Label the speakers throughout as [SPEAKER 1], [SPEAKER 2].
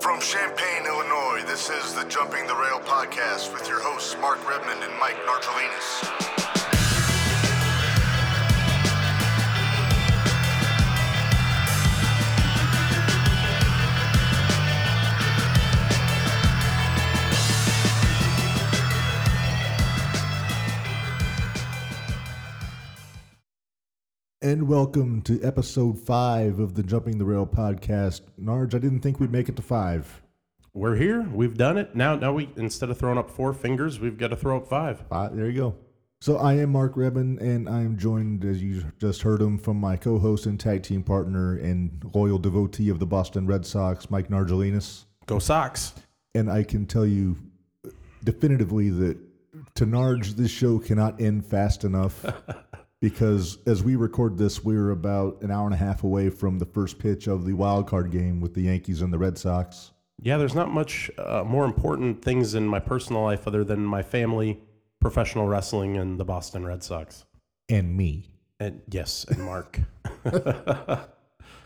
[SPEAKER 1] From Champaign, Illinois, this is the Jumping the Rail podcast with your hosts, Mark Redmond and Mike Nartolinas.
[SPEAKER 2] And welcome to episode five of the Jumping the Rail podcast. Narge, I didn't think we'd make it to five.
[SPEAKER 3] We're here. We've done it. Now, now we instead of throwing up four fingers, we've got to throw up five.
[SPEAKER 2] Five, there you go. So I am Mark Rebin, and I am joined, as you just heard him, from my co-host and tag team partner and loyal devotee of the Boston Red Sox, Mike Nargelinas.
[SPEAKER 3] Go Sox.
[SPEAKER 2] And I can tell you definitively that to Narge, this show cannot end fast enough because as we record this, we're about an hour and a half away from the first pitch of the wild card game with the Yankees and the Red Sox.
[SPEAKER 3] Yeah, there's not much uh, more important things in my personal life other than my family, professional wrestling, and the Boston Red Sox.
[SPEAKER 2] And me.
[SPEAKER 3] And yes, and Mark.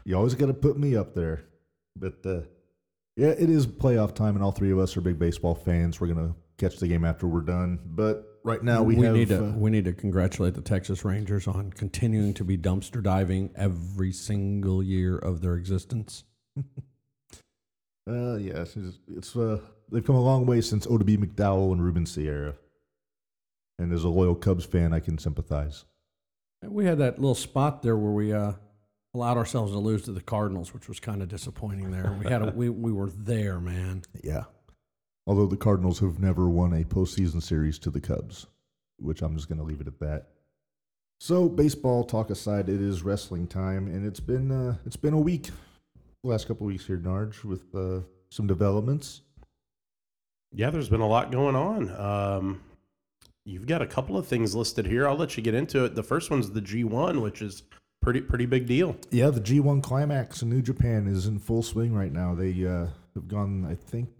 [SPEAKER 2] You always got to put me up there. But uh, yeah, it is playoff time, and all three of us are big baseball fans. We're gonna catch the game after we're done. But right now we,
[SPEAKER 4] we
[SPEAKER 2] have
[SPEAKER 4] need to
[SPEAKER 2] uh,
[SPEAKER 4] we need to congratulate the Texas Rangers on continuing to be dumpster diving every single year of their existence.
[SPEAKER 2] uh, yes, it's, it's uh, they've come a long way since Oda B. McDowell and Ruben Sierra. And as a loyal Cubs fan, I can sympathize.
[SPEAKER 4] And we had that little spot there where we uh, allowed ourselves to lose to the Cardinals, which was kind of disappointing. There, we had a, we we were there, man.
[SPEAKER 2] Yeah. Although the Cardinals have never won a postseason series to the Cubs, which I'm just going to leave it at that. So baseball talk aside, it is wrestling time, and it's been uh, it's been a week, last couple weeks here, Narge, with uh, some developments.
[SPEAKER 3] yeah, there's been a lot going on. Um, you've got a couple of things listed here. I'll let you get into it. The first one's the G1, which is pretty pretty big deal.
[SPEAKER 2] Yeah, the G1 climax in New Japan is in full swing right now. They uh, have gone, I think,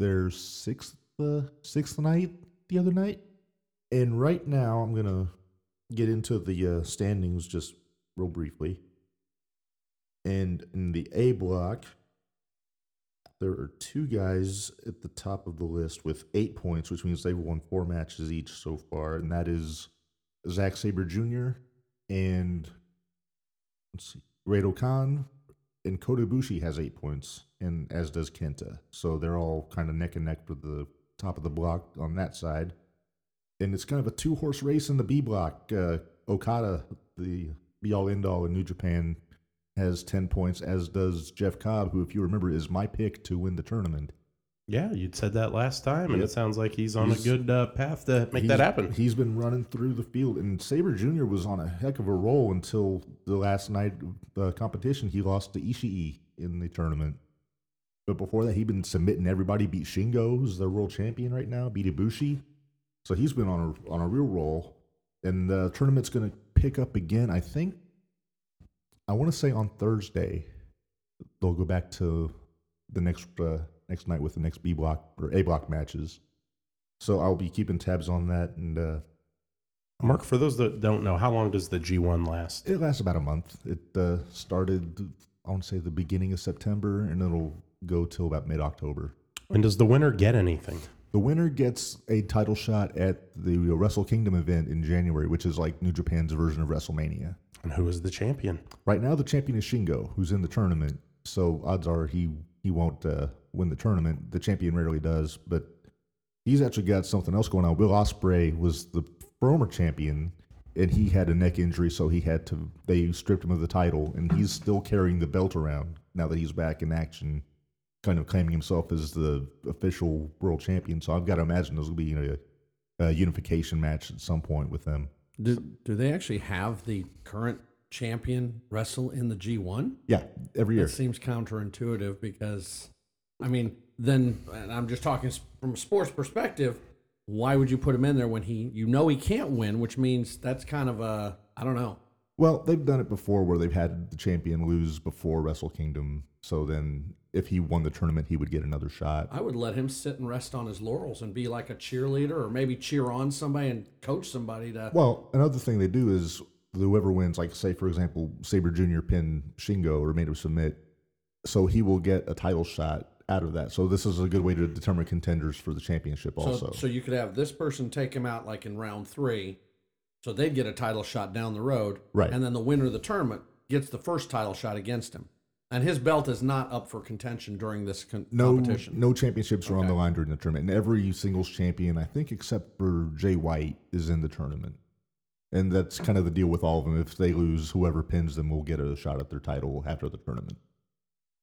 [SPEAKER 2] their sixth uh, sixth night the other night, and right now I'm gonna get into the uh, standings just real briefly. And in the A block, there are two guys at the top of the list with eight points, which means they've won four matches each so far, and that is Zack Saber Jr. and let's see, Rado Khan and Kodobushi has eight points, and as does Kenta. So they're all kind of neck and neck for the top of the block on that side. And it's kind of a two horse race in the B block. Uh, Okada, the be all end all in New Japan, has 10 points, as does Jeff Cobb, who, if you remember, is my pick to win the tournament.
[SPEAKER 3] Yeah, you'd said that last time, and
[SPEAKER 2] Yep.
[SPEAKER 3] it sounds like he's on
[SPEAKER 2] He's-
[SPEAKER 3] a good uh, path to make that
[SPEAKER 2] He's-
[SPEAKER 3] happen.
[SPEAKER 2] He's been running through the field, and Saber Jr. was on a heck of a roll until the last night uh, competition. He lost to Ishii in the tournament, but before that, he'd been submitting everybody. Beat Shingo, who's the world champion right now. Beat Ibushi, so he's been on a on a real roll, and the tournament's going to pick up again. I think. I want to say on Thursday, they'll go back to the next uh, next night with the next B block or A block matches. So I'll be keeping tabs on that, and uh,
[SPEAKER 3] Mark, for those that don't know, how long does the G1 last?
[SPEAKER 2] it lasts about a month. It uh, started, I want to say, the beginning of September, and it'll go till about mid October.
[SPEAKER 3] And does the winner get anything?
[SPEAKER 2] The winner gets a title shot at the Wrestle Kingdom event in January, which is like New Japan's version of WrestleMania.
[SPEAKER 3] And who is the champion?
[SPEAKER 2] Right now, the champion is Shingo, who's in the tournament. So odds are he he won't uh, win the tournament. The champion rarely does, but he's actually got something else going on. Will Osprey was the former champion, and he had a neck injury, so he had to they stripped him of the title, and he's still carrying the belt around now that he's back in action, kind of claiming himself as the official world champion. So I've got to imagine there's going to be a, a unification match at some point with them.
[SPEAKER 4] Do, do they actually have the current champion wrestle in the G one?
[SPEAKER 2] Yeah, every year.
[SPEAKER 4] That seems counterintuitive because, I mean, then, and I'm just talking s- from a sports perspective. Why would you put him in there when he, you know, he can't win, which means that's kind of a, I don't know.
[SPEAKER 2] Well, they've done it before where they've had the champion lose before Wrestle Kingdom. So then if he won the tournament, he would get another shot.
[SPEAKER 4] I would let him sit and rest on his laurels and be like a cheerleader or maybe cheer on somebody and coach somebody to.
[SPEAKER 2] Well, another thing they do is whoever wins, like say, for example, Sabre Jr. pinned Shingo or made him submit. So he will get a title shot out of that. So this is a good way to determine contenders for the championship. Also,
[SPEAKER 4] So, so you could have this person take him out like in round three, so they'd get a title shot down the road,
[SPEAKER 2] Right.
[SPEAKER 4] And then the winner of the tournament gets the first title shot against him, and his belt is not up for contention during this con-
[SPEAKER 2] no,
[SPEAKER 4] competition.
[SPEAKER 2] no championships are on the line during the tournament. And every singles champion, I think, except for Jay White, is in the tournament. And that's kind of the deal with all of them. If they lose, whoever pins them will get a shot at their title after the tournament.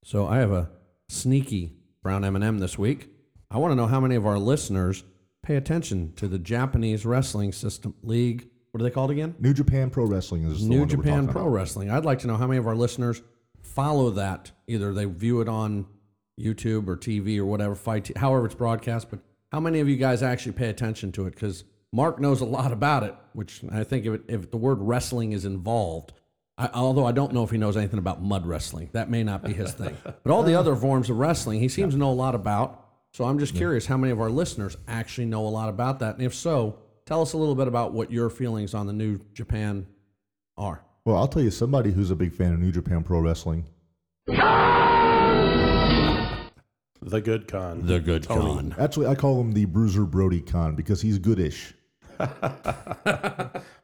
[SPEAKER 4] So I have a sneaky brown M and m this week. I want to know how many of our listeners pay attention to the Japanese Wrestling System League. What are they called again?
[SPEAKER 2] New Japan Pro Wrestling is the
[SPEAKER 4] New
[SPEAKER 2] one that we're
[SPEAKER 4] Japan
[SPEAKER 2] talking
[SPEAKER 4] Pro
[SPEAKER 2] about.
[SPEAKER 4] Wrestling. I'd like to know how many of our listeners follow that. Either they view it on YouTube or TV or whatever, fight, T- however it's broadcast. But how many of you guys actually pay attention to it? Because Mark knows a lot about it, which I think if, it, if the word wrestling is involved, I, although I don't know if he knows anything about mud wrestling, that may not be his thing. But all the other forms of wrestling, he seems to know a lot about. So I'm just curious how many of our listeners actually know a lot about that. And if so, tell us a little bit about what your feelings on the new Japan are.
[SPEAKER 2] Well, I'll tell you, somebody who's a big fan of New Japan Pro Wrestling
[SPEAKER 3] The good con.
[SPEAKER 4] The good con.
[SPEAKER 2] Actually, I call him the Bruiser Brody Khan because he's goodish.
[SPEAKER 3] Bada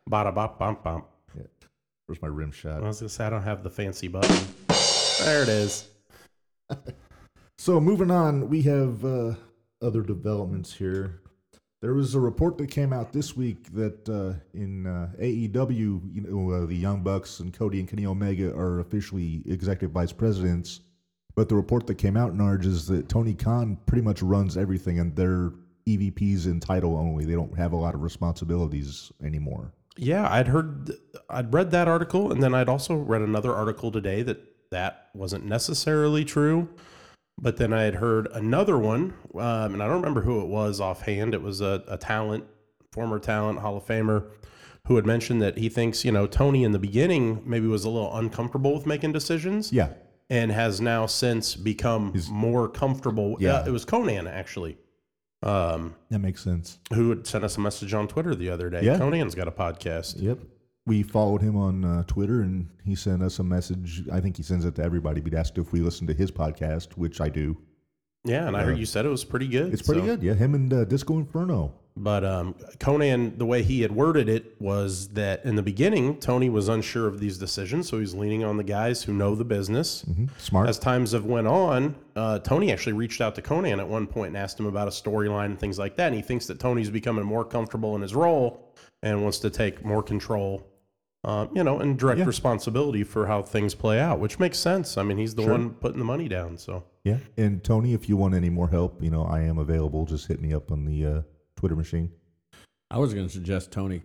[SPEAKER 3] bop bump bump.
[SPEAKER 2] Where's my rim shot?
[SPEAKER 3] I was gonna say I don't have the fancy button. There it is.
[SPEAKER 2] So moving on, we have uh, other developments here. There was a report that came out this week that uh, in uh, AEW, you know, uh, the Young Bucks and Cody and Kenny Omega are officially executive vice presidents. But the report that came out, Narge, is that Tony Khan pretty much runs everything, and they're EVPs in title only. They don't have a lot of responsibilities anymore.
[SPEAKER 3] Yeah, I'd heard, I'd read that article, and then I'd also read another article today that that wasn't necessarily true. But then I had heard another one, um, and I don't remember who it was offhand. It was a, a talent, former talent, Hall of Famer, who had mentioned that he thinks, you know, Tony in the beginning maybe was a little uncomfortable with making decisions.
[SPEAKER 2] Yeah,
[SPEAKER 3] and has now since become more comfortable.
[SPEAKER 2] Yeah.
[SPEAKER 3] Uh, it was Conan actually, um,
[SPEAKER 2] that makes sense.
[SPEAKER 3] who had sent us a message on Twitter the other day.
[SPEAKER 2] Yeah.
[SPEAKER 3] Conan's got a podcast.
[SPEAKER 2] Yep. We followed him on uh, Twitter and he sent us a message. I think he sends it to everybody, but asked if we listen to his podcast, which I do.
[SPEAKER 3] Yeah, and I heard you said it was pretty good.
[SPEAKER 2] It's pretty
[SPEAKER 3] so-
[SPEAKER 2] good. Yeah. Him and uh, Disco Inferno.
[SPEAKER 3] But um, Conan, the way he had worded it was that in the beginning, Tony was unsure of these decisions, so he's leaning on the guys who know the business.
[SPEAKER 2] Hmm? Smart.
[SPEAKER 3] As times have went on, uh, Tony actually reached out to Conan at one point and asked him about a storyline and things like that. And he thinks that Tony's becoming more comfortable in his role and wants to take more control, um, you know, and direct
[SPEAKER 2] Yeah.
[SPEAKER 3] responsibility for how things play out, which makes sense. I mean, he's the one putting the money down. So
[SPEAKER 2] yeah. And Tony, if you want any more help, you know, I am available. Just hit me up on the uh, Twitter machine.
[SPEAKER 4] I was going to suggest Tony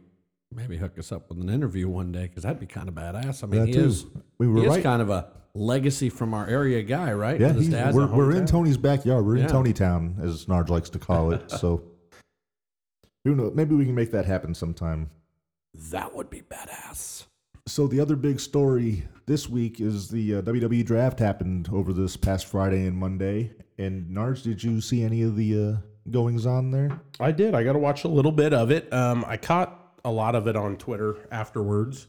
[SPEAKER 4] maybe hook us up with an interview one day because that'd be kind of badass. I mean,
[SPEAKER 2] That
[SPEAKER 4] he
[SPEAKER 2] Uh, too.
[SPEAKER 4] is
[SPEAKER 2] We were
[SPEAKER 4] he
[SPEAKER 2] right.
[SPEAKER 4] is kind of a legacy from our area guy, right?
[SPEAKER 2] Yeah.
[SPEAKER 4] With his
[SPEAKER 2] he's-
[SPEAKER 4] dad's
[SPEAKER 2] we're
[SPEAKER 4] a-
[SPEAKER 2] we're in
[SPEAKER 3] hometown.
[SPEAKER 2] Tony's backyard. We're
[SPEAKER 4] Yeah.
[SPEAKER 2] in Tony Town, as Narge likes to call it. so who knows? Maybe we can make that happen sometime.
[SPEAKER 4] that would be badass.
[SPEAKER 2] So the other big story this week is the uh, WWE draft happened over this past Friday and Monday. And Narge, did you see any of the uh, goings on there?
[SPEAKER 3] I did. I got to watch a little bit of it. Um, I caught a lot of it on Twitter afterwards.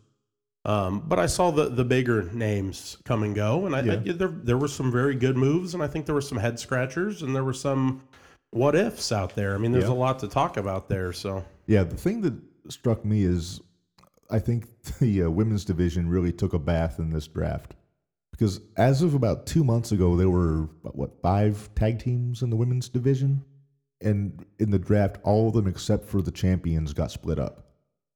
[SPEAKER 3] Um, but I saw the, the bigger names come and go, and I, I
[SPEAKER 2] Yeah.
[SPEAKER 3] there there were some very good moves, and I think there were some head scratchers, and there were some what ifs out there. I mean, there's
[SPEAKER 2] Yeah.
[SPEAKER 3] a lot to talk about there. So
[SPEAKER 2] Yeah, the thing that struck me is I think the uh, women's division really took a bath in this draft because as of about two months ago, there were what five tag teams in the women's division, and in the draft, all of them except for the champions got split up.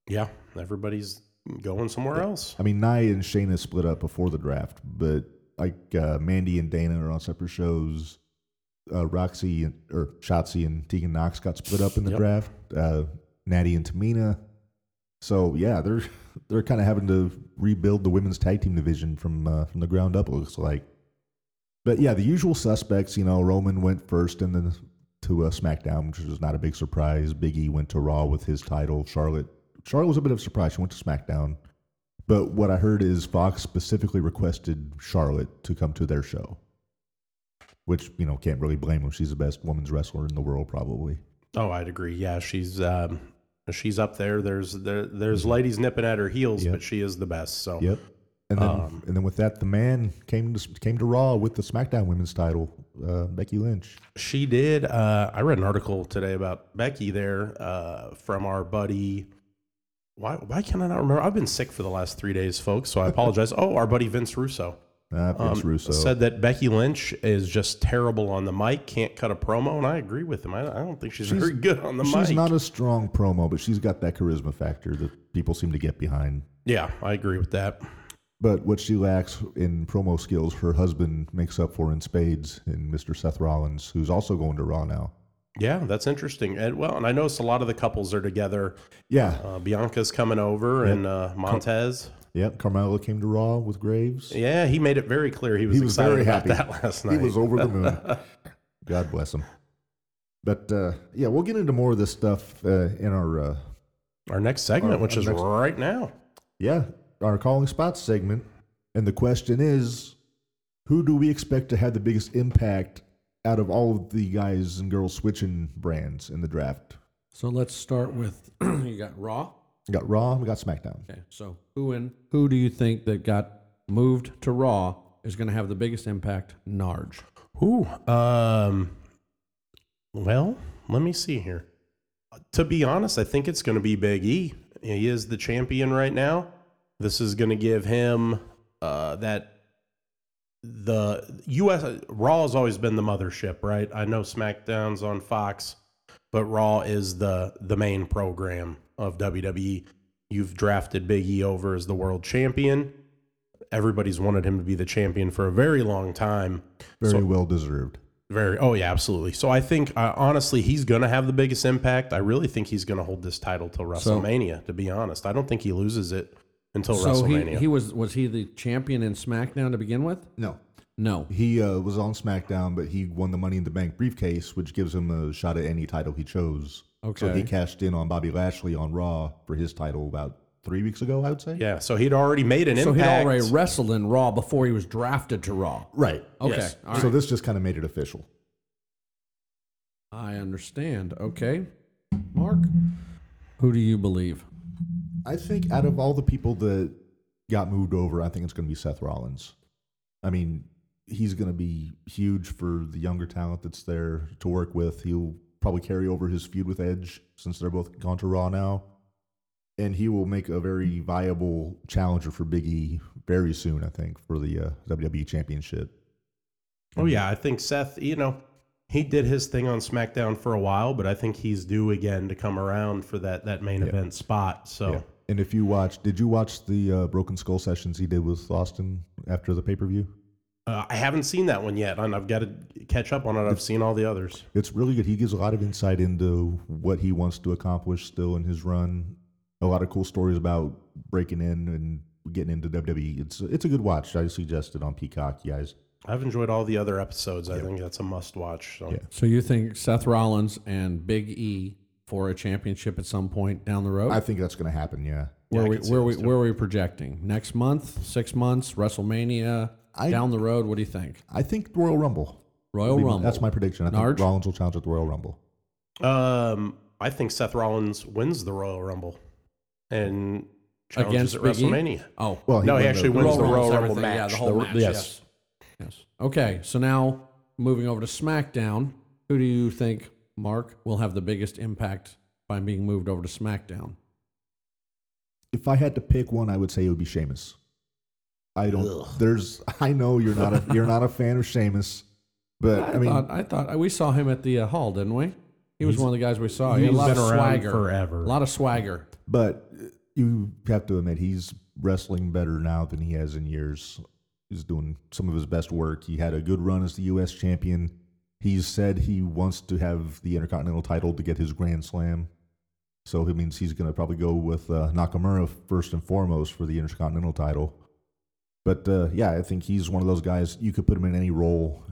[SPEAKER 3] yeah, everybody's going somewhere else.
[SPEAKER 2] I mean, Nia and Shayna split up before the draft, but like uh, Mandy and Dana are on separate shows. Uh, Roxy and, or Shotzi and Tegan Knox got split up in the
[SPEAKER 3] Yep.
[SPEAKER 2] draft. Uh, Natty and Tamina. So yeah, they're they're kind of having to rebuild the women's tag team division from uh, from the ground up. It looks like. But yeah, the usual suspects. You know, Roman went first, and then to uh, SmackDown, which is not a big surprise. Big E went to Raw with his title. Charlotte. Charlotte was a bit of a surprise. She went to SmackDown. But what I heard is Fox specifically requested Charlotte to come to their show, which, you know, can't really blame them. She's the best women's wrestler in the world, probably.
[SPEAKER 3] Oh, I'd agree. Yeah, she's um, she's up there. There's there, there's ladies nipping at her heels,
[SPEAKER 2] Yep.
[SPEAKER 3] but she is the best. So
[SPEAKER 2] Mm-hmm. Yep. And then, and then with that, the man came to came to Raw with the SmackDown Women's title, uh, Becky Lynch.
[SPEAKER 3] She did. Uh, I read an article today about Becky there uh, from our buddy. Why, why can I not remember? I've been sick for the last three days, folks, so I apologize. oh, our buddy Vince Russo.
[SPEAKER 2] Uh, Vince Russo.
[SPEAKER 3] said that Becky Lynch is just terrible on the mic, can't cut a promo, and I agree with him. I, I don't think she's, very good on the
[SPEAKER 2] she's
[SPEAKER 3] mic.
[SPEAKER 2] not a strong promo, but she's got that charisma factor that people seem to get behind.
[SPEAKER 3] yeah, I agree with that.
[SPEAKER 2] But what she lacks in promo skills, her husband makes up for in spades in Mr. Seth Rollins, who's also going to Raw now.
[SPEAKER 3] Yeah, that's interesting. And, well, and I noticed a lot of the couples are together.
[SPEAKER 2] Yeah.
[SPEAKER 3] Uh, Bianca's coming over, and uh, Montez.
[SPEAKER 2] yep. Carmelo came to Raw with Graves.
[SPEAKER 3] Yeah, he made it very clear he was,
[SPEAKER 2] He was
[SPEAKER 3] excited
[SPEAKER 2] very
[SPEAKER 3] about
[SPEAKER 2] happy.
[SPEAKER 3] that last night.
[SPEAKER 2] He was over the moon. God bless him. But uh, yeah, we'll get into more of this stuff uh, in our uh,
[SPEAKER 3] Our next segment,
[SPEAKER 2] Our-
[SPEAKER 3] which
[SPEAKER 2] our
[SPEAKER 3] is
[SPEAKER 2] next-
[SPEAKER 3] right now.
[SPEAKER 2] yeah our calling spots segment. And the question is, who do we expect to have the biggest impact out of all of the guys and girls switching brands in the draft?
[SPEAKER 4] So let's start with you got Raw.
[SPEAKER 2] We got Raw. We got SmackDown.
[SPEAKER 4] Okay, so who and who do you think that got moved to Raw is going to have the biggest impact? Narge.
[SPEAKER 3] Ooh. Um, well, let me see here. To be honest, I think it's going to be Big E. He is the champion right now. This is going to give him uh, that. The U.S. Raw has always been the mothership, right? I know SmackDown's on Fox, but Raw is the the main program of WWE. You've drafted Big E over as the world champion. Everybody's wanted him to be the champion for a very long time.
[SPEAKER 2] Very well deserved.
[SPEAKER 3] Very. Oh yeah, absolutely. So I think uh, honestly, he's going to have the biggest impact. I really think he's going to hold this title till
[SPEAKER 4] So-
[SPEAKER 3] WrestleMania. to be honest, I don't think he loses it until
[SPEAKER 4] So he,
[SPEAKER 3] WrestleMania.
[SPEAKER 4] he was was he the champion in SmackDown to begin with?
[SPEAKER 2] No,
[SPEAKER 4] No.
[SPEAKER 2] he uh, was on SmackDown, but he won the Money in the Bank briefcase, which gives him a shot at any title he chose. So
[SPEAKER 4] Okay.
[SPEAKER 2] he cashed in on Bobby Lashley on Raw for his title about three weeks ago, I would say.
[SPEAKER 3] yeah. So he'd already made an
[SPEAKER 4] So he'd
[SPEAKER 3] impact.
[SPEAKER 4] already wrestled in Raw before he was drafted to Raw.
[SPEAKER 2] Right.
[SPEAKER 4] Okay.
[SPEAKER 3] Yes.
[SPEAKER 4] All right.
[SPEAKER 2] So this just kind of made it official.
[SPEAKER 4] I understand. Okay. Mark, who do you believe?
[SPEAKER 2] I think out of all the people that got moved over, I think it's going to be Seth Rollins. I mean, he's going to be huge for the younger talent that's there to work with. He'll probably carry over his feud with Edge since they're both gone to Raw now. And he will make a very viable challenger for Big E very soon, I think, for the uh, WWE Championship.
[SPEAKER 3] oh yeah, I think Seth. You know, he did his thing on SmackDown for a while, but I think he's due again to come around for that that main event spot. So
[SPEAKER 2] And if you watch, did you watch the uh, Broken Skull sessions he did with Austin after the pay per view?
[SPEAKER 3] uh, I haven't seen that one yet, and I've got to catch up on it. I've seen all the others.
[SPEAKER 2] It's really good. He gives a lot of insight into what he wants to accomplish still in his run. A lot of cool stories about breaking in and getting into WWE. It's it's a good watch. I suggest it on Peacock, you guys.
[SPEAKER 3] I've enjoyed all the other episodes. I think that's a must watch. So.
[SPEAKER 2] Yeah.
[SPEAKER 4] So you think Seth Rollins and Big E for a championship at some point down the road?
[SPEAKER 2] I think that's going to happen. Yeah,
[SPEAKER 4] where
[SPEAKER 3] I
[SPEAKER 4] we
[SPEAKER 3] could see
[SPEAKER 4] where
[SPEAKER 3] those
[SPEAKER 4] we
[SPEAKER 3] two.
[SPEAKER 4] where are we projecting? Next month, six months, WrestleMania,
[SPEAKER 2] I-
[SPEAKER 4] down the road. What do you think?
[SPEAKER 2] I think Royal Rumble.
[SPEAKER 4] Royal Rumble.
[SPEAKER 2] That's my prediction. I
[SPEAKER 4] Narge?
[SPEAKER 2] think Rollins will challenge at the Royal Rumble.
[SPEAKER 3] Um, I think Seth Rollins wins the Royal Rumble and challenges
[SPEAKER 4] against
[SPEAKER 3] at
[SPEAKER 4] Big E?
[SPEAKER 3] WrestleMania.
[SPEAKER 4] Oh,
[SPEAKER 2] Well,
[SPEAKER 3] no, he
[SPEAKER 2] won
[SPEAKER 3] actually
[SPEAKER 2] the,
[SPEAKER 3] wins
[SPEAKER 4] Royal
[SPEAKER 3] the
[SPEAKER 4] Rumble,
[SPEAKER 3] Royal Rumble
[SPEAKER 4] everything,
[SPEAKER 3] match.
[SPEAKER 4] yeah, the whole match,
[SPEAKER 3] Yes.
[SPEAKER 4] yes. Okay, so now moving over to SmackDown. Who do you think Mark will have the biggest impact by being moved over to SmackDown?
[SPEAKER 2] If I had to pick one, I would say it would be Sheamus. I don't. There's. I know you're not. A, you're not a fan of Sheamus, but I,
[SPEAKER 4] I,
[SPEAKER 2] mean,
[SPEAKER 4] thought I thought we saw him at the uh, hall, didn't we? He was one of the guys we saw. Oh, He had a
[SPEAKER 3] he's
[SPEAKER 4] lot of
[SPEAKER 3] been around
[SPEAKER 4] swagger
[SPEAKER 3] forever.
[SPEAKER 4] A lot of swagger.
[SPEAKER 2] But you have to admit he's wrestling better now than he has in years. He's doing some of his best work. He had a good run as the U.S. champion. He's said he wants to have the Intercontinental title to get his Grand Slam. So it means he's going to probably go with uh, Nakamura first and foremost for the Intercontinental title. But uh, yeah, I think he's one of those guys. You could put him in any role.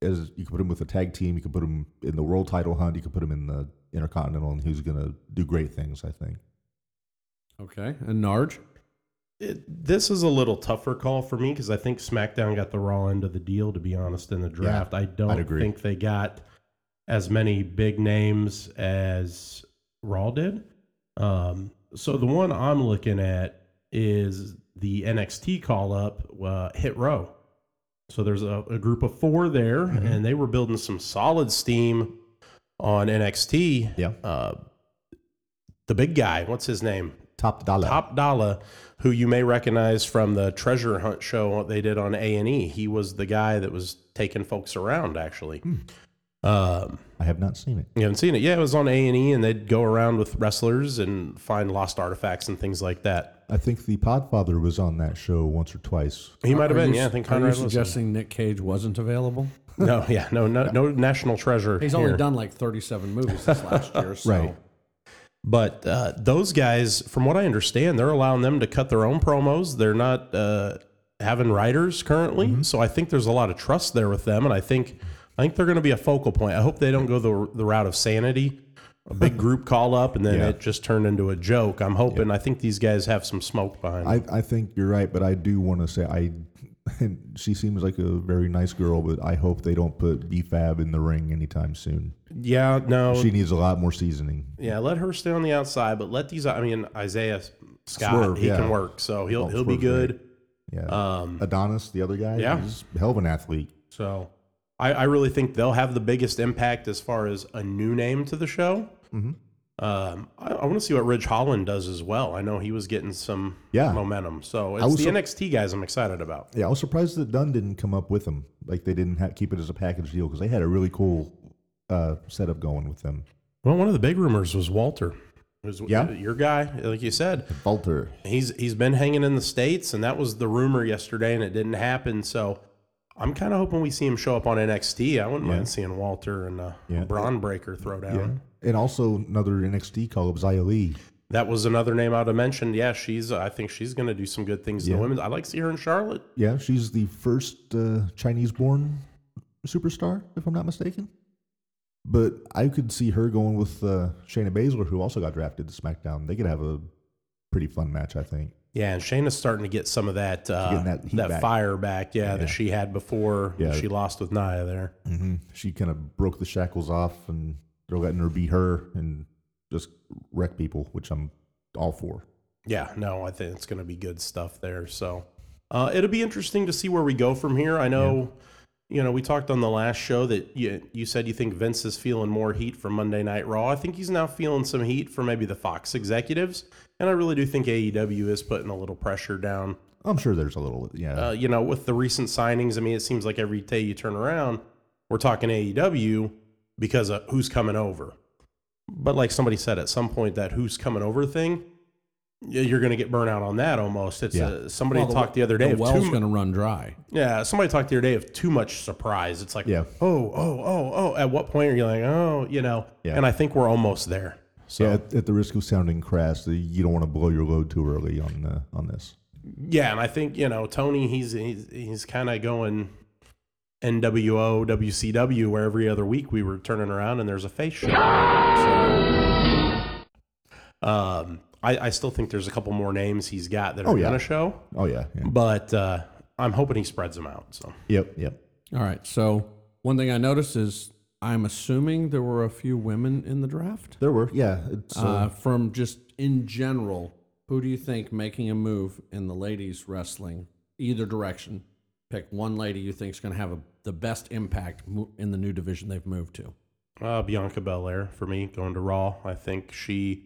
[SPEAKER 2] As you could put him with a tag team, you could put him in the world title hunt, you could put him in the Intercontinental, and he's going to do great things. I think.
[SPEAKER 4] Okay, and Narge.
[SPEAKER 3] It- this is a little tougher call for me because I think SmackDown got the raw end of the deal. To be honest, in the draft, I
[SPEAKER 2] I'd
[SPEAKER 3] don't
[SPEAKER 2] agree.
[SPEAKER 3] think they got as many big names as Raw did. Um, so the one I'm looking at is the NXT call up uh, hit row. So there's a, a group of four there,
[SPEAKER 2] Mm-hmm.
[SPEAKER 3] and they were building some solid steam on NXT.
[SPEAKER 2] Yeah.
[SPEAKER 3] Uh, the big guy, what's his name?
[SPEAKER 2] Top dollar.
[SPEAKER 3] Top Dollar, who you may recognize from the treasure hunt show they did on A and E. He was the guy that was taking folks around. Actually,
[SPEAKER 4] Hmm.
[SPEAKER 3] um,
[SPEAKER 2] I have not seen it.
[SPEAKER 3] you haven't seen it? Yeah, it was on A and E, and they'd go around with wrestlers and find lost artifacts and things like that.
[SPEAKER 2] I think the Podfather was on that show once or twice.
[SPEAKER 3] He might have
[SPEAKER 4] Are
[SPEAKER 3] been.
[SPEAKER 4] you-
[SPEAKER 3] yeah, I think
[SPEAKER 4] Are you
[SPEAKER 3] Conrad was.
[SPEAKER 4] suggesting Nick Cage wasn't available?
[SPEAKER 3] No, yeah, no, no, no national treasure.
[SPEAKER 4] He's
[SPEAKER 3] here.
[SPEAKER 4] only done like 37 movies this last year. So.
[SPEAKER 2] Right.
[SPEAKER 3] But uh, those guys, from what I understand, they're allowing them to cut their own promos. They're not uh, having writers currently,
[SPEAKER 2] Mm-hmm.
[SPEAKER 3] so I think there's a lot of trust there with them, and I think I think they're going to be a focal point. I hope they don't go the the route of sanity, a big group call up, and then
[SPEAKER 2] Yeah.
[SPEAKER 3] it just turned into a joke. I'm hoping. I think these guys have some smoke behind.
[SPEAKER 2] I, I think you're right, but I do want to say I. And she seems like a very nice girl, but I hope they don't put BFAB in the ring anytime soon.
[SPEAKER 3] yeah, no,
[SPEAKER 2] She needs a lot more seasoning.
[SPEAKER 3] Yeah, let her stay on the outside, but let these. I mean, Isaiah Scott,
[SPEAKER 2] Swerve,
[SPEAKER 3] he
[SPEAKER 2] yeah.
[SPEAKER 3] can work, so he'll
[SPEAKER 2] Oh,
[SPEAKER 3] he'll be
[SPEAKER 2] Swerve's
[SPEAKER 3] good.
[SPEAKER 2] Yeah,
[SPEAKER 3] Um,
[SPEAKER 2] Adonis, the other guy,
[SPEAKER 3] yeah.
[SPEAKER 2] he's a hell of an athlete.
[SPEAKER 3] So I, I really think they'll have the biggest impact as far as a new name to the show.
[SPEAKER 2] Mm-hmm.
[SPEAKER 3] Um, I, I want to see what Ridge Holland does as well. I know he was getting some
[SPEAKER 2] Yeah.
[SPEAKER 3] momentum. So
[SPEAKER 2] was
[SPEAKER 3] it's the
[SPEAKER 2] sur-
[SPEAKER 3] NXT guys I'm excited about.
[SPEAKER 2] Yeah, I was surprised that Dunn didn't come up with him. Like they didn't ha- keep it as a package deal because they had a really cool uh, setup going with them.
[SPEAKER 3] Well, one of the big rumors was Walter. Who's
[SPEAKER 2] Yeah.
[SPEAKER 3] your guy, like you said.
[SPEAKER 2] Falter.
[SPEAKER 3] He's he's been hanging in the states, and that was the rumor yesterday, and it didn't happen. So I'm kind of hoping we see him show up on NXT. I wouldn't
[SPEAKER 2] Yeah.
[SPEAKER 3] mind seeing Walter and uh,
[SPEAKER 2] Yeah.
[SPEAKER 3] Braun Breaker throw down.
[SPEAKER 2] Yeah. And also another NXT call up, Xia Li.
[SPEAKER 3] That was another name I'd have mentioned. Yeah, she's. I think she's going to do some good things in
[SPEAKER 2] Yeah.
[SPEAKER 3] the women's. I like to see her in Charlotte.
[SPEAKER 2] Yeah, she's the first uh, Chinese born superstar, if I'm not mistaken. But I could see her going with uh, Shayna Baszler, who also got drafted to SmackDown. They could have a pretty fun match, I think.
[SPEAKER 3] Yeah, and Shayna's starting to get some of that uh,
[SPEAKER 2] getting that
[SPEAKER 3] that,
[SPEAKER 2] heat back.
[SPEAKER 3] fire back. Yeah,
[SPEAKER 2] Yeah.
[SPEAKER 3] that she had before
[SPEAKER 2] Yeah.
[SPEAKER 3] she lost with Nia there.
[SPEAKER 2] Mm-hmm. She kind of broke the shackles off and they're letting her be her and just wreck people, which I'm all for.
[SPEAKER 3] Yeah, no, I think it's going to be good stuff there. So uh, it'll be interesting to see where we go from here. I know, you know, we talked on the last show that you, you said you think Vince is feeling more heat from Monday Night Raw. I think he's now feeling some heat for maybe the Fox executives. And I really do think AEW is putting a little pressure down.
[SPEAKER 2] I'm sure there's a little, yeah.
[SPEAKER 3] Uh, you know, with the recent signings, I mean, it seems like every day you turn around, we're talking AEW because of who's coming over. But like somebody said at some point, that who's coming over thing, y- you're going to get burnout on that almost. It's
[SPEAKER 2] Yeah.
[SPEAKER 3] uh somebody
[SPEAKER 4] Well,
[SPEAKER 3] talked the, other day
[SPEAKER 4] The
[SPEAKER 3] of
[SPEAKER 4] well's
[SPEAKER 3] too, mu-
[SPEAKER 4] going to run dry.
[SPEAKER 3] yeah, somebody talked the other day of too much surprise. It's like,
[SPEAKER 2] Yeah.
[SPEAKER 3] oh, oh, oh, oh. At what point are you like, oh, you know?
[SPEAKER 2] Yeah.
[SPEAKER 3] And I think we're almost there. So
[SPEAKER 2] yeah,
[SPEAKER 3] yeah.
[SPEAKER 2] at, at the risk of sounding crass, the- you don't want to blow your load too early on uh, on this.
[SPEAKER 3] and I think you know Tony, he's he's he's kind of going NWO, WCW, where every other week we were turning around and there's a face show. So, um, I, I still think there's a couple more names he's got that are
[SPEAKER 2] Oh, yeah.
[SPEAKER 3] gonna show,
[SPEAKER 2] Oh yeah, yeah.
[SPEAKER 3] but uh, I'm hoping he spreads them out. So
[SPEAKER 2] yep, yep.
[SPEAKER 4] All right. So one thing I noticed is I'm assuming there were a few women in the draft.
[SPEAKER 2] There were, yeah. It's uh,
[SPEAKER 4] uh, from just in general, who do you think making a move in the ladies wrestling, either direction, pick one lady you think is going to have a, the best impact mo- in the new division they've moved to?
[SPEAKER 3] Uh, Bianca Belair for me going to Raw. I think she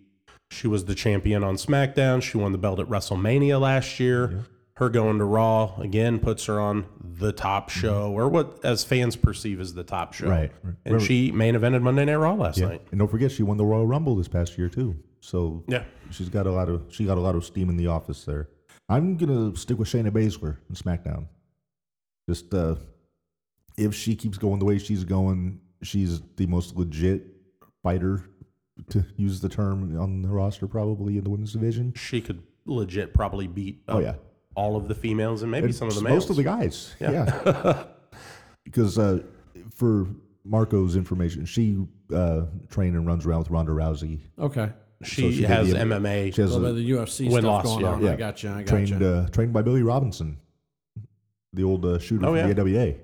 [SPEAKER 3] she was the champion on SmackDown. She won the belt at WrestleMania last year. Her going to Raw again puts her on the top show, or what as fans perceive as the top show.
[SPEAKER 2] Mm-hmm. Right.
[SPEAKER 3] And
[SPEAKER 2] Remember-
[SPEAKER 3] she main evented Monday Night Raw last
[SPEAKER 2] yeah.
[SPEAKER 3] night.
[SPEAKER 2] And don't forget, she won the Royal Rumble this past year too. So
[SPEAKER 3] Yeah.
[SPEAKER 2] she's got a lot of she got a lot of steam in the office there. I'm gonna stick with Shayna Baszler and SmackDown. Just uh, if she keeps going the way she's going, she's the most legit fighter, to use the term on the roster, probably in the women's division.
[SPEAKER 3] She could legit probably beat
[SPEAKER 2] Oh, yeah.
[SPEAKER 3] all of the females and maybe
[SPEAKER 2] And
[SPEAKER 3] some of the
[SPEAKER 2] s-
[SPEAKER 3] males.
[SPEAKER 2] Most of the guys. Yeah. because uh, for Marco's information, she uh, trained and runs around with Ronda Rousey.
[SPEAKER 4] Okay.
[SPEAKER 3] she,
[SPEAKER 2] she did
[SPEAKER 3] has
[SPEAKER 2] the-
[SPEAKER 3] MMA.
[SPEAKER 2] She has
[SPEAKER 4] A
[SPEAKER 2] a,
[SPEAKER 4] little bit of the UFC
[SPEAKER 3] Win loss,
[SPEAKER 4] stuff going
[SPEAKER 3] yeah.
[SPEAKER 4] on.
[SPEAKER 2] Yeah.
[SPEAKER 4] I got you. I got
[SPEAKER 2] trained
[SPEAKER 4] you.
[SPEAKER 2] uh, trained by Billy Robinson, the old uh, shooter from
[SPEAKER 3] Oh, yeah.
[SPEAKER 2] the AWA.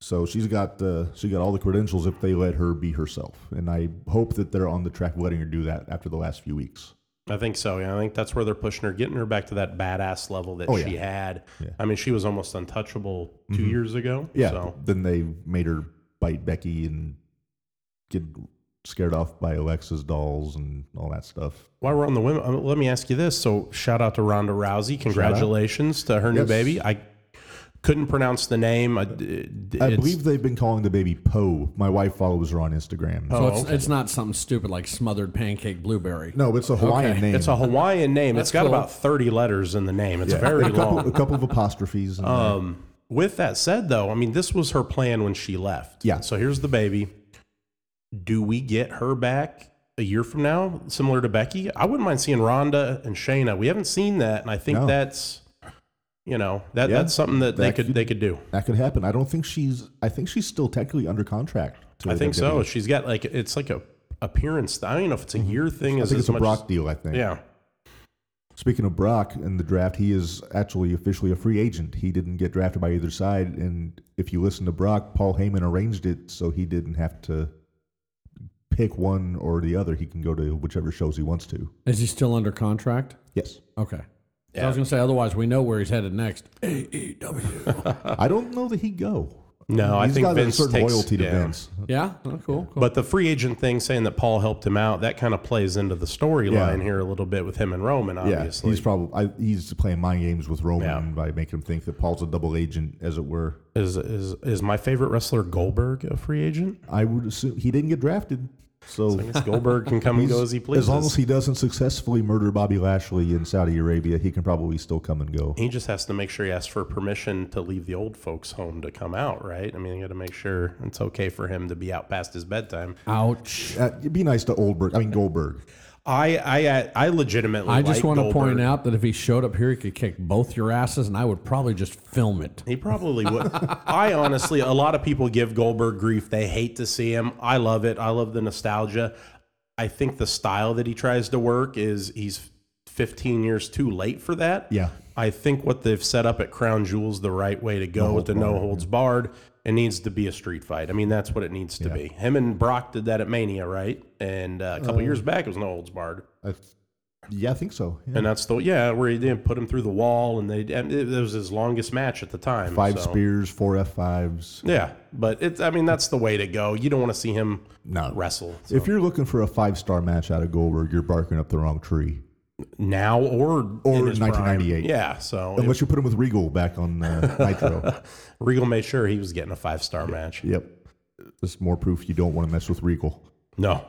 [SPEAKER 2] So she's got uh, she got all the credentials if they let her be herself, and I hope that they're on the track of letting her do that after the last few weeks.
[SPEAKER 3] I think so. Yeah, I think that's where they're pushing her, getting her back to that badass level that
[SPEAKER 2] Oh,
[SPEAKER 3] she had.
[SPEAKER 2] Yeah.
[SPEAKER 3] I mean, she was almost untouchable 2
[SPEAKER 2] Mhm.
[SPEAKER 3] years ago.
[SPEAKER 2] Yeah.
[SPEAKER 3] So
[SPEAKER 2] Then they made her bite Becky and get scared off by Alexa's dolls and all that stuff.
[SPEAKER 3] while we're on the women, uh, let me ask you this. So shout out to Ronda Rousey. Congratulations to her new
[SPEAKER 2] Yes.
[SPEAKER 3] baby. I couldn't pronounce the name. I, d- d-
[SPEAKER 2] I
[SPEAKER 3] it's-
[SPEAKER 2] believe they've been calling the baby Poe. My wife follows her on Instagram.
[SPEAKER 3] Oh,
[SPEAKER 4] So it's,
[SPEAKER 3] okay.
[SPEAKER 4] it's not something stupid like smothered pancake blueberry.
[SPEAKER 2] No, it's a Hawaiian
[SPEAKER 4] Okay.
[SPEAKER 2] name.
[SPEAKER 3] it's a Hawaiian name. it's
[SPEAKER 4] That's
[SPEAKER 3] got
[SPEAKER 4] cool.
[SPEAKER 3] about 30 letters in the name. It's very
[SPEAKER 2] a couple,
[SPEAKER 3] long.
[SPEAKER 2] a couple of apostrophes. uh, in there.
[SPEAKER 3] Um, with that said, though, I mean, this was her plan when she left.
[SPEAKER 2] Yeah.
[SPEAKER 3] So here's the baby. Do we get her back a year from now, similar to Becky? I wouldn't mind seeing Rhonda and Shayna. We haven't seen that, and I think
[SPEAKER 2] No.
[SPEAKER 3] that's, you know, that
[SPEAKER 2] Yeah.
[SPEAKER 3] that's something that, they
[SPEAKER 2] That
[SPEAKER 3] could
[SPEAKER 2] could-
[SPEAKER 3] they could do.
[SPEAKER 2] that could happen. I don't think she's. I think she's still technically under contract. To E.
[SPEAKER 3] I think so.
[SPEAKER 2] WWE.
[SPEAKER 3] She's got like it's like a appearance. I don't even know if it's a year thing.
[SPEAKER 2] Mm-hmm. I
[SPEAKER 3] as
[SPEAKER 2] think
[SPEAKER 3] as
[SPEAKER 2] it's a
[SPEAKER 3] much
[SPEAKER 2] Brock deal. I think.
[SPEAKER 3] As, yeah.
[SPEAKER 2] Speaking of Brock and the draft, he is actually officially a free agent. He didn't get drafted by either side, and if you listen to Brock, Paul Heyman arranged it so he didn't have to pick one or the other. He can go to whichever shows he wants to.
[SPEAKER 4] Is he still under contract?
[SPEAKER 2] Yes.
[SPEAKER 4] Okay. I was gonna say otherwise we know where he's headed next. AEW.
[SPEAKER 2] I don't know that he'd go.
[SPEAKER 3] No, I
[SPEAKER 2] He's
[SPEAKER 3] think
[SPEAKER 2] got
[SPEAKER 3] Vince
[SPEAKER 2] a certain
[SPEAKER 3] takes,
[SPEAKER 2] loyalty to
[SPEAKER 3] yeah.
[SPEAKER 2] Vince.
[SPEAKER 4] yeah. Oh, cool. Cool.
[SPEAKER 3] But the free agent thing, saying that Paul helped him out, that kind of plays into the storyline here a little bit with him and Roman, obviously.
[SPEAKER 2] Yeah, he's probably I, he's playing mind games with Roman
[SPEAKER 3] Yeah.
[SPEAKER 2] by making him think that Paul's a double agent, as it were.
[SPEAKER 3] Is is is my favorite wrestler Goldberg a free agent?
[SPEAKER 2] I would assume he didn't get drafted, so
[SPEAKER 3] I guess Goldberg can come and go as he pleases.
[SPEAKER 2] as long as he doesn't successfully murder Bobby Lashley in Saudi Arabia, he can probably still come and go.
[SPEAKER 3] he just has to make sure he asks for permission to leave the old folks' home to come out, right? I mean, you got to make sure it's okay for him to be out past his bedtime.
[SPEAKER 4] Ouch.
[SPEAKER 2] Uh, it'd be nice to Oldberg. I mean Goldberg.
[SPEAKER 3] I I I legitimately.
[SPEAKER 4] I just
[SPEAKER 3] like
[SPEAKER 4] want to
[SPEAKER 3] Goldberg.
[SPEAKER 4] point out that if he showed up here, he could kick both your asses, and I would probably just film it.
[SPEAKER 3] He probably would. I honestly, a lot of people give Goldberg grief. They hate to see him. I love it. I love the nostalgia. I think the style that he tries to work is he's 15 years too late for that.
[SPEAKER 2] Yeah.
[SPEAKER 3] I think what they've set up at Crown Jewels the right way to go with the no holds barred. It needs to be a street fight. I mean, that's what it needs to be. Him and Brock did that at Mania, right? And uh, a couple years back, it was no holds barred.
[SPEAKER 2] I th- Uh, yeah, I think so. Yeah.
[SPEAKER 3] And that's the yeah where he did put him through the wall, and they and it, it was his longest match at the time.
[SPEAKER 2] Five
[SPEAKER 3] so.
[SPEAKER 2] spears, four F fives.
[SPEAKER 3] Yeah, but it's. I mean, that's the way to go. You don't want to see him
[SPEAKER 2] No.
[SPEAKER 3] wrestle so.
[SPEAKER 2] If you're looking for a five star match out of Goldberg, you're barking up the wrong tree.
[SPEAKER 3] now or
[SPEAKER 2] Or
[SPEAKER 3] in his prime.
[SPEAKER 2] 1998.
[SPEAKER 3] Yeah, so if
[SPEAKER 2] Unless you put him with Regal back on uh, Nitro.
[SPEAKER 3] Regal made sure he was getting a five star match.
[SPEAKER 2] Yep. Just more proof you don't want to mess with Regal.
[SPEAKER 3] No,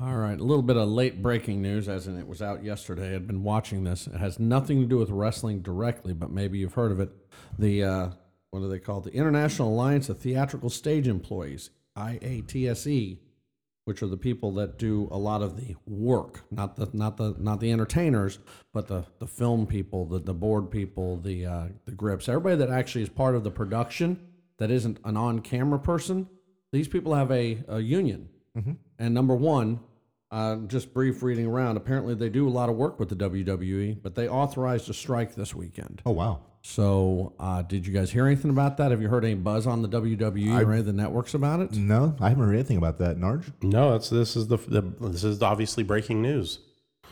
[SPEAKER 4] All right, a little bit of late breaking news, as in it was out yesterday. I'd been watching this. It has nothing to do with wrestling directly, but maybe you've heard of it. The uh, what are they called? The International Alliance of Theatrical Stage Employees (IATSE), which are the people that do a lot of the work, not the not the not the entertainers, but the the film people, the the board people, the uh, the grips, everybody that actually is part of the production that isn't an on camera person. These people have a, a union. And number one, uh, just brief reading around. Apparently, they do a lot of work with the WWE, but they authorized a strike this weekend.
[SPEAKER 2] Oh wow.
[SPEAKER 4] So, uh, did you guys hear anything about that? Have you heard any buzz on the WWE or any of the networks about it?
[SPEAKER 2] No, I haven't heard anything about that. Narge?
[SPEAKER 3] no. That's this is the, the this is obviously breaking news.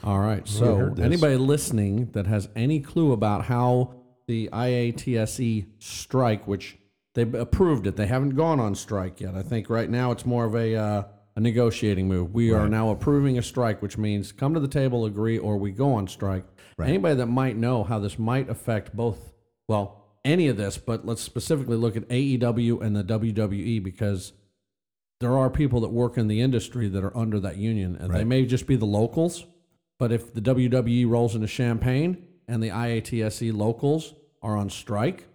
[SPEAKER 4] All right.
[SPEAKER 3] heard
[SPEAKER 4] So,
[SPEAKER 3] this.
[SPEAKER 4] anybody listening that has any clue about how the IATSE E strike, which they approved it, they haven't gone on strike yet. I think right now it's more of a uh, a negotiating move. We are now approving a strike, which means come to the table, agree, or we go on strike. Anybody that might know how this might affect both, well, any of this, but let's specifically look at AEW and the WWE because there are people that work in the industry that are under that union, and they may just be the locals. But if the WWE rolls into Champagne and the IATSE E locals are on strike,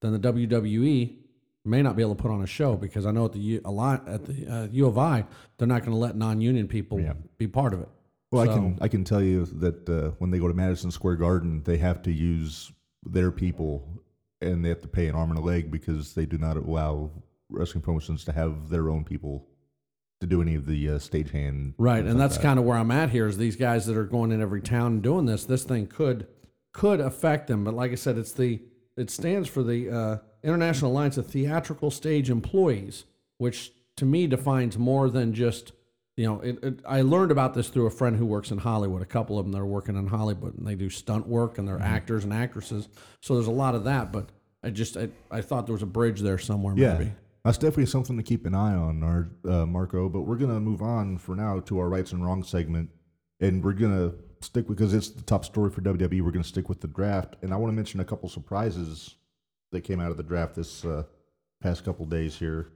[SPEAKER 4] then the WWE may not be able to put on a show because I know at the U, a lot at the uh, U of I they're not going to let non-union people be part of it.
[SPEAKER 2] Well, I can I can tell you that uh, when they go to Madison Square Garden, they have to use their people, and they have to pay an arm and a leg because they do not allow wrestling promotions to have their own people to do any of the uh, stagehand.
[SPEAKER 4] Right, and that's kind of where I'm at here is these guys that are going in every town and doing this. This thing could could affect them, but like I said, it's the it stands for the uh, International Alliance of Theatrical Stage Employees, which to me defines more than just you know, it, it, I learned about this through a friend who works in Hollywood. A couple of them that are working in Hollywood and they do stunt work and they're actors and actresses. So there's a lot of that. But I just I, I thought there was a bridge there somewhere.
[SPEAKER 2] Yeah.
[SPEAKER 4] Maybe.
[SPEAKER 2] That's definitely something to keep an eye on, our, uh, Marco. But we're going to move on for now to our rights and wrongs segment. And we're going to stick because it's the top story for WWE. We're going to stick with the draft. And I want to mention a couple surprises that came out of the draft this uh, past couple days here.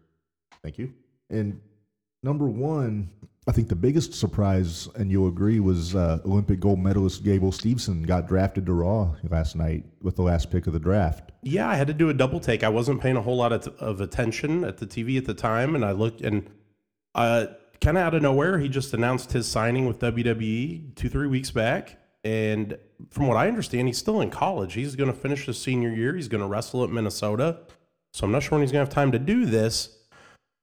[SPEAKER 2] Thank you. And number one, I think the biggest surprise, and you'll agree, was uh, Olympic gold medalist Gable Stevenson got drafted to Raw last night with the last pick of the draft.
[SPEAKER 3] Yeah, I had to do a double take. I wasn't paying a whole lot of, of attention at the TV at the time, and I looked and uh, kind of out of nowhere, he just announced his signing with WWE two three weeks back. And from what I understand, he's still in college. He's going to finish his senior year. He's going to wrestle at Minnesota. So I'm not sure when he's going to have time to do this,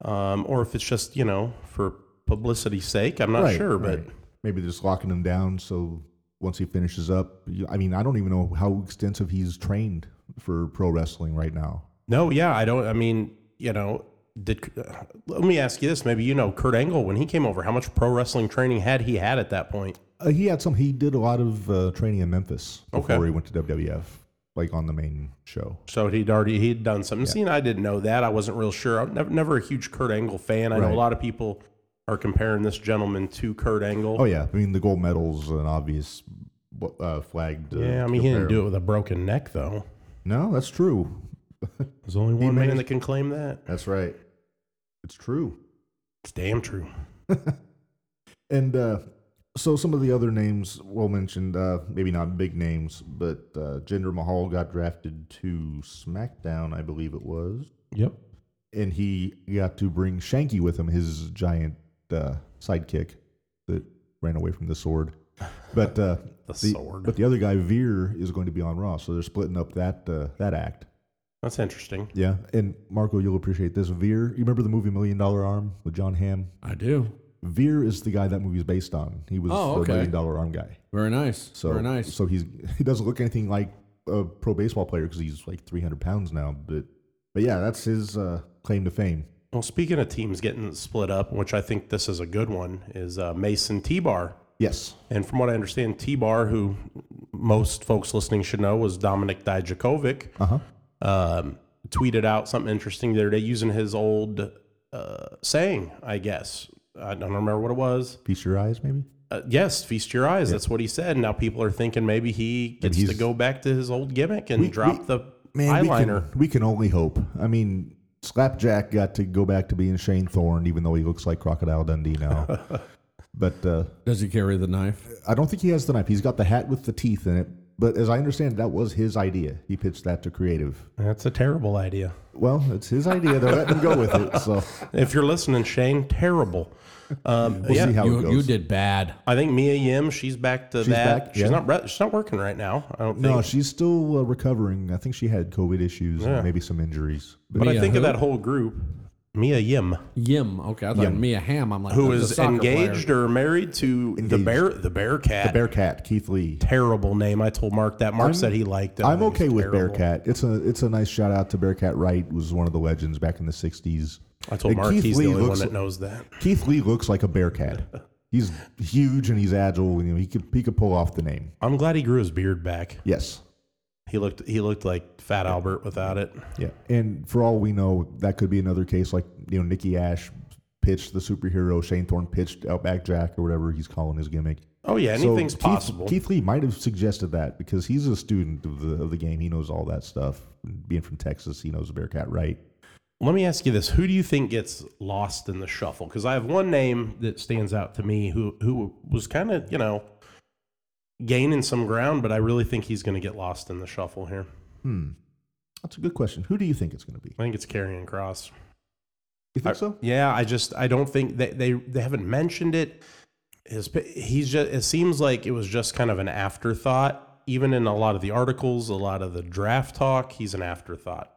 [SPEAKER 3] um, or if it's just you know for publicity's sake. I'm not
[SPEAKER 2] Right,
[SPEAKER 3] sure,
[SPEAKER 2] right.
[SPEAKER 3] but
[SPEAKER 2] maybe they're just locking him down so once he finishes up you- i mean i don't even know how extensive he's trained for pro wrestling right now
[SPEAKER 3] No, yeah, I don't. I mean, you know, did let me ask you this? Maybe you know Kurt Angle when he came over. How much pro wrestling training had he had at that point?
[SPEAKER 2] uh, he had some he did a lot of uh, training in memphis before
[SPEAKER 3] Okay.
[SPEAKER 2] he went to wwf like on the main show
[SPEAKER 3] So he'd already he'd done something. See, and I didn't know that. I wasn't real sure. I'm never, never a huge Kurt Angle fan. I know
[SPEAKER 2] Right.
[SPEAKER 3] a lot of people are comparing this gentleman to Kurt Angle.
[SPEAKER 2] oh yeah i mean the gold medal's an obvious bu- uh, flagged uh,
[SPEAKER 3] yeah, I mean he didn't
[SPEAKER 2] comparable.
[SPEAKER 3] do it with a broken neck though.
[SPEAKER 2] no that's true
[SPEAKER 3] There's only one man
[SPEAKER 2] managed-
[SPEAKER 3] that can claim that.
[SPEAKER 2] that's right it's true
[SPEAKER 3] It's damn true.
[SPEAKER 2] And uh, so some of the other names well mentioned, uh, maybe not big names, but uh, Jinder Mahal got drafted to SmackDown, I believe it was,
[SPEAKER 3] Yep.
[SPEAKER 2] and he got to bring Shanky with him, his giant uh, sidekick that ran away from the sword. But uh,
[SPEAKER 3] The sword.
[SPEAKER 2] But the other guy, Veer, is going to be on Raw, so they're splitting up that uh, that act.
[SPEAKER 3] That's interesting.
[SPEAKER 2] Yeah, and Marco, you'll appreciate this. Veer, you remember the movie Million Dollar Arm with John Hamm?
[SPEAKER 4] I do.
[SPEAKER 2] Veer is the guy that movie is based on. He was
[SPEAKER 4] Oh,
[SPEAKER 2] the
[SPEAKER 4] okay.
[SPEAKER 2] million dollar arm guy.
[SPEAKER 4] Very nice.
[SPEAKER 2] So
[SPEAKER 4] Very nice.
[SPEAKER 2] So he's he doesn't look anything like a pro baseball player because he's like 300 pounds now. But but yeah, that's his uh, claim to fame.
[SPEAKER 3] Well, speaking of teams getting split up, which I think this is a good one, is uh, Mason T-Bar.
[SPEAKER 2] Yes,
[SPEAKER 3] And from what I understand, T Bar, who most folks listening should know was Dominic Dijakovic,
[SPEAKER 2] Uh-huh.
[SPEAKER 3] um, tweeted out something interesting the other day using his old uh, saying, I guess. I don't remember what it was.
[SPEAKER 2] feast your eyes maybe.
[SPEAKER 3] Uh, yes, feast your eyes. That's what he said. Now people are thinking maybe he gets
[SPEAKER 2] he's-
[SPEAKER 3] to go back to his old gimmick and drop
[SPEAKER 2] we-
[SPEAKER 3] the
[SPEAKER 2] Man,
[SPEAKER 3] eyeliner.
[SPEAKER 2] We can, we can only hope. I mean, Slapjack got to go back to being Shane Thorne, even though he looks like Crocodile Dundee now. but uh,
[SPEAKER 4] Does he carry the knife?
[SPEAKER 2] I don't think he has the knife. He's got the hat with the teeth in it. But as I understand, it, that was his idea. He pitched that to creative.
[SPEAKER 3] That's a terrible idea.
[SPEAKER 2] Well, it's his idea. They're letting him go with it. So
[SPEAKER 3] If you're listening, Shane, terrible. Um,
[SPEAKER 2] we'll
[SPEAKER 3] yeah,
[SPEAKER 2] see how it
[SPEAKER 4] You,
[SPEAKER 2] goes.
[SPEAKER 4] you did bad.
[SPEAKER 3] I think Mia Yim, she's back to that.
[SPEAKER 2] back,
[SPEAKER 3] she's
[SPEAKER 2] yeah.
[SPEAKER 3] not re- she's not working right now. I don't think.
[SPEAKER 2] No, she's still uh, recovering. I think she had COVID issues and maybe some injuries.
[SPEAKER 3] But I
[SPEAKER 4] Mia
[SPEAKER 3] think of
[SPEAKER 4] who?
[SPEAKER 3] that whole group, Mia Yim,
[SPEAKER 4] Yim. Okay. I thought Mia Ham. I'm like
[SPEAKER 3] who
[SPEAKER 4] that's a
[SPEAKER 3] is
[SPEAKER 4] soccer player.
[SPEAKER 3] engaged or married to the
[SPEAKER 2] Engaged.
[SPEAKER 3] bear, the Bearcat.
[SPEAKER 2] Bearcat Keith Lee.
[SPEAKER 3] terrible name. I told Mark that. Mark said he liked it. I
[SPEAKER 2] I'm
[SPEAKER 3] think it's
[SPEAKER 2] okay with
[SPEAKER 3] terrible.
[SPEAKER 2] Bearcat. It's a it's a nice shout out to Bearcat Wright, was one of the legends back in the '60s.
[SPEAKER 3] I told
[SPEAKER 2] And
[SPEAKER 3] Mark
[SPEAKER 2] Keith
[SPEAKER 3] he's
[SPEAKER 2] Lee
[SPEAKER 3] the only one
[SPEAKER 2] looks-
[SPEAKER 3] that knows that.
[SPEAKER 2] Keith Lee looks like a bearcat. He's huge and he's agile. And, you know, he could he could pull off the name.
[SPEAKER 3] I'm glad he grew his beard back.
[SPEAKER 2] Yes.
[SPEAKER 3] He looked he looked like Fat Albert without it.
[SPEAKER 2] Yeah. And for all we know, that could be another case like you know Nikki Ash pitched the superhero Shane Thorne pitched Outback Jack or whatever he's calling his gimmick.
[SPEAKER 3] Oh yeah,
[SPEAKER 2] So
[SPEAKER 3] anything's
[SPEAKER 2] Keith-
[SPEAKER 3] possible.
[SPEAKER 2] Keith Lee might have suggested that because he's a student of the of the game. He knows all that stuff. Being from Texas, he knows Bearcat right.
[SPEAKER 3] Let me ask you this: Who do you think gets lost in the shuffle? Because I have one name that stands out to me, who who was kind of you know gaining some ground, but I really think he's going to get lost in the shuffle here.
[SPEAKER 2] Hmm. That's a good question. Who do you think it's going to be?
[SPEAKER 3] I think it's carrying cross.
[SPEAKER 2] You think so?
[SPEAKER 3] Yeah, I just I don't think that they they haven't mentioned it. His pi- he's just it seems like it was just kind of an afterthought. Even in a lot of the articles, a lot of the draft talk, he's an afterthought.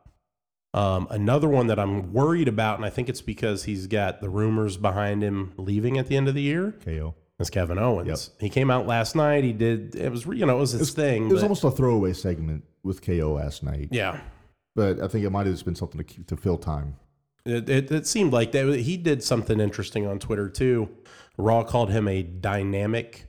[SPEAKER 3] Um, another one that I'm worried about, and I think it's because he's got the rumors behind him leaving at the end of the year,
[SPEAKER 2] KO.
[SPEAKER 3] is Kevin Owens. He came out last night. He did it was you know it was his thing.
[SPEAKER 2] It was
[SPEAKER 3] but-
[SPEAKER 2] almost a throwaway segment with KO last night,
[SPEAKER 3] yeah.
[SPEAKER 2] but I think it might have just been something to keep, to fill time.
[SPEAKER 3] It, it, it seemed like that he did something interesting on Twitter too. Raw called him a dynamic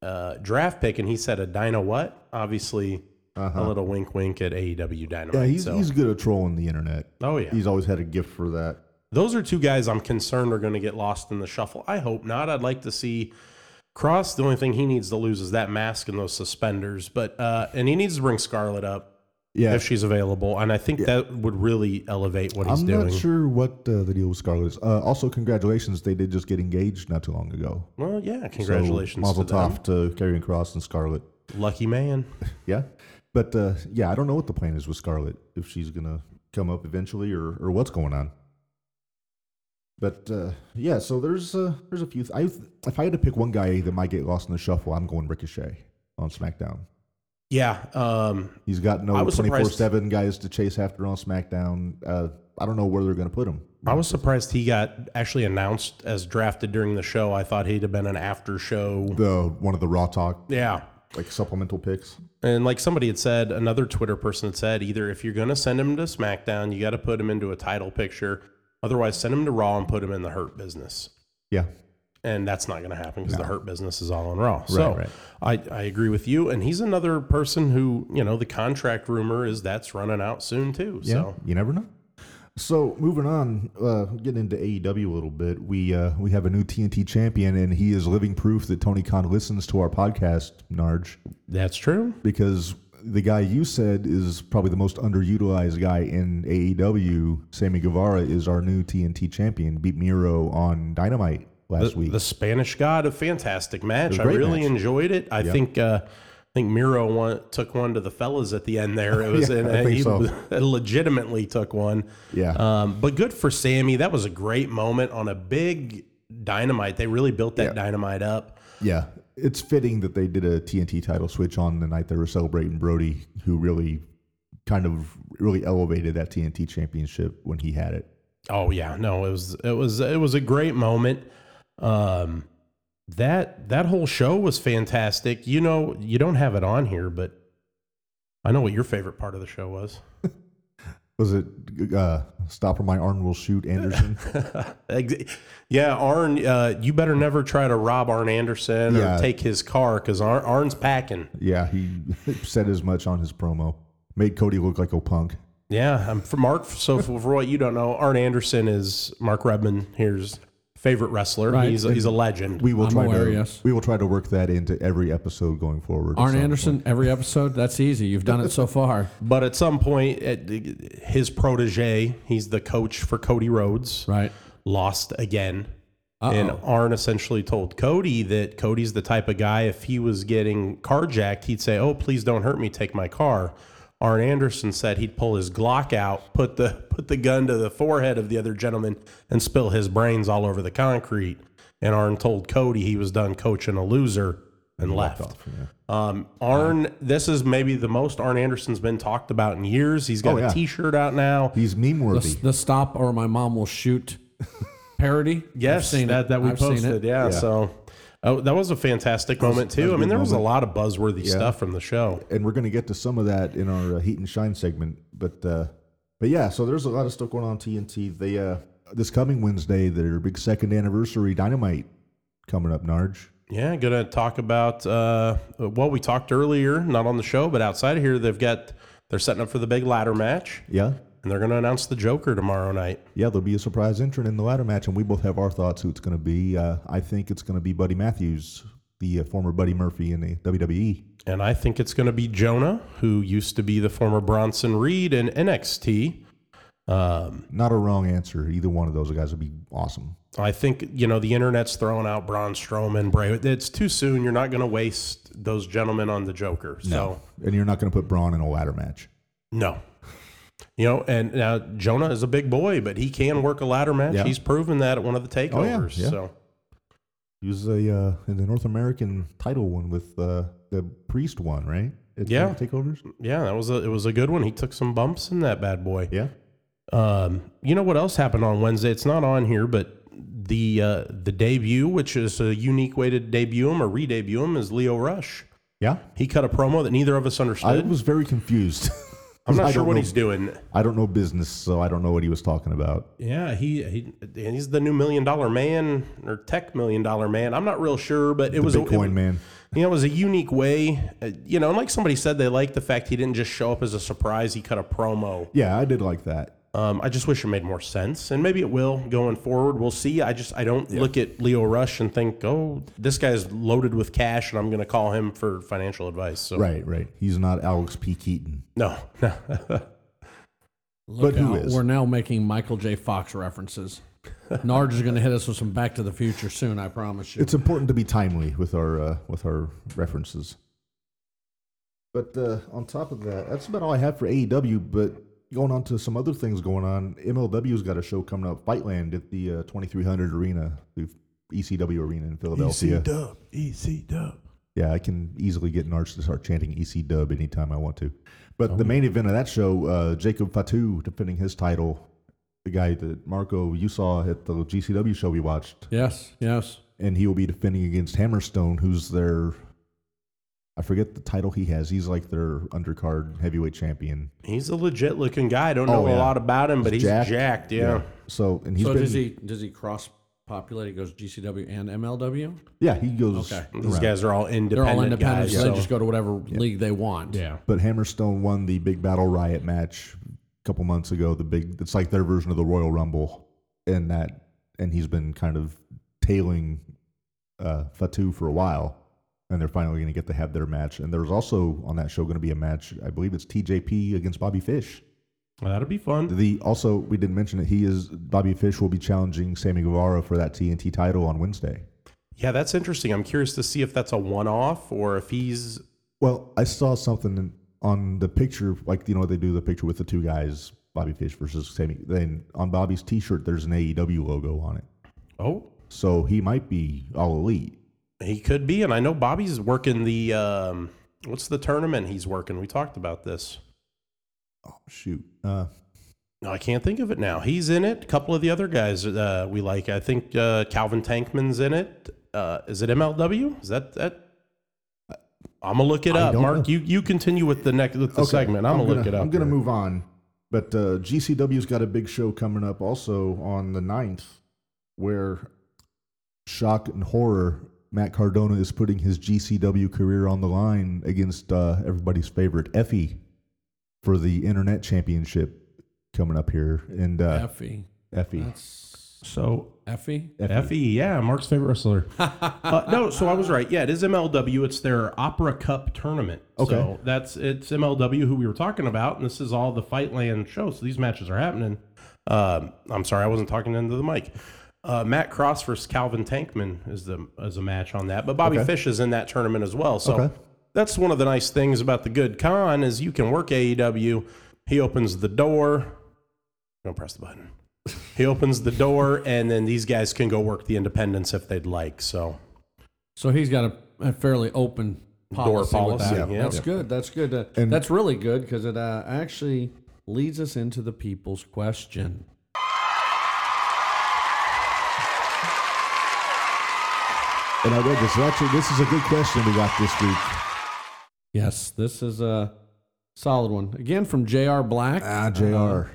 [SPEAKER 3] uh, draft pick, and he said a Dino what? Obviously, a little wink, wink at AEW Dynamite.
[SPEAKER 2] Uh-huh. Yeah, he's,
[SPEAKER 3] so.
[SPEAKER 2] he's good at trolling the internet.
[SPEAKER 3] oh yeah,
[SPEAKER 2] He's always had a gift for that.
[SPEAKER 3] those are two guys I'm concerned are going to get lost in the shuffle. I hope not. I'd like to see Cross. The only thing he needs to lose is that mask and those suspenders. But uh, and he needs to bring Scarlett up
[SPEAKER 2] Yeah,
[SPEAKER 3] if she's available, and I think that would really elevate what he's
[SPEAKER 2] I'm
[SPEAKER 3] doing.
[SPEAKER 2] not sure what uh, the deal with Scarlett is. Uh, also, congratulations, they did just get engaged not too long ago.
[SPEAKER 3] Well, yeah,
[SPEAKER 2] So,
[SPEAKER 3] congratulations
[SPEAKER 2] mazel
[SPEAKER 3] to them.
[SPEAKER 2] tov to Karrion Cross and Scarlett.
[SPEAKER 3] Lucky man.
[SPEAKER 2] Yeah, but uh, yeah, I don't know what the plan is with Scarlett if she's gonna come up eventually or or what's going on. But uh, yeah, so there's uh, there's a few. Th- I th- if I had to pick one guy that might get lost in the shuffle, I'm going Ricochet on SmackDown.
[SPEAKER 3] Yeah, um,
[SPEAKER 2] He's got
[SPEAKER 3] I
[SPEAKER 2] no
[SPEAKER 3] was
[SPEAKER 2] 24
[SPEAKER 3] surprised-
[SPEAKER 2] seven guys to chase after on SmackDown. Uh, I don't know where they're gonna put him.
[SPEAKER 3] I was surprised he got actually announced as drafted during the show. I thought he'd have been an after show.
[SPEAKER 2] The one of the Raw Talk
[SPEAKER 3] Yeah,
[SPEAKER 2] like supplemental picks.
[SPEAKER 3] And like somebody had said, another Twitter person had said, either if you're going to send him to SmackDown, you got to put him into a title picture. Otherwise, send him to Raw and put him in the Hurt business.
[SPEAKER 2] Yeah,
[SPEAKER 3] And that's not going to happen because the Hurt business is all on Raw. so
[SPEAKER 2] right.
[SPEAKER 3] I, I agree with you. And he's another person who, you know, the contract rumor is that's running out soon too.
[SPEAKER 2] yeah.
[SPEAKER 3] So
[SPEAKER 2] You never know. So moving on, uh, getting into AEW a little bit, we uh, we have a new TNT champion, and he is living proof that Tony Khan listens to our podcast, Narge,
[SPEAKER 3] that's true.
[SPEAKER 2] because the guy you said is probably the most underutilized guy in AEW. Sammy Guevara is our new TNT champion. Beat Miro on Dynamite last week.
[SPEAKER 3] The Spanish God, a fantastic match.
[SPEAKER 2] a
[SPEAKER 3] I
[SPEAKER 2] great
[SPEAKER 3] really
[SPEAKER 2] match.
[SPEAKER 3] enjoyed it. I think uh, I think Miro won, took one to the fellas at the end there. It was
[SPEAKER 2] Yeah,
[SPEAKER 3] and,
[SPEAKER 2] I think
[SPEAKER 3] he
[SPEAKER 2] so.
[SPEAKER 3] legitimately took one.
[SPEAKER 2] Yeah.
[SPEAKER 3] Um, but good for Sammy. That was a great moment on a big dynamite. They really built that dynamite up.
[SPEAKER 2] Yeah, it's fitting that they did a TNT title switch on the night they were celebrating Brody, who really kind of really elevated that TNT championship when he had it.
[SPEAKER 3] Oh yeah, no, it was it was it was a great moment. Um, that that whole show was fantastic. You know, you don't have it on here, but I know what your favorite part of the show was.
[SPEAKER 2] Was it uh, "Stop or My Arm Will Shoot" Anderson?
[SPEAKER 3] Ex- yeah, Arn, uh, you better never try to rob Arn Anderson
[SPEAKER 2] Yeah.
[SPEAKER 3] or take his car because Arn, Arn's packing.
[SPEAKER 2] yeah, he said as much on his promo. Made Cody look like a punk.
[SPEAKER 3] Yeah, I'm for Mark. So for, for what you don't know, Arn Anderson is Mark Redman here's favorite wrestler.
[SPEAKER 4] Right.
[SPEAKER 3] He's a, he's a legend.
[SPEAKER 2] We will
[SPEAKER 4] I'm
[SPEAKER 2] try
[SPEAKER 4] aware,
[SPEAKER 2] to
[SPEAKER 4] yes.
[SPEAKER 2] we will try to work that into every episode going forward.
[SPEAKER 4] Arn
[SPEAKER 2] So-
[SPEAKER 4] Anderson, every episode. That's easy. You've done it so far.
[SPEAKER 3] but at some point, at, his protege, he's the coach for Cody Rhodes,
[SPEAKER 4] Right.
[SPEAKER 3] lost again.
[SPEAKER 4] Uh-oh.
[SPEAKER 3] And Arn essentially told Cody that Cody's the type of guy, if he was getting carjacked, he'd say, Oh, please don't hurt me, take my car. Arn Anderson said he'd pull his Glock out, put the put the gun to the forehead of the other gentleman, and spill his brains all over the concrete. And Arn told Cody he was done coaching a loser and left. Um, Arn, this is maybe the most Arn Anderson's been talked about in years. He's got
[SPEAKER 2] Oh, yeah.
[SPEAKER 3] a T-shirt out now.
[SPEAKER 2] He's meme
[SPEAKER 4] The,
[SPEAKER 2] worthy.
[SPEAKER 4] s- the stop or my mom will shoot parody. I've
[SPEAKER 3] Yes,
[SPEAKER 4] seen
[SPEAKER 3] that
[SPEAKER 4] it.
[SPEAKER 3] that we
[SPEAKER 4] I've seen it.
[SPEAKER 3] posted. Yeah, so oh, that was a fantastic moment too. I mean, there was a lot of buzzworthy stuff from the show.
[SPEAKER 2] and we're going to get to some of that in our uh, heat and shine segment. But uh, but yeah, so there's a lot of stuff going on TNT. They uh, this coming Wednesday, their big second anniversary Dynamite coming up. Narge,
[SPEAKER 3] Yeah, gonna talk about uh, well, we talked earlier, not on the show, but outside of here, they've got they're setting up for the big ladder match,
[SPEAKER 2] yeah,
[SPEAKER 3] and they're gonna announce the Joker tomorrow night.
[SPEAKER 2] yeah, there'll be a surprise entrant in the ladder match, and we both have our thoughts who it's going to be. Uh, I think it's going to be Buddy Matthews, the uh, former Buddy Murphy in the E. WWE.
[SPEAKER 3] And I think it's gonna be Jonah, who used to be the former Bronson Reed in NXT. Um,
[SPEAKER 2] Not a wrong answer. Either one of those guys would be awesome.
[SPEAKER 3] I think you know the internet's throwing out Braun Strowman, Bray. It's too soon. You're not gonna waste those gentlemen on the Joker. So.
[SPEAKER 2] And you're not going to put Braun in a ladder match.
[SPEAKER 3] No. You know, and now Jonah is a big boy, but he can work a ladder match.
[SPEAKER 2] Yeah. Oh,
[SPEAKER 3] He's proven that at one of the takeovers.
[SPEAKER 2] yeah.
[SPEAKER 3] So
[SPEAKER 2] He was a uh, in the North American title one with uh, the priest one, right? At the
[SPEAKER 3] Yeah.
[SPEAKER 2] takeovers.
[SPEAKER 3] yeah, that was a it was a good one. He took some bumps in that bad boy.
[SPEAKER 2] Yeah,
[SPEAKER 3] Um, you know what else happened on Wednesday? It's not on here, but the uh, the debut, which is a unique way to debut him or re-debut him, is Leo Rush.
[SPEAKER 2] yeah.
[SPEAKER 3] He cut a promo that neither of us
[SPEAKER 2] I
[SPEAKER 3] understood.
[SPEAKER 2] was very confused.
[SPEAKER 3] I'm not
[SPEAKER 2] I
[SPEAKER 3] sure
[SPEAKER 2] don't
[SPEAKER 3] what
[SPEAKER 2] know.
[SPEAKER 3] he's doing.
[SPEAKER 2] I don't know business, so I don't know what he was talking about.
[SPEAKER 3] Yeah, he, he he's the new million dollar man or tech million dollar man. I'm not real sure, but it
[SPEAKER 2] The
[SPEAKER 3] was a- it-
[SPEAKER 2] Bitcoin man.
[SPEAKER 3] You know, it was a unique way. Uh, you know, and like somebody said, they liked the fact he didn't just show up as a surprise. He cut a promo.
[SPEAKER 2] Yeah, I did like that.
[SPEAKER 3] Um, I just wish it made more sense, and maybe it will going forward. We'll see. I just I don't look at Leo Rush and think, oh, this guy's loaded with cash, and I'm going to call him for financial advice. So
[SPEAKER 2] Right, right. He's not Alex P. Keaton.
[SPEAKER 3] no, no,
[SPEAKER 4] Look
[SPEAKER 2] But who
[SPEAKER 4] out,
[SPEAKER 2] is?
[SPEAKER 4] We're now making Michael J. Fox references. Narge is going to hit us with some Back to the Future soon. I promise you.
[SPEAKER 2] It's important to be timely with our uh, with our references. But uh, on top of that, that's about all I have for AEW. But going on to some other things going on, MLW's got a show coming up, Fightland at the uh, 2300 Arena, the ECW Arena in Philadelphia.
[SPEAKER 3] Dub, EC Dub.
[SPEAKER 2] Yeah, I can easily get Narch to start chanting EC Dub anytime I want to. But the main event of that show, uh, Jacob Fatu defending his title, the guy that Marco you saw at the GCW show we watched,
[SPEAKER 4] yes, yes.
[SPEAKER 2] and he will be defending against Hammerstone, who's their I forget the title he has. He's like their undercard heavyweight champion.
[SPEAKER 3] He's a legit looking guy. I don't know
[SPEAKER 2] Oh, yeah.
[SPEAKER 3] a lot about him, but he's jacked. yeah.
[SPEAKER 2] So and he's
[SPEAKER 4] so
[SPEAKER 2] been
[SPEAKER 4] does he does he cross populate? He goes GCW and MLW.
[SPEAKER 2] yeah he goes
[SPEAKER 4] Okay.
[SPEAKER 3] These
[SPEAKER 2] around.
[SPEAKER 3] guys are all
[SPEAKER 4] They're
[SPEAKER 3] independent.
[SPEAKER 4] all independent,
[SPEAKER 3] guys,
[SPEAKER 4] so they
[SPEAKER 3] so-
[SPEAKER 4] just go to whatever league they want.
[SPEAKER 3] yeah.
[SPEAKER 2] But Hammerstone won the big battle riot match a couple months ago. The big it's like their version of the Royal Rumble, and that and he's been kind of tailing uh, Fatu for a while, and they're finally going to get to have their match. And there's also on that show going to be a match. I believe it's TJP against Bobby Fish.
[SPEAKER 3] Well, that'll be fun.
[SPEAKER 2] The also we didn't mention it. He is Bobby Fish will be challenging Sammy Guevara for that TNT title on Wednesday.
[SPEAKER 3] Yeah, that's interesting. I'm curious to see if that's a one off or if he's
[SPEAKER 2] Well, I saw something in- on the picture, like you know they do the picture with the two guys, Bobby Fish versus Sammy. Then on Bobby's T-shirt, there's an AEW logo on it,
[SPEAKER 3] oh
[SPEAKER 2] so he might be all elite.
[SPEAKER 3] he could be. And I know Bobby's working the um, what's the tournament he's working. We talked about this.
[SPEAKER 2] Shoot, uh,
[SPEAKER 3] No, I can't think of it now. He's in it. A couple of the other guys uh, we like. I think uh, Calvin Tankman's in it. Uh, is it MLW? Is that that? I'm gonna look it
[SPEAKER 2] I
[SPEAKER 3] up,
[SPEAKER 2] don't
[SPEAKER 3] Mark.
[SPEAKER 2] know.
[SPEAKER 3] You you continue with the next with the
[SPEAKER 2] okay,
[SPEAKER 3] segment. I'm, gonna, look it up.
[SPEAKER 2] I'm gonna
[SPEAKER 3] here.
[SPEAKER 2] move on, but uh, GCW's got a big show coming up also on the 9th, where shock and horror. Matt Cardona is putting his GCW career on the line against uh, everybody's favorite Effie for the Internet Championship coming up here. And uh,
[SPEAKER 4] Effie.
[SPEAKER 2] Effie.
[SPEAKER 4] That's
[SPEAKER 3] So
[SPEAKER 4] Effie.
[SPEAKER 2] E.
[SPEAKER 3] Fe, E. yeah, Mark's favorite wrestler. uh, no, so I was right. Yeah, it is MLW. It's their Opera Cup tournament.
[SPEAKER 2] Okay.
[SPEAKER 3] So that's it's MLW who we were talking about, and this is all the Fightland show. So these matches are happening. Um, I'm sorry, I wasn't talking into the mic. Uh, Matt Cross versus Calvin Tankman is the is a match on that, but Bobby
[SPEAKER 2] Okay.
[SPEAKER 3] Fish is in that tournament as well. So
[SPEAKER 2] Okay.
[SPEAKER 3] that's one of the nice things about the good con is you can work AEW. He opens the door. Don't press the button. He opens the door, and then these guys can go work the independents if they'd like. So
[SPEAKER 4] So he's got a, a fairly open policy
[SPEAKER 3] Door
[SPEAKER 4] with
[SPEAKER 3] policy,
[SPEAKER 4] that.
[SPEAKER 3] yeah.
[SPEAKER 4] That's
[SPEAKER 3] Yeah.
[SPEAKER 4] good. That's good. Uh,
[SPEAKER 2] And-
[SPEAKER 4] that's really good because it uh, actually leads us into the people's question.
[SPEAKER 2] And I read this. Actually, this is a good question we got this week.
[SPEAKER 4] Yes, this is a solid one. Again from J.R. Black.
[SPEAKER 2] Ah, Jr.
[SPEAKER 4] You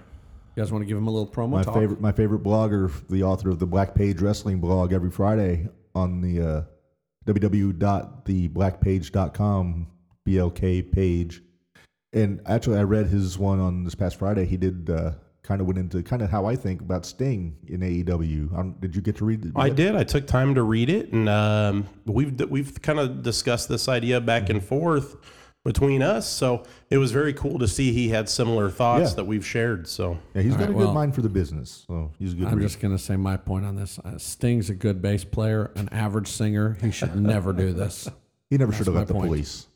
[SPEAKER 4] guys want to give him a little promo
[SPEAKER 2] my
[SPEAKER 4] talk?
[SPEAKER 2] favorite, my favorite blogger, the author of the Black Page Wrestling blog, every Friday on the uh, www.theblackpage.com blk page. And actually, I read his one on this past Friday. He did uh, kind of went into kind of how I think about Sting in AEW. Um, did you get to read? The,
[SPEAKER 3] I did. I took time to read it, and um, we've we've kind of discussed this idea back and forth between us. So it was very cool to see he had similar thoughts
[SPEAKER 2] Yeah.
[SPEAKER 3] that we've shared. So
[SPEAKER 2] Yeah, he's got
[SPEAKER 4] right,
[SPEAKER 2] a good
[SPEAKER 4] well,
[SPEAKER 2] mind for the business, so he's a good.
[SPEAKER 4] I'm
[SPEAKER 2] read.
[SPEAKER 4] just going to say my point on this. Uh, Sting's a good bass player, an average singer. He should never do this.
[SPEAKER 2] he never should have
[SPEAKER 4] my
[SPEAKER 2] let the
[SPEAKER 4] point.
[SPEAKER 2] police.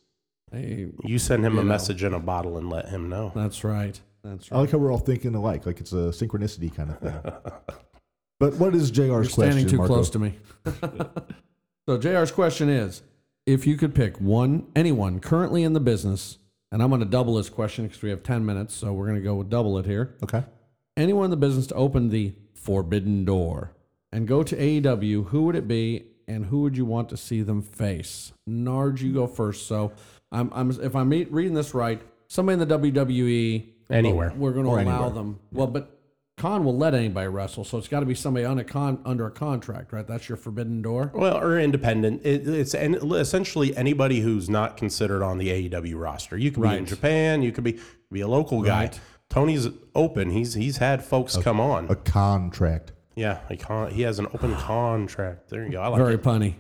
[SPEAKER 4] Hey,
[SPEAKER 3] you send him a message in a bottle and let him know.
[SPEAKER 4] that's right. That's
[SPEAKER 2] I
[SPEAKER 4] right.
[SPEAKER 2] like how we're all thinking alike, like it's a synchronicity kind of thing. but what is Jr's
[SPEAKER 4] You're
[SPEAKER 2] question?
[SPEAKER 4] standing too
[SPEAKER 2] Marco?
[SPEAKER 4] close to me. so JR's question is, if you could pick one, anyone currently in the business, and I'm going to double his question because we have 10 minutes, so we're going to go with double it here.
[SPEAKER 2] Okay.
[SPEAKER 4] Anyone in the business to open the forbidden door and go to AEW, who would it be and who would you want to see them face? Nard, you go first. So I'm, I'm if I'm meet- reading this right, Somebody in the E, WWE,
[SPEAKER 3] Anywhere.
[SPEAKER 4] we're going to
[SPEAKER 3] Or
[SPEAKER 4] allow
[SPEAKER 3] anywhere.
[SPEAKER 4] them. Well, but Khan will let anybody wrestle, so it's got to be somebody on a con under a contract, right? That's your forbidden door.
[SPEAKER 3] Well, or independent. It, it's an, essentially anybody who's not considered on the AEW roster. You could be in
[SPEAKER 4] Right.
[SPEAKER 3] Japan. You could be be a local guy.
[SPEAKER 4] Right.
[SPEAKER 3] Tony's open. He's he's had folks come on.
[SPEAKER 2] A contract.
[SPEAKER 3] yeah, he con- he has an open contract. There you go. I like
[SPEAKER 4] Very
[SPEAKER 3] it.
[SPEAKER 4] punny.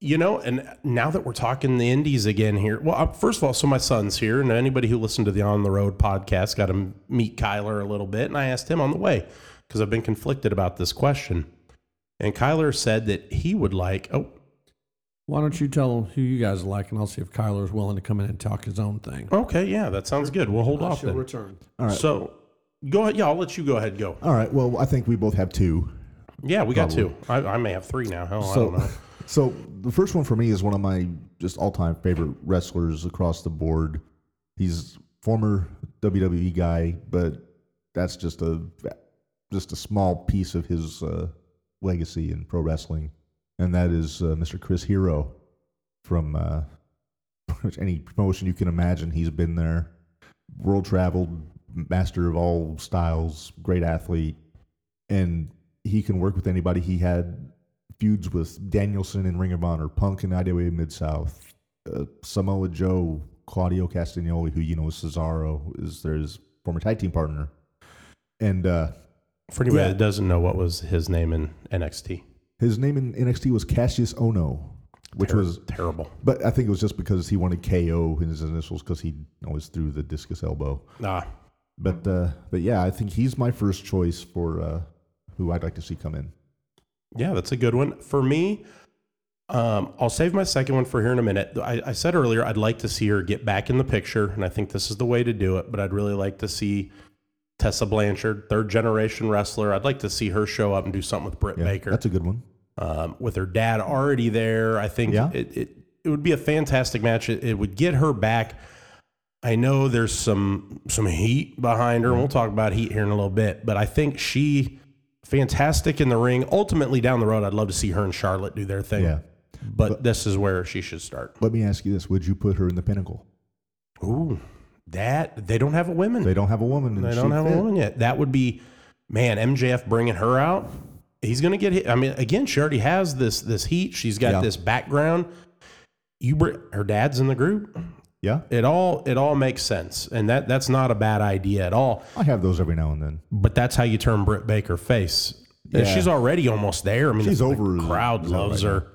[SPEAKER 3] You know, and now that we're talking the indies again here, well, uh, first of all, so my son's here, and anybody who listened to the On the Road podcast got to m- meet Kyler a little bit, and I asked him on the way because I've been conflicted about this question, and Kyler said that he would like. Oh,
[SPEAKER 4] Why don't you tell who you guys like, and I'll see if Kyler's willing to come in and talk his own thing.
[SPEAKER 3] okay, yeah, that sounds good. We'll hold off
[SPEAKER 4] She'll
[SPEAKER 3] then.
[SPEAKER 4] return.
[SPEAKER 2] All right.
[SPEAKER 3] So go ahead. Yeah, I'll let you go ahead. Go.
[SPEAKER 2] All right. Well, I think we both have two.
[SPEAKER 3] Yeah, we got two. I, I may have three now. Hell, I don't know.
[SPEAKER 2] so the first one for me is one of my just all-time favorite wrestlers across the board. He's former WWE guy, but that's just a just a small piece of his uh, legacy in pro wrestling, and that is uh, Mr. Chris Hero from uh, pretty much any promotion you can imagine. He's been there, world traveled, master of all styles, great athlete, and he can work with anybody. He had feuds with Danielson and Ring of Honor, Punk and IWA Mid South, uh, Samoa Joe, Claudio Castagnoli, who you know is Cesaro, is their his former tag team partner, and uh,
[SPEAKER 3] For anybody
[SPEAKER 2] Yeah.
[SPEAKER 3] that doesn't know, what was his name in NXT?
[SPEAKER 2] his name in NXT was Cassius Ono, which
[SPEAKER 3] Ter-
[SPEAKER 2] was.
[SPEAKER 3] terrible.
[SPEAKER 2] But I think it was just because he wanted KO in his initials because he always threw the discus elbow.
[SPEAKER 3] Ah,
[SPEAKER 2] But uh, but yeah, I think he's my first choice for uh, who I'd like to see come in.
[SPEAKER 3] Yeah, that's a good one. For me, um, I'll save my second one for here in a minute. I, I said earlier I'd like to see her get back in the picture, and I think this is the way to do it, but I'd really like to see Tessa Blanchard, third generation wrestler. I'd like to see her show up and do something with Britt
[SPEAKER 2] Yeah,
[SPEAKER 3] Baker.
[SPEAKER 2] that's a good one.
[SPEAKER 3] Um, with her dad already there, I think
[SPEAKER 2] Yeah.
[SPEAKER 3] it, it, it would be a fantastic match. It, it would get her back. I know there's some some heat behind her,
[SPEAKER 2] Mm-hmm.
[SPEAKER 3] and we'll talk about heat here in a little bit. But I think she fantastic in the ring. Ultimately, down the road, I'd love to see her and Charlotte do their thing.
[SPEAKER 2] Yeah.
[SPEAKER 3] But, this is where she should start.
[SPEAKER 2] Let me ask you this: Would you put her in the pinnacle?
[SPEAKER 3] Ooh, that they don't have a women.
[SPEAKER 2] They don't have a woman. and
[SPEAKER 3] They
[SPEAKER 2] she
[SPEAKER 3] don't have
[SPEAKER 2] fit.
[SPEAKER 3] a woman yet. That would be, man, MJF bringing her out. He's going to get hit. I mean, again, she already has this this heat. She's got
[SPEAKER 2] Yeah.
[SPEAKER 3] this background. You bring her dad's in the group.
[SPEAKER 2] Yeah,
[SPEAKER 3] It all it all makes sense, and that that's not a bad idea at all.
[SPEAKER 2] I have those every now and then.
[SPEAKER 3] But that's how you turn Britt Baker face. And
[SPEAKER 2] Yeah.
[SPEAKER 3] She's already almost there. I mean,
[SPEAKER 2] She's
[SPEAKER 3] the,
[SPEAKER 2] over
[SPEAKER 3] The crowd
[SPEAKER 2] the zone
[SPEAKER 3] loves
[SPEAKER 2] right
[SPEAKER 3] her.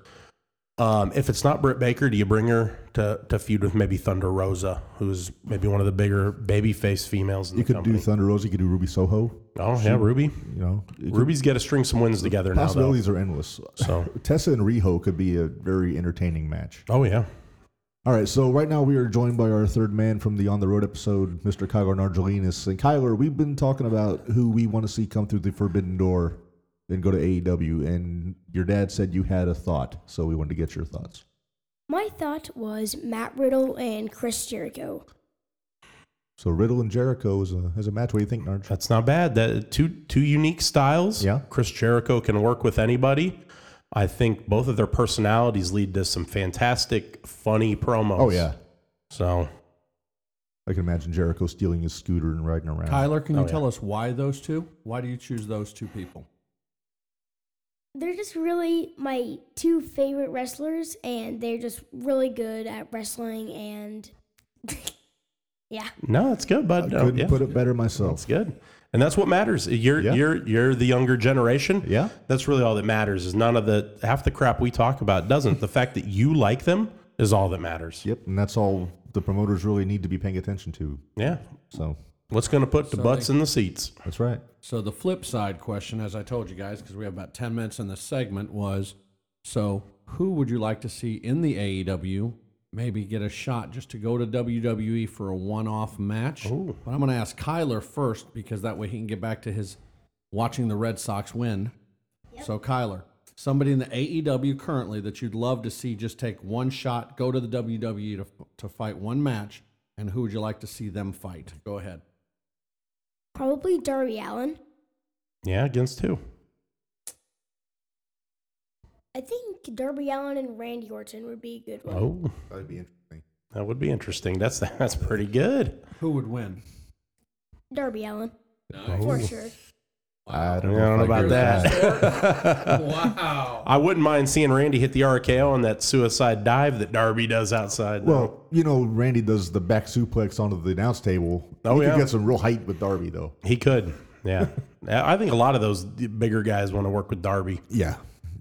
[SPEAKER 3] Um, if it's not Britt Baker, do you bring her to to feud with maybe Thunder Rosa, who's maybe one of the bigger babyface females in
[SPEAKER 2] You
[SPEAKER 3] the
[SPEAKER 2] could
[SPEAKER 3] company?
[SPEAKER 2] do Thunder Rosa. You could do Ruby Soho.
[SPEAKER 3] oh yeah, Ruby.
[SPEAKER 2] You know, It could-
[SPEAKER 3] Ruby's got to string some wins together now, though.
[SPEAKER 2] possibilities are endless.
[SPEAKER 3] So,
[SPEAKER 2] Tessa and Riho could be a very entertaining match.
[SPEAKER 3] oh yeah,
[SPEAKER 2] All right, so right now we are joined by our third man from the On the Road episode, Mr. Kyler Nargelinas. And Kyler, we've been talking about who we want to see come through the forbidden door and go to AEW. And your dad said you had a thought, so we wanted to get your thoughts.
[SPEAKER 5] My thought was Matt Riddle and Chris Jericho.
[SPEAKER 2] So Riddle and Jericho is a, is a match. What do you think, Narge?
[SPEAKER 3] that's not bad. That two two unique styles.
[SPEAKER 2] Yeah.
[SPEAKER 3] Chris Jericho can work with anybody. I think both of their personalities lead to some fantastic, funny promos.
[SPEAKER 2] Oh yeah,
[SPEAKER 3] So
[SPEAKER 2] I can imagine Jericho stealing his scooter and riding around.
[SPEAKER 4] Kyler, can
[SPEAKER 3] Oh,
[SPEAKER 4] you
[SPEAKER 3] yeah.
[SPEAKER 4] tell us why those two? Why do you choose those two people?
[SPEAKER 5] They're just really my two favorite wrestlers, and they're just really good at wrestling. And yeah,
[SPEAKER 3] no, that's good,
[SPEAKER 2] I
[SPEAKER 3] bud. No,
[SPEAKER 2] couldn't
[SPEAKER 3] yeah,
[SPEAKER 2] put it better
[SPEAKER 3] that's
[SPEAKER 2] myself.
[SPEAKER 3] good, and that's what matters. You're
[SPEAKER 2] Yeah.
[SPEAKER 3] you're you're the younger generation.
[SPEAKER 2] Yeah.
[SPEAKER 3] that's really all that matters. Is none of the half the crap we talk about doesn't. the fact that you like them is all that matters.
[SPEAKER 2] Yep, and that's all the promoters really need to be paying attention to.
[SPEAKER 3] Yeah.
[SPEAKER 2] So
[SPEAKER 3] What's going to put the
[SPEAKER 4] So
[SPEAKER 3] butts
[SPEAKER 4] they-
[SPEAKER 3] in the seats?
[SPEAKER 2] that's right.
[SPEAKER 4] So the flip side question, as I told you guys, because we have about ten minutes in this segment, was so who would you like to see in the AEW? Maybe get a shot just to go to WWE for a one-off match. But I'm going to ask Kyler first because that way he can get back to his watching the Red Sox win. So Kyler, somebody in the AEW currently that you'd love to see just take one shot, go to the WWE to to fight one match, and who would you like to see them fight? Go ahead.
[SPEAKER 5] probably Darby Allen.
[SPEAKER 3] Yeah, against two.
[SPEAKER 5] I think Darby Allen and Randy Orton would be a good one.
[SPEAKER 3] Oh,
[SPEAKER 2] That'd be interesting.
[SPEAKER 3] That would be interesting. That's that's pretty good.
[SPEAKER 4] Who would win?
[SPEAKER 5] Darby Allen,
[SPEAKER 3] Oh.
[SPEAKER 4] Nice.
[SPEAKER 5] for sure.
[SPEAKER 2] I don't
[SPEAKER 3] I don't know
[SPEAKER 2] Oh. if I
[SPEAKER 3] about
[SPEAKER 2] agree with
[SPEAKER 3] that.
[SPEAKER 4] Wow.
[SPEAKER 3] I wouldn't mind seeing Randy hit the RKO on that suicide dive that Darby does outside. though.
[SPEAKER 2] Well, you know, Randy does the back suplex onto the announce table.
[SPEAKER 3] Oh,
[SPEAKER 2] he
[SPEAKER 3] yeah.
[SPEAKER 2] could get some real height with Darby, though.
[SPEAKER 3] he could. Yeah, I think a lot of those bigger guys want to work with Darby.
[SPEAKER 2] Yeah,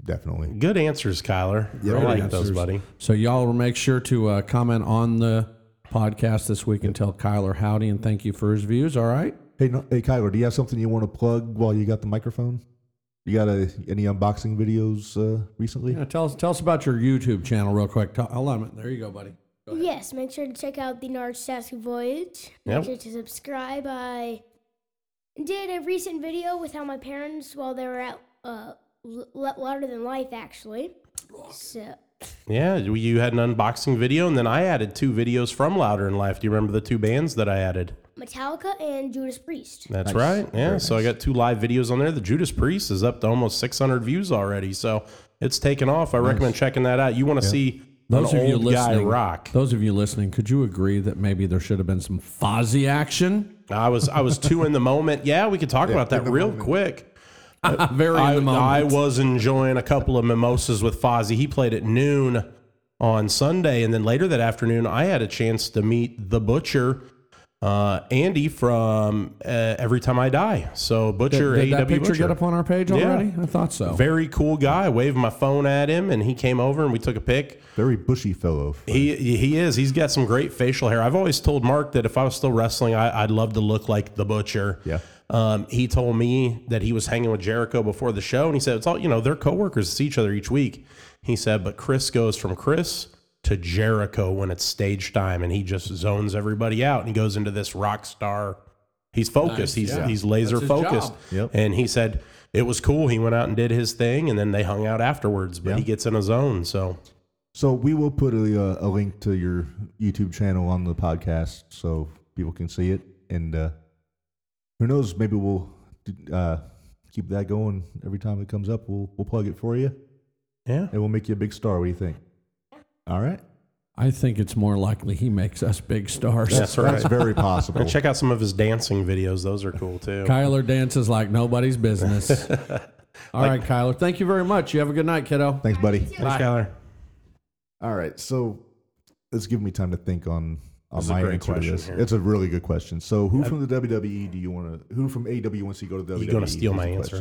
[SPEAKER 2] definitely.
[SPEAKER 3] Good answers, Kyler. I
[SPEAKER 2] good
[SPEAKER 3] like those,
[SPEAKER 4] answers.
[SPEAKER 3] buddy.
[SPEAKER 4] So y'all will make sure to uh, comment on the podcast this week and tell Kyler howdy and thank you for his views. All right.
[SPEAKER 2] Hey, no, hey, Kyler, do you have something you want to plug while you got the microphone? You got a, any unboxing videos uh, recently?
[SPEAKER 4] Yeah, tell us tell us about your YouTube channel real quick. Tell, hold on a minute. There you go, buddy. Go ahead.
[SPEAKER 5] Yes, make sure to check out the Narstasku Voyage. Make
[SPEAKER 3] Yep.
[SPEAKER 5] sure to subscribe. I did a recent video with how my parents, while they were at uh, L- Louder Than Life, actually. So,
[SPEAKER 3] Yeah, you- you had an unboxing video, and then I added two videos from Louder in Life. Do you remember the two bands that I added?
[SPEAKER 5] Metallica and Judas Priest.
[SPEAKER 3] That's
[SPEAKER 2] Nice.
[SPEAKER 3] right. Yeah,
[SPEAKER 2] Very
[SPEAKER 3] so I got two live videos on there. The Judas Priest is up to almost 600 views already, so it's taken off. I recommend checking that out. You want to see
[SPEAKER 4] Those
[SPEAKER 3] an
[SPEAKER 4] of you
[SPEAKER 3] old guy
[SPEAKER 4] listening,
[SPEAKER 3] rock?
[SPEAKER 4] Those of you listening, could you agree that maybe there should have been some Fozzy action?
[SPEAKER 3] I was I was two in the moment. Yeah, we could talk about that real quick.
[SPEAKER 4] Very
[SPEAKER 3] I,
[SPEAKER 4] in the moment.
[SPEAKER 3] I was enjoying a couple of mimosas with Fozzy. He played at noon on Sunday, and then later that afternoon, I had a chance to meet the butcher, uh, Andy from uh, Every Time I Die. So butcher,
[SPEAKER 4] Did
[SPEAKER 3] AEW
[SPEAKER 4] that picture
[SPEAKER 3] butcher.
[SPEAKER 4] get up on our page already? I thought so.
[SPEAKER 3] Very cool guy. Waved my phone at him, and he came over and we took a pic.
[SPEAKER 2] Very bushy fellow.
[SPEAKER 3] He he is. He's got some great facial hair. I've always told Mark that if I was still wrestling, I, I'd love to look like the butcher.
[SPEAKER 2] Yeah.
[SPEAKER 3] Um, he told me that he was hanging with Jericho before the show, and he said it's all you know. They're coworkers, see each other each week. He said, but Chris goes from Chris to Jericho when it's stage time, and he just zones everybody out, and he goes into this rock star. He's focused. he's
[SPEAKER 4] yeah.
[SPEAKER 3] he's laser
[SPEAKER 4] That's his job.
[SPEAKER 3] focused.
[SPEAKER 2] Yep.
[SPEAKER 3] And he said it was cool. He went out and did his thing, and then they hung out afterwards. But he gets in a zone, so
[SPEAKER 2] So we will put a, uh, a link to your YouTube channel on the podcast so people can see it. And uh, who knows, maybe we'll uh, keep that going every time it comes up. We'll, we'll plug it for you
[SPEAKER 3] yeah.
[SPEAKER 2] and we'll make you a big star. What do you think? All right.
[SPEAKER 4] I think it's more likely he makes us big stars.
[SPEAKER 3] That's right.
[SPEAKER 2] That's very possible.
[SPEAKER 3] And check out some of his dancing videos. Those are cool too.
[SPEAKER 4] Kyler dances like nobody's business. All right, Kyler. Thank you very much. You have a good night, kiddo.
[SPEAKER 2] Thanks, buddy.
[SPEAKER 3] Thanks, Kyler.
[SPEAKER 2] All right, so it's giving me time to think on on
[SPEAKER 3] That's a
[SPEAKER 2] my
[SPEAKER 3] great
[SPEAKER 2] answer to
[SPEAKER 3] question
[SPEAKER 2] this.
[SPEAKER 3] here.
[SPEAKER 2] It's a really good question. So, who from the WWE do you want to? Who from AEW wants to go to the WWE?
[SPEAKER 3] You're going to steal
[SPEAKER 2] is
[SPEAKER 3] my
[SPEAKER 2] the
[SPEAKER 3] answer.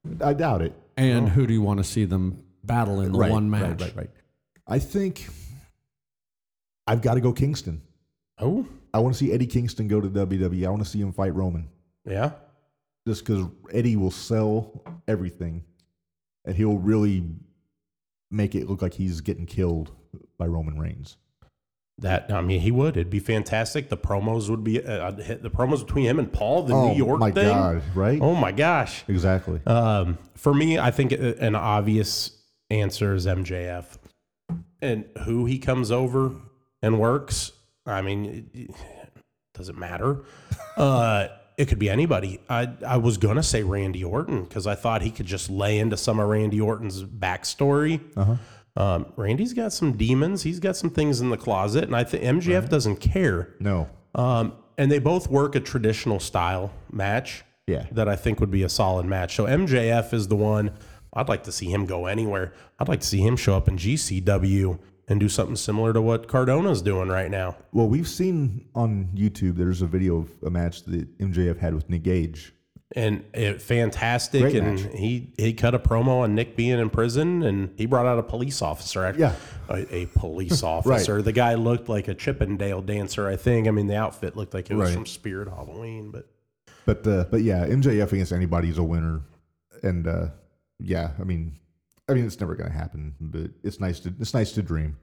[SPEAKER 2] question. I doubt it.
[SPEAKER 4] And who do you want to see them battle in the
[SPEAKER 2] Oh. right,
[SPEAKER 4] one
[SPEAKER 2] right,
[SPEAKER 4] match?
[SPEAKER 2] right, right. I think I've got to go Kingston.
[SPEAKER 3] Oh,
[SPEAKER 2] I want to see Eddie Kingston go to WWE. I want to see him fight Roman,
[SPEAKER 3] yeah.
[SPEAKER 2] just because Eddie will sell everything, and he'll really make it look like he's getting killed by Roman Reigns.
[SPEAKER 3] That I mean, he would. It'd be fantastic. The promos would be. Uh, I'd hit the promos between him and Paul, the
[SPEAKER 2] oh
[SPEAKER 3] New York
[SPEAKER 2] my
[SPEAKER 3] thing.
[SPEAKER 2] god! Right?
[SPEAKER 3] Oh my gosh.
[SPEAKER 2] Exactly.
[SPEAKER 3] Um, for me, I think a- an obvious answer is MJF, and who he comes over and works. I mean, it- it- does it matter? Uh, it could be anybody. I I was gonna say Randy Orton because I thought he could just lay into some of Randy Orton's backstory.
[SPEAKER 2] Uh-huh.
[SPEAKER 3] Um, Randy's got some demons. He's got some things in the closet, and I think MJF doesn't care.
[SPEAKER 2] No.
[SPEAKER 3] Um, and they both work a traditional style match
[SPEAKER 2] Yeah.
[SPEAKER 3] that I think would be a solid match. So MJF is the one I'd like to see him go anywhere. I'd like to see him show up in GCW and do something similar to what Cardona's doing right now.
[SPEAKER 2] Well, we've seen on YouTube there's a video of a match that MJF had with Nick Gage.
[SPEAKER 3] And it, fantastic.
[SPEAKER 2] Great
[SPEAKER 3] and
[SPEAKER 2] match.
[SPEAKER 3] he he cut a promo on Nick being in prison and he brought out a police officer. Act-
[SPEAKER 2] Yeah.
[SPEAKER 3] A, a police officer. The guy looked like a Chippendale dancer, I think. I mean, the outfit looked like it was
[SPEAKER 2] Right.
[SPEAKER 3] from Spirit Halloween, but
[SPEAKER 2] But uh, but yeah, MJF against anybody's a winner. And uh, yeah, I mean, I mean it's never gonna happen, but it's nice to it's nice to dream.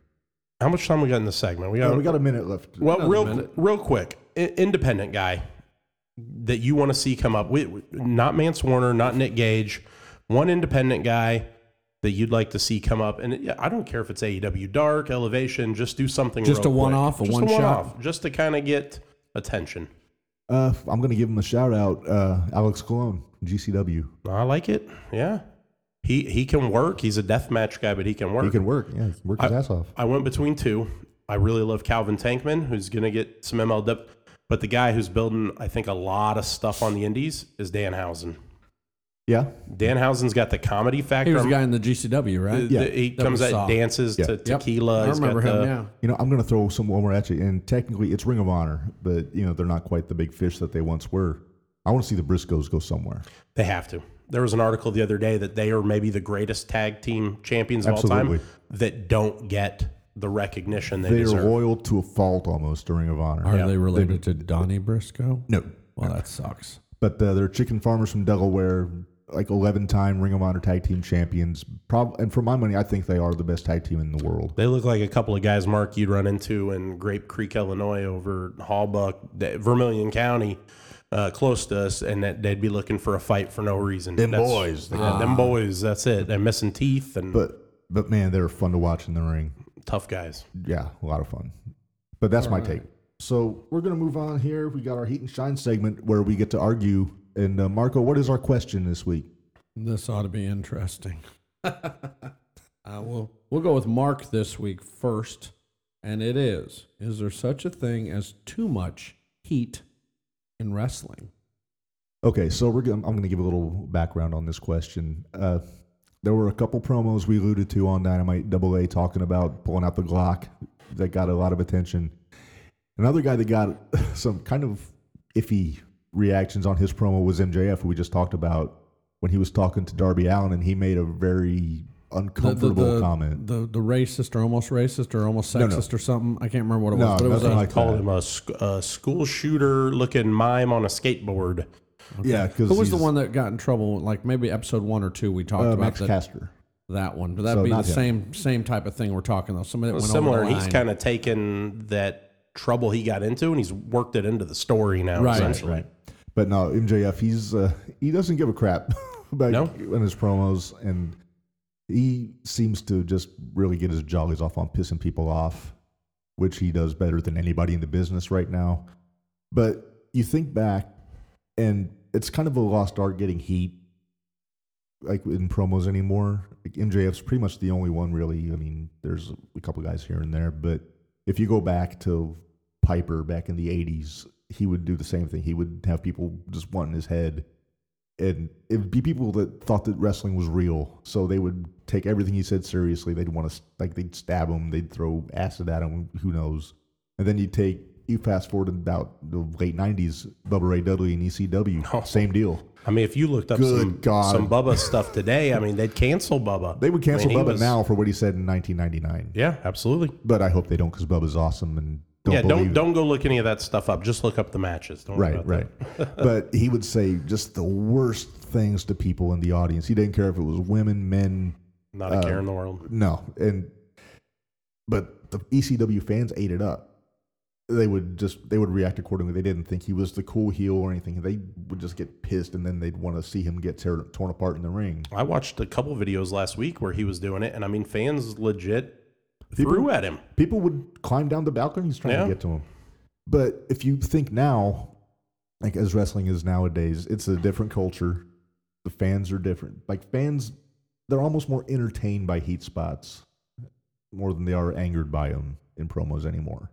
[SPEAKER 3] how much time we got in the segment? We got,
[SPEAKER 2] Uh, we got a minute left.
[SPEAKER 3] Well,
[SPEAKER 4] Another
[SPEAKER 3] real
[SPEAKER 4] minute.
[SPEAKER 3] real quick, I- independent guy that you want to see come up. We, we- not Mance Warner, not Nick Gage. One independent guy that you'd like to see come up, and it- yeah, I don't care if it's AEW Dark, Elevation. Just do something.
[SPEAKER 4] Just
[SPEAKER 3] real
[SPEAKER 4] a
[SPEAKER 3] quick.
[SPEAKER 4] one-off, a
[SPEAKER 3] Just
[SPEAKER 4] one-shot.
[SPEAKER 3] one-off, just to kind of get attention.
[SPEAKER 2] Uh, I'm gonna give him a shout out, uh, Alex Colon, GCW.
[SPEAKER 3] I like it. Yeah, he he can work. He's a deathmatch guy, but he can work.
[SPEAKER 2] He can work, yeah, work his ass off.
[SPEAKER 3] I went between two. I really love Calvin Tankman, who's going to get some MLW. But the guy who's building, I think, a lot of stuff on the indies is Dan Housen.
[SPEAKER 2] Yeah.
[SPEAKER 3] Dan Housen's got the comedy factor.
[SPEAKER 4] He was the
[SPEAKER 3] I'm-
[SPEAKER 4] guy in the GCW,
[SPEAKER 3] the-
[SPEAKER 4] right?
[SPEAKER 3] the-
[SPEAKER 2] Yeah.
[SPEAKER 3] he
[SPEAKER 4] That
[SPEAKER 3] comes
[SPEAKER 4] we
[SPEAKER 3] out,
[SPEAKER 4] saw.
[SPEAKER 3] dances
[SPEAKER 2] Yeah.
[SPEAKER 3] to
[SPEAKER 4] Yep.
[SPEAKER 3] tequila.
[SPEAKER 4] I
[SPEAKER 3] He's got
[SPEAKER 4] remember him
[SPEAKER 3] the-
[SPEAKER 4] now.
[SPEAKER 2] You know, I'm going to throw some one more at you, and technically it's Ring of Honor, but, you know, they're not quite the big fish that they once were. I want to see the Briscoes go somewhere.
[SPEAKER 3] They have to. There was an article the other day that they are maybe the greatest tag team champions of all
[SPEAKER 2] Absolutely.
[SPEAKER 3] time that don't get the recognition they,
[SPEAKER 2] They are
[SPEAKER 3] deserve.
[SPEAKER 2] loyal to a fault almost to Ring of Honor.
[SPEAKER 4] Are they related to Donnie Briscoe?
[SPEAKER 2] No,
[SPEAKER 4] Well, that sucks.
[SPEAKER 2] but uh, they're chicken farmers from Delaware, like 11 time Ring of Honor tag team champions. Prob- and for my money, I think they are the best tag team in the world.
[SPEAKER 3] They look like a couple of guys, Mark, you'd run into in Grape Creek, Illinois, over Hallbuck, Da- Vermilion County, uh, close to us, and that they'd be looking for a fight for no reason.
[SPEAKER 1] Them
[SPEAKER 3] That's-
[SPEAKER 1] boys, they
[SPEAKER 3] yeah,
[SPEAKER 4] Ah.
[SPEAKER 3] them boys. That's it. They're missing teeth and
[SPEAKER 2] But but man, they're fun to watch in the ring.
[SPEAKER 3] tough guys.
[SPEAKER 2] Yeah, a lot of fun. But that's my take. So we're gonna move on here. We got our heat and shine segment where we get to argue. And uh, Marco, what is our question this week?
[SPEAKER 4] This ought to be interesting. uh, we'll, we'll go with Mark this week first. And it is Is there such a thing as too much heat in wrestling?
[SPEAKER 2] Okay, so we're gonna, I'm going to give a little background on this question. Uh, there were a couple promos we alluded to on Dynamite Double A talking about pulling out the Glock that got a lot of attention. Another guy that got some kind of iffy reactions on his promo was MJF, who we just talked about when he was talking to Darby Allen, and he made a very uncomfortable
[SPEAKER 4] the,
[SPEAKER 2] comment.
[SPEAKER 4] The, the racist or almost racist or almost sexist or something. I can't remember what it
[SPEAKER 2] No,
[SPEAKER 4] was. But it was
[SPEAKER 2] nothing
[SPEAKER 4] a-
[SPEAKER 2] like
[SPEAKER 3] Called
[SPEAKER 2] that.
[SPEAKER 3] him a, sc- a school shooter looking mime on a skateboard.
[SPEAKER 2] Yeah, because
[SPEAKER 4] who was the one that got in trouble? Like maybe episode one or two, we talked
[SPEAKER 2] Uh,
[SPEAKER 4] about
[SPEAKER 2] Max
[SPEAKER 4] that,
[SPEAKER 2] Caster.
[SPEAKER 4] that one. But that'd
[SPEAKER 2] So
[SPEAKER 4] be the
[SPEAKER 2] not him.
[SPEAKER 4] same same type of thing we're talking though. Somebody that went
[SPEAKER 3] similar.
[SPEAKER 4] Over the
[SPEAKER 3] He's
[SPEAKER 4] line.
[SPEAKER 3] kind of taken that trouble he got into and he's worked it into the story now,
[SPEAKER 4] Right.
[SPEAKER 3] essentially.
[SPEAKER 2] Right. But no, MJF, he's uh, he doesn't give a crap about
[SPEAKER 3] No.
[SPEAKER 2] in his promos, and he seems to just really get his jollies off on pissing people off, which he does better than anybody in the business right now. But you think back, and it's kind of a lost art getting heat, like in promos anymore. Like MJF's pretty much the only one, really. I mean, there's a couple guys here and there, but if you go back to Piper back in the 80s, he would do the same thing. He would have people just wanting his head. And it'd be people that thought that wrestling was real. So they would take everything he said seriously. They'd want to, like, they'd stab him. They'd throw acid at him. Who knows? And then you take, you fast forward about the late 90s, Bubba Ray Dudley and ECW. Same deal.
[SPEAKER 3] I mean, if you looked up
[SPEAKER 2] Good
[SPEAKER 3] some,
[SPEAKER 2] God.
[SPEAKER 3] some Bubba stuff today, I mean, they'd cancel Bubba.
[SPEAKER 2] They would cancel
[SPEAKER 3] I mean, he
[SPEAKER 2] Bubba
[SPEAKER 3] was-
[SPEAKER 2] now for what he said in 1999.
[SPEAKER 3] Yeah, absolutely.
[SPEAKER 2] But I hope they don't because Bubba's awesome and don't
[SPEAKER 3] yeah,
[SPEAKER 2] believe
[SPEAKER 3] don't
[SPEAKER 2] it.
[SPEAKER 3] don't go look any of that stuff up. Just look up the matches. Don't worry
[SPEAKER 2] Right,
[SPEAKER 3] about
[SPEAKER 2] right. but he would say just the worst things to people in the audience. He didn't care if it was women, men,
[SPEAKER 3] That. Not a
[SPEAKER 2] Uh,
[SPEAKER 3] care in the world.
[SPEAKER 2] no. And but the ECW fans ate it up. They would just they would react accordingly. They didn't think he was the cool heel or anything. They would just get pissed and then they'd want to see him get tear, torn apart in the ring.
[SPEAKER 3] I watched a couple videos last week where he was doing it, and I mean, fans legit threw at him.
[SPEAKER 2] people would climb down the balconies trying
[SPEAKER 3] Yeah.
[SPEAKER 2] to get to him. But if you think now, like as wrestling is nowadays, it's a different culture. The fans are different. Like fans, they're almost more entertained by heat spots more than they are angered by them in promos anymore.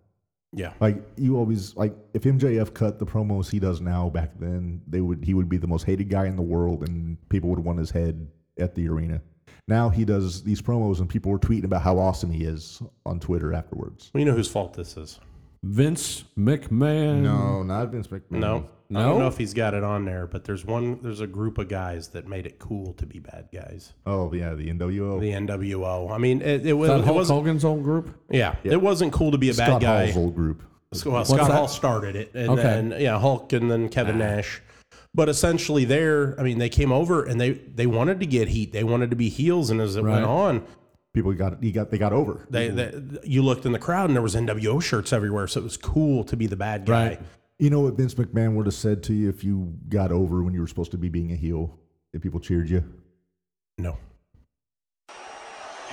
[SPEAKER 3] Yeah,
[SPEAKER 2] Like you always like if MJF cut the promos he does now back then, they would he would be the most hated guy in the world and people would want his head at the arena. Now he does these promos and people are tweeting about how awesome he is on Twitter afterwards.
[SPEAKER 3] well, you know whose fault this is.
[SPEAKER 4] Vince McMahon.
[SPEAKER 2] not Vince McMahon.
[SPEAKER 3] No, I
[SPEAKER 4] No?
[SPEAKER 3] don't know if he's got it on there, but there's one. There's a group of guys that made it cool to be bad guys.
[SPEAKER 2] Oh yeah, the NWO.
[SPEAKER 3] The NWO. I mean, it, it was.
[SPEAKER 4] That
[SPEAKER 3] It
[SPEAKER 4] Hulk
[SPEAKER 3] wasn't,
[SPEAKER 4] Hogan's old group.
[SPEAKER 3] yeah, it wasn't cool to be a bad
[SPEAKER 2] Scott
[SPEAKER 3] guy.
[SPEAKER 2] Hall's old group.
[SPEAKER 3] Sc- Well, uh, Scott
[SPEAKER 4] that?
[SPEAKER 3] Hall started it, and
[SPEAKER 4] Okay. Ah.
[SPEAKER 3] then yeah, Hulk, and then Kevin Nash. But essentially, there, I mean, they came over and they they wanted to get heat. They wanted to be heels, and as it
[SPEAKER 4] Right. Mm-hmm.
[SPEAKER 3] went on,
[SPEAKER 2] People got he got they got over.
[SPEAKER 3] they, they you looked in the crowd and there was NWO shirts everywhere, so it was cool to be the bad guy.
[SPEAKER 4] Right.
[SPEAKER 2] You know what Vince McMahon would have said to you if you got over when you were supposed to be being a heel and people cheered you?
[SPEAKER 3] No,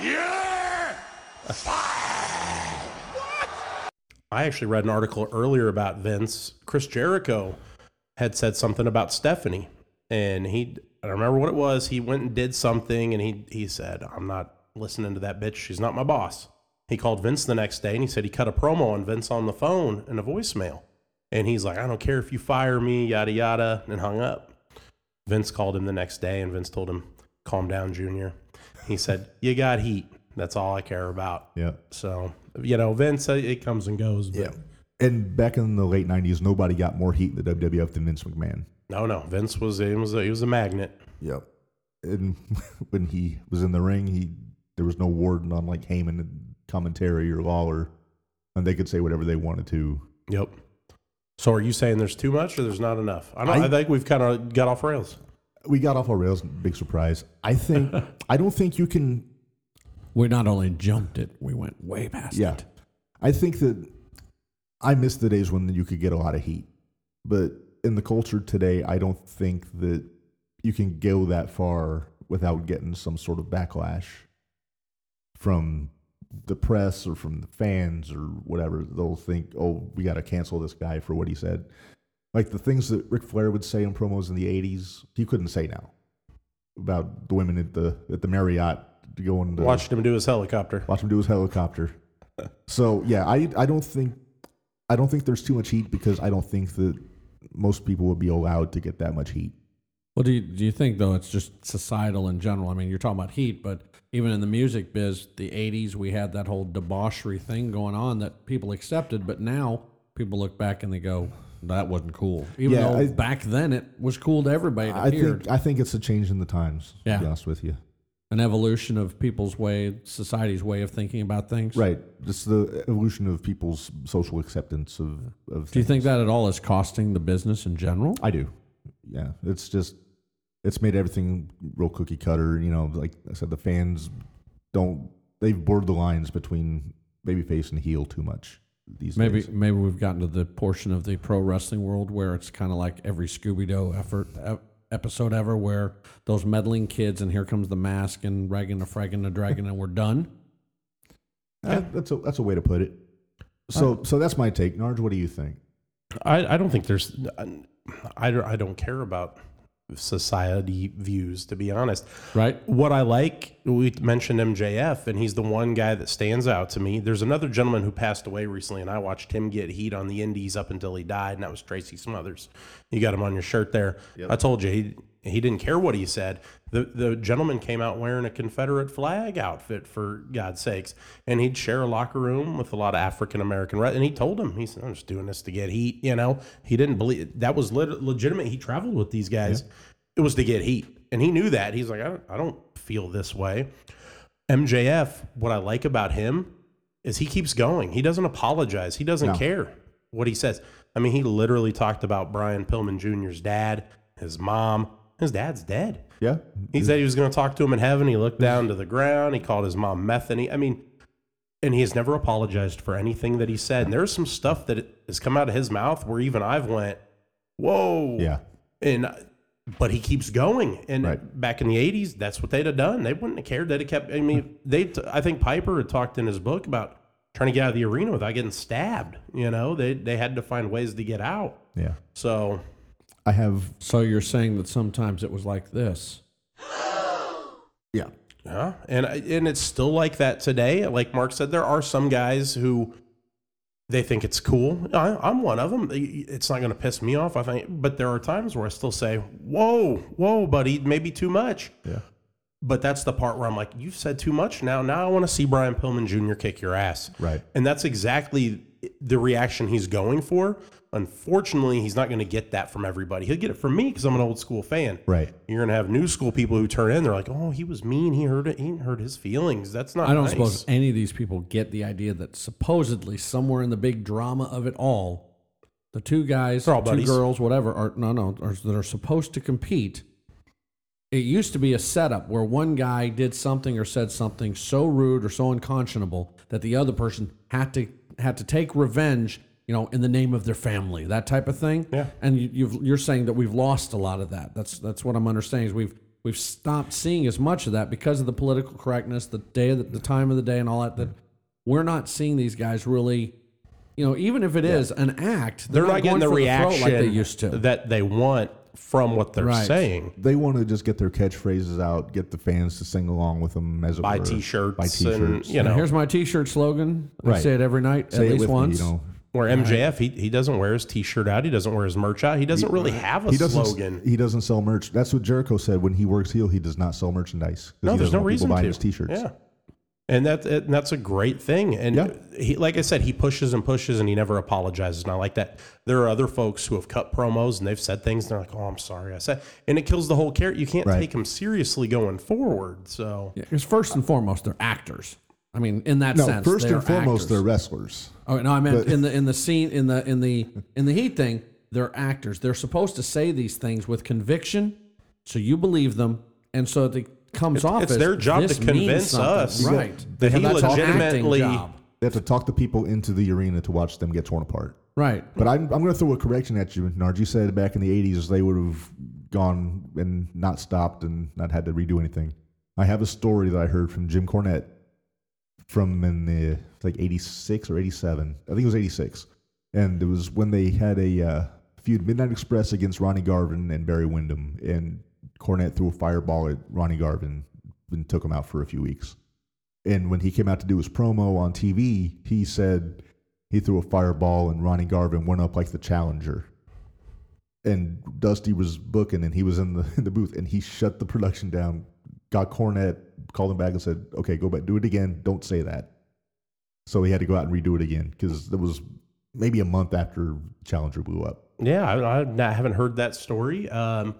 [SPEAKER 1] Yeah!
[SPEAKER 3] I actually read an article earlier about Vince. Chris Jericho had said something about Stephanie, and he I don't remember what it was. He went and did something, and he he said, "I'm not listening to that bitch. She's not my boss." He called Vince the next day and he said he cut a promo on Vince on the phone in a voicemail. And he's like, I don't care if you fire me, yada, yada, and hung up. Vince called him the next day and Vince told him, Calm down, Junior. He said, You got heat. That's all I care about.
[SPEAKER 2] Yeah.
[SPEAKER 3] So, you know, Vince, uh, it comes and goes. But
[SPEAKER 2] Yeah. And back in the late 90s, nobody got more heat in the WWF than Vince McMahon.
[SPEAKER 3] No, no. Vince was, he was, a, he was a magnet.
[SPEAKER 2] Yep. And when he was in the ring, he there was no warden on like Heyman and commentary or Lawler, and they could say whatever they wanted to.
[SPEAKER 3] Yep. So are you saying there's too much or there's not enough? I, don't, I,
[SPEAKER 2] I-
[SPEAKER 3] think we've kind of got off rails.
[SPEAKER 2] We got off our rails. Big surprise. I think I don't think you can.
[SPEAKER 4] We not only jumped it, we went way past
[SPEAKER 2] Yeah.
[SPEAKER 4] it.
[SPEAKER 2] I think that I miss the days when you could get a lot of heat, but in the culture today, I don't think that you can go that far without getting some sort of backlash from the press or from the fans or whatever. They'll think, "Oh, we got to cancel this guy for what he said." Like the things that Ric Flair would say in promos in the '80s, he couldn't say now about the women at the at the Marriott going to
[SPEAKER 3] Watched him do his helicopter.
[SPEAKER 2] Watch him do his helicopter. so yeah, I I don't think I don't think there's too much heat because I don't think that most people would be allowed to get that much heat.
[SPEAKER 4] Well, do you, do you think though it's just societal in general? I mean, you're talking about heat, but even in the music biz, the '80s we had that whole debauchery thing going on that people accepted, but now people look back and they go, "That wasn't cool." Even
[SPEAKER 2] Yeah,
[SPEAKER 4] though
[SPEAKER 2] I-
[SPEAKER 4] back then it was cool to everybody. It
[SPEAKER 2] I
[SPEAKER 4] appeared.
[SPEAKER 2] think I think it's a change in the times.
[SPEAKER 4] Yeah.
[SPEAKER 2] To be honest with you,
[SPEAKER 4] an evolution of people's way, society's way of thinking about things.
[SPEAKER 2] right? Just the evolution of people's social acceptance of of.
[SPEAKER 4] Do you think that at all is costing the business in general?
[SPEAKER 2] I do. Yeah, it's just it's made everything real cookie cutter. You know, like I said, the fans don't they've blurred the lines between babyface and heel too much these
[SPEAKER 4] Maybe
[SPEAKER 2] days.
[SPEAKER 4] maybe we've gotten to the portion of the pro wrestling world where it's kind of like every Scooby Doo effort ep- episode ever, where those meddling kids and here comes the mask and ragging the fragging the dragon and we're done.
[SPEAKER 2] Uh, that's a that's a way to put it. So so that's my take. Narge, what do you think?
[SPEAKER 3] I, I don't think there's I, don't- I don't care about society views to be honest
[SPEAKER 4] Right?
[SPEAKER 3] what i like we mentioned mjf and he's the one guy that stands out to me there's another gentleman who passed away recently and i watched him get heat on the indies up until he died and that was tracy smothers you got him on your shirt there i told you he, he didn't care what he said the, the gentleman came out wearing a confederate flag outfit for god's sakes and he'd share a locker room with a lot of african american re- and he told him he said i'm just doing this to get heat you know he didn't believe that was lit- legitimate he traveled with these guys it was to get heat. And he knew that. He's like, I don't, I don't feel this way. MJF, what I like about him is he keeps going. He doesn't apologize. He doesn't
[SPEAKER 2] No.
[SPEAKER 3] care what he says. I mean, he literally talked about Brian Pillman Jr.'s dad, his mom. His dad's dead.
[SPEAKER 2] Yeah,
[SPEAKER 3] He said he was going to talk to him in heaven. He looked down to the ground. He called his mom Methany. I mean, and he has never apologized for anything that he said. And there's some stuff that has come out of his mouth where even I've went, whoa
[SPEAKER 2] yeah,
[SPEAKER 3] and but he keeps going. And
[SPEAKER 2] Right.
[SPEAKER 3] back in the '80s, that's what they'd have done. They wouldn't have cared. They'd have kept. I mean, they. t- I think Piper had talked in his book about trying to get out of the arena without getting stabbed. You know, they they had to find ways to get out.
[SPEAKER 2] yeah.
[SPEAKER 3] So
[SPEAKER 2] I have
[SPEAKER 4] So you're saying that sometimes it was like this.
[SPEAKER 2] yeah,
[SPEAKER 3] yeah, and I- and it's still like that today. Like Mark said, there are some guys who. They think it's cool. I, I'm one of them. It's not going to piss me off. I think, but there are times where I still say, "Whoa, whoa, buddy, maybe too much."
[SPEAKER 2] yeah,
[SPEAKER 3] But that's the part where I'm like, you've said too much now. Now I want to see Brian Pillman Jr. kick your ass.
[SPEAKER 2] Right.
[SPEAKER 3] And that's exactly the reaction he's going for. Unfortunately, he's not going to get that from everybody. He'll get it from me because I'm an old school fan.
[SPEAKER 2] right.
[SPEAKER 3] You're going to have new school people who turn in. They're like, oh, he was mean. He hurt it. He hurt his feelings. That's not.
[SPEAKER 4] I don't
[SPEAKER 3] nice.
[SPEAKER 4] suppose any of these people get the idea that supposedly somewhere in the big drama of it all, the two guys,
[SPEAKER 3] They're all
[SPEAKER 4] two
[SPEAKER 3] buddies.
[SPEAKER 4] girls, whatever, are no, no, are, that are supposed to compete. It used to be a setup where one guy did something or said something so rude or so unconscionable that the other person had to had to take revenge, you know, in the name of their family, that type of thing.
[SPEAKER 3] Yeah.
[SPEAKER 4] And you, you've, you're saying that we've lost a lot of that. That's that's what I'm understanding is we've we've stopped seeing as much of that because of the political correctness, the day, of the, the time of the day, and all that. That we're not seeing these guys really, you know, even if it is an act,
[SPEAKER 3] They're not getting the
[SPEAKER 4] going for
[SPEAKER 3] reaction
[SPEAKER 4] throat like they used to.
[SPEAKER 3] that they want. from what they're
[SPEAKER 4] Right.
[SPEAKER 3] saying.
[SPEAKER 2] They want to just get their catchphrases out, get the fans to sing along with them as it
[SPEAKER 3] Buy
[SPEAKER 2] were.
[SPEAKER 3] t-shirts
[SPEAKER 2] buy
[SPEAKER 3] and
[SPEAKER 2] t-shirts.
[SPEAKER 3] you
[SPEAKER 4] Now,
[SPEAKER 3] know
[SPEAKER 4] here's my T-shirt slogan. I
[SPEAKER 2] Right.
[SPEAKER 4] say it every night,
[SPEAKER 2] Say
[SPEAKER 4] at
[SPEAKER 2] it
[SPEAKER 4] least
[SPEAKER 2] with me,
[SPEAKER 4] once.
[SPEAKER 2] you know.
[SPEAKER 3] where MJF he, he doesn't wear his t-shirt out, he doesn't wear his merch out, he doesn't really have a
[SPEAKER 2] He doesn't.
[SPEAKER 3] slogan.
[SPEAKER 2] He doesn't sell merch. That's what Jericho said when he works heel. He does not sell merchandise. 'cause
[SPEAKER 3] no,
[SPEAKER 2] he
[SPEAKER 3] there's
[SPEAKER 2] doesn't
[SPEAKER 3] no
[SPEAKER 2] want people
[SPEAKER 3] reason
[SPEAKER 2] buying
[SPEAKER 3] to.
[SPEAKER 2] his t-shirts.
[SPEAKER 3] Yeah, and that and that's a great thing. And
[SPEAKER 2] Yeah.
[SPEAKER 3] he, like I said, he pushes and pushes, and he never apologizes. And I like that. There are other folks who have cut promos and they've said things, and they're like, "Oh, I'm sorry, I said," and it kills the whole character. You can't
[SPEAKER 2] Right.
[SPEAKER 3] take him seriously going forward. So
[SPEAKER 4] Because first and foremost, they're actors. I mean, in that
[SPEAKER 2] No,
[SPEAKER 4] sense,
[SPEAKER 2] first
[SPEAKER 4] they're
[SPEAKER 2] and foremost,
[SPEAKER 4] actors.
[SPEAKER 2] they're wrestlers.
[SPEAKER 4] Oh no, I meant
[SPEAKER 2] But-
[SPEAKER 4] in the in the scene in the in the in the heat thing, they're actors. They're supposed to say these things with conviction, so you believe them, and so it comes off.
[SPEAKER 3] it's
[SPEAKER 4] as,
[SPEAKER 3] their job to
[SPEAKER 4] "This means
[SPEAKER 3] convince
[SPEAKER 4] something."
[SPEAKER 3] us
[SPEAKER 4] right?
[SPEAKER 3] that
[SPEAKER 4] They have
[SPEAKER 3] he
[SPEAKER 4] that tough acting
[SPEAKER 3] legitimately-
[SPEAKER 4] job.
[SPEAKER 2] They have to talk the people into the arena to watch them get torn apart.
[SPEAKER 4] right.
[SPEAKER 2] But I'm, I'm going to throw a correction at you, Nard. You said back in the 80s they would have gone and not stopped and not had to redo anything. I have a story that I heard from Jim Cornette from in the like 86 or 87. I think it was 86. And it was when they had a uh, feud Midnight Express against Ronnie Garvin and Barry Windham. And Cornette threw a fireball at Ronnie Garvin and took him out for a few weeks. And when he came out to do his promo on TV, he said he threw a fireball and Ronnie Garvin went up like the challenger. And Dusty was booking and he was in the in the booth and he shut the production down, got Cornette, called him back and said, Okay, go back, do it again. Don't say that. So he had to go out and redo it again because it was maybe a month after Challenger blew up.
[SPEAKER 3] yeah, I, I I haven't heard that story. Um,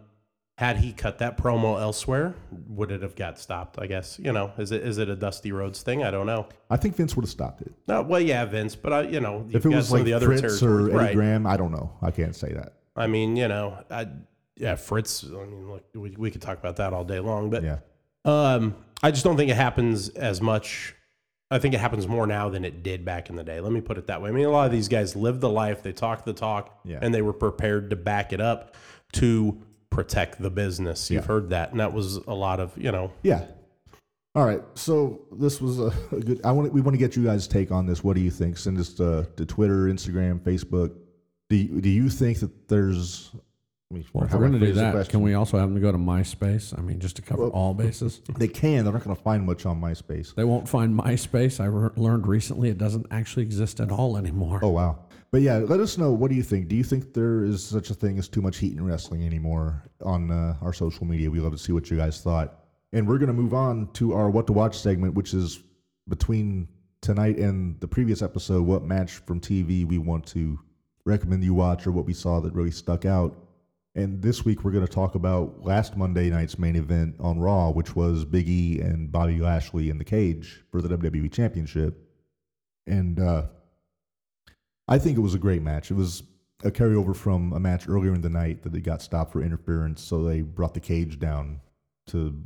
[SPEAKER 3] had he cut that promo elsewhere, would it have got stopped? I guess you know. Is it is it a Dusty Rhodes thing? I don't know.
[SPEAKER 2] I think Vince would have stopped it.
[SPEAKER 3] No, well, yeah, Vince, but I, you know,
[SPEAKER 2] if
[SPEAKER 3] you've
[SPEAKER 2] it
[SPEAKER 3] got
[SPEAKER 2] was
[SPEAKER 3] some of
[SPEAKER 2] like
[SPEAKER 3] the other
[SPEAKER 2] Fritz or
[SPEAKER 3] territories,
[SPEAKER 2] Eddie
[SPEAKER 3] right?
[SPEAKER 2] Graham, I don't know. I can't say that.
[SPEAKER 3] I mean, you know, I yeah, Fritz. I mean, look, we, we could talk about that all day long, but
[SPEAKER 2] Yeah.
[SPEAKER 3] um, I just don't think it happens as much. I think it happens more now than it did back in the day. Let me put it that way. I mean, a lot of these guys lived the life, they talked the talk,
[SPEAKER 2] Yeah.
[SPEAKER 3] and they were prepared to back it up to protect the business. You've heard that, and that was a lot of you know.
[SPEAKER 2] Yeah. All right. So this was a, a good. I want. We want to get you guys' take on this. What do you think? Send us to, to Twitter, Instagram, Facebook. Do you, Do you think that there's? I mean,
[SPEAKER 4] Well, if
[SPEAKER 2] how
[SPEAKER 4] we're
[SPEAKER 2] do I
[SPEAKER 4] going to do
[SPEAKER 2] phrase the
[SPEAKER 4] that,
[SPEAKER 2] question?
[SPEAKER 4] can we also have them go to MySpace? I mean, just to cover all bases.
[SPEAKER 2] They can. They're not going to find much on MySpace.
[SPEAKER 4] They won't find MySpace. I re- learned recently it doesn't actually exist at all anymore.
[SPEAKER 2] Oh wow. But yeah, let us know. What do you think? Do you think there is such a thing as too much heat in wrestling anymore on uh, our social media? We love to see what you guys thought. And we're going to move on to our what to watch segment, which is between tonight and the previous episode. What match from TV we want to recommend you watch, or what we saw that really stuck out. And this week we're going to talk about last Monday night's main event on Raw, which was Big E and Bobby Lashley in the cage for the WWE Championship. And uh, I think it was a great match. It was a carryover from a match earlier in the night that they got stopped for interference, so they brought the cage down to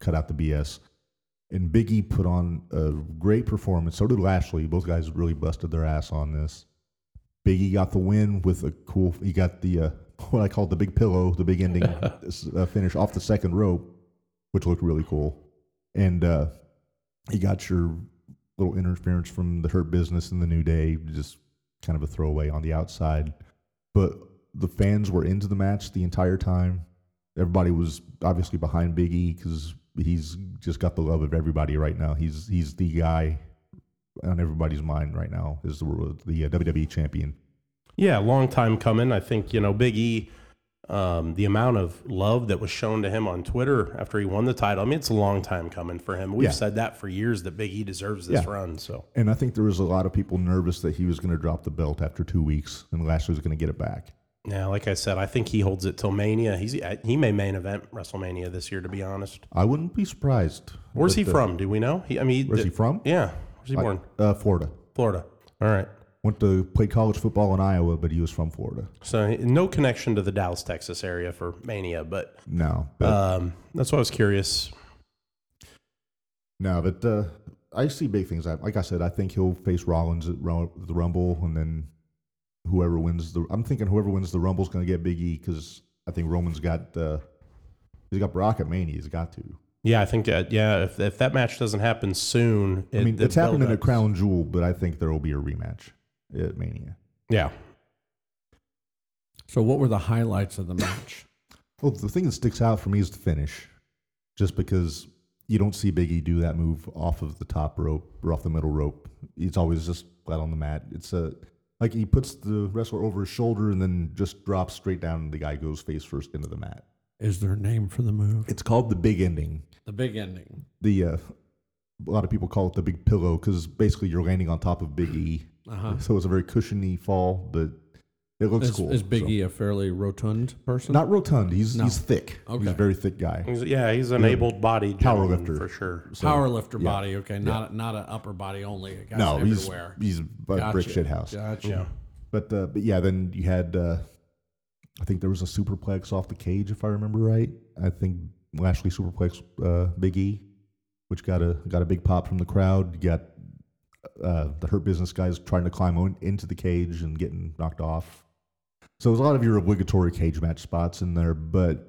[SPEAKER 2] cut out the BS. And Biggie put on a great performance. So did Lashley. Both guys really busted their ass on this. Biggie got the win with a cool. He got the uh, what I call the big pillow, the big ending uh, finish off the second rope, which looked really cool. And uh, he got your little interference from the Hurt Business and the New Day, just kind of a throwaway on the outside. But the fans were into the match the entire time. Everybody was obviously behind Big E because he's just got the love of everybody right now. He's he's the guy on everybody's mind right now is the world- the uh, WWE champion.
[SPEAKER 3] Yeah, long time coming. I think, you know, Big E, um, the amount of love that was shown to him on Twitter after he won the title, I mean, it's a long time coming for him. We've
[SPEAKER 2] Yeah.
[SPEAKER 3] said that for years that Big E deserves this
[SPEAKER 2] Yeah.
[SPEAKER 3] run. So,
[SPEAKER 2] And I think there was a lot of people nervous that he was going to drop the belt after two weeks and Lashley was going to get it back.
[SPEAKER 3] yeah, like I said, I think he holds it till Mania. He's He may main event WrestleMania this year, to be honest.
[SPEAKER 2] I wouldn't be surprised.
[SPEAKER 3] Where's he
[SPEAKER 2] But, uh,
[SPEAKER 3] from? Do we know? He, I mean,
[SPEAKER 2] Where's he from?
[SPEAKER 3] Yeah. Where's he born?
[SPEAKER 2] Uh, Florida.
[SPEAKER 3] Florida. All right.
[SPEAKER 2] Went to play college football in Iowa, but he was from Florida.
[SPEAKER 3] So, no connection to the Dallas, Texas area for Mania, but
[SPEAKER 2] No, but,
[SPEAKER 3] um, that's why I was curious.
[SPEAKER 2] no, but uh, I see big things. I, like I said, I think he'll face Rollins at Ru- the Rumble, and then whoever wins the. I'm thinking whoever wins the Rumble's going to get Big E because I think Roman's got uh, he's got Brock at Mania. He's got to.
[SPEAKER 3] Yeah, I think that, yeah, if, if that match doesn't happen soon,
[SPEAKER 2] I mean,
[SPEAKER 3] the
[SPEAKER 2] it's happened in a
[SPEAKER 3] buildup-
[SPEAKER 2] crown jewel, but I think there will be a rematch at Mania.
[SPEAKER 3] Yeah.
[SPEAKER 4] So, what were the highlights of the match?
[SPEAKER 2] Well, the thing that sticks out for me is the finish, just because you don't see Biggie do that move off of the top rope or off the middle rope. He's always just flat on the mat. It's a like he puts the wrestler over his shoulder and then just drops straight down, and the guy goes face first into the mat.
[SPEAKER 4] Is there a name for the move?
[SPEAKER 2] It's called the big ending.
[SPEAKER 4] The big ending.
[SPEAKER 2] The uh, a lot of people call it the big pillow because basically you're landing on top of Big E,
[SPEAKER 4] Uh huh.
[SPEAKER 2] so it's a very cushiony fall, but it looks
[SPEAKER 4] Is,
[SPEAKER 2] cool.
[SPEAKER 4] is Big
[SPEAKER 2] so.
[SPEAKER 4] E a fairly rotund person?
[SPEAKER 2] Not rotund. He's
[SPEAKER 4] No.
[SPEAKER 2] he's thick. He's
[SPEAKER 4] Okay.
[SPEAKER 2] a very thick guy.
[SPEAKER 3] He's- yeah, he's an able-bodied
[SPEAKER 2] Power
[SPEAKER 3] gentleman
[SPEAKER 2] lifter.
[SPEAKER 3] for sure.
[SPEAKER 2] So,
[SPEAKER 4] power lifter
[SPEAKER 2] yeah.
[SPEAKER 4] body. Okay, not not an upper body only. A guy's
[SPEAKER 2] No, he's
[SPEAKER 4] everywhere.
[SPEAKER 2] he's a brick
[SPEAKER 4] Gotcha.
[SPEAKER 2] shit house.
[SPEAKER 4] Gotcha.
[SPEAKER 3] Yeah.
[SPEAKER 2] But uh, but yeah, then you had uh, I think there was a superplex off the cage if I remember right. I think Lashley superplex uh, Big E, which got a got a big pop from the crowd. You got uh, the Hurt Business guys trying to climb on, into the cage and getting knocked off. So there's a lot of your obligatory cage match spots in there, but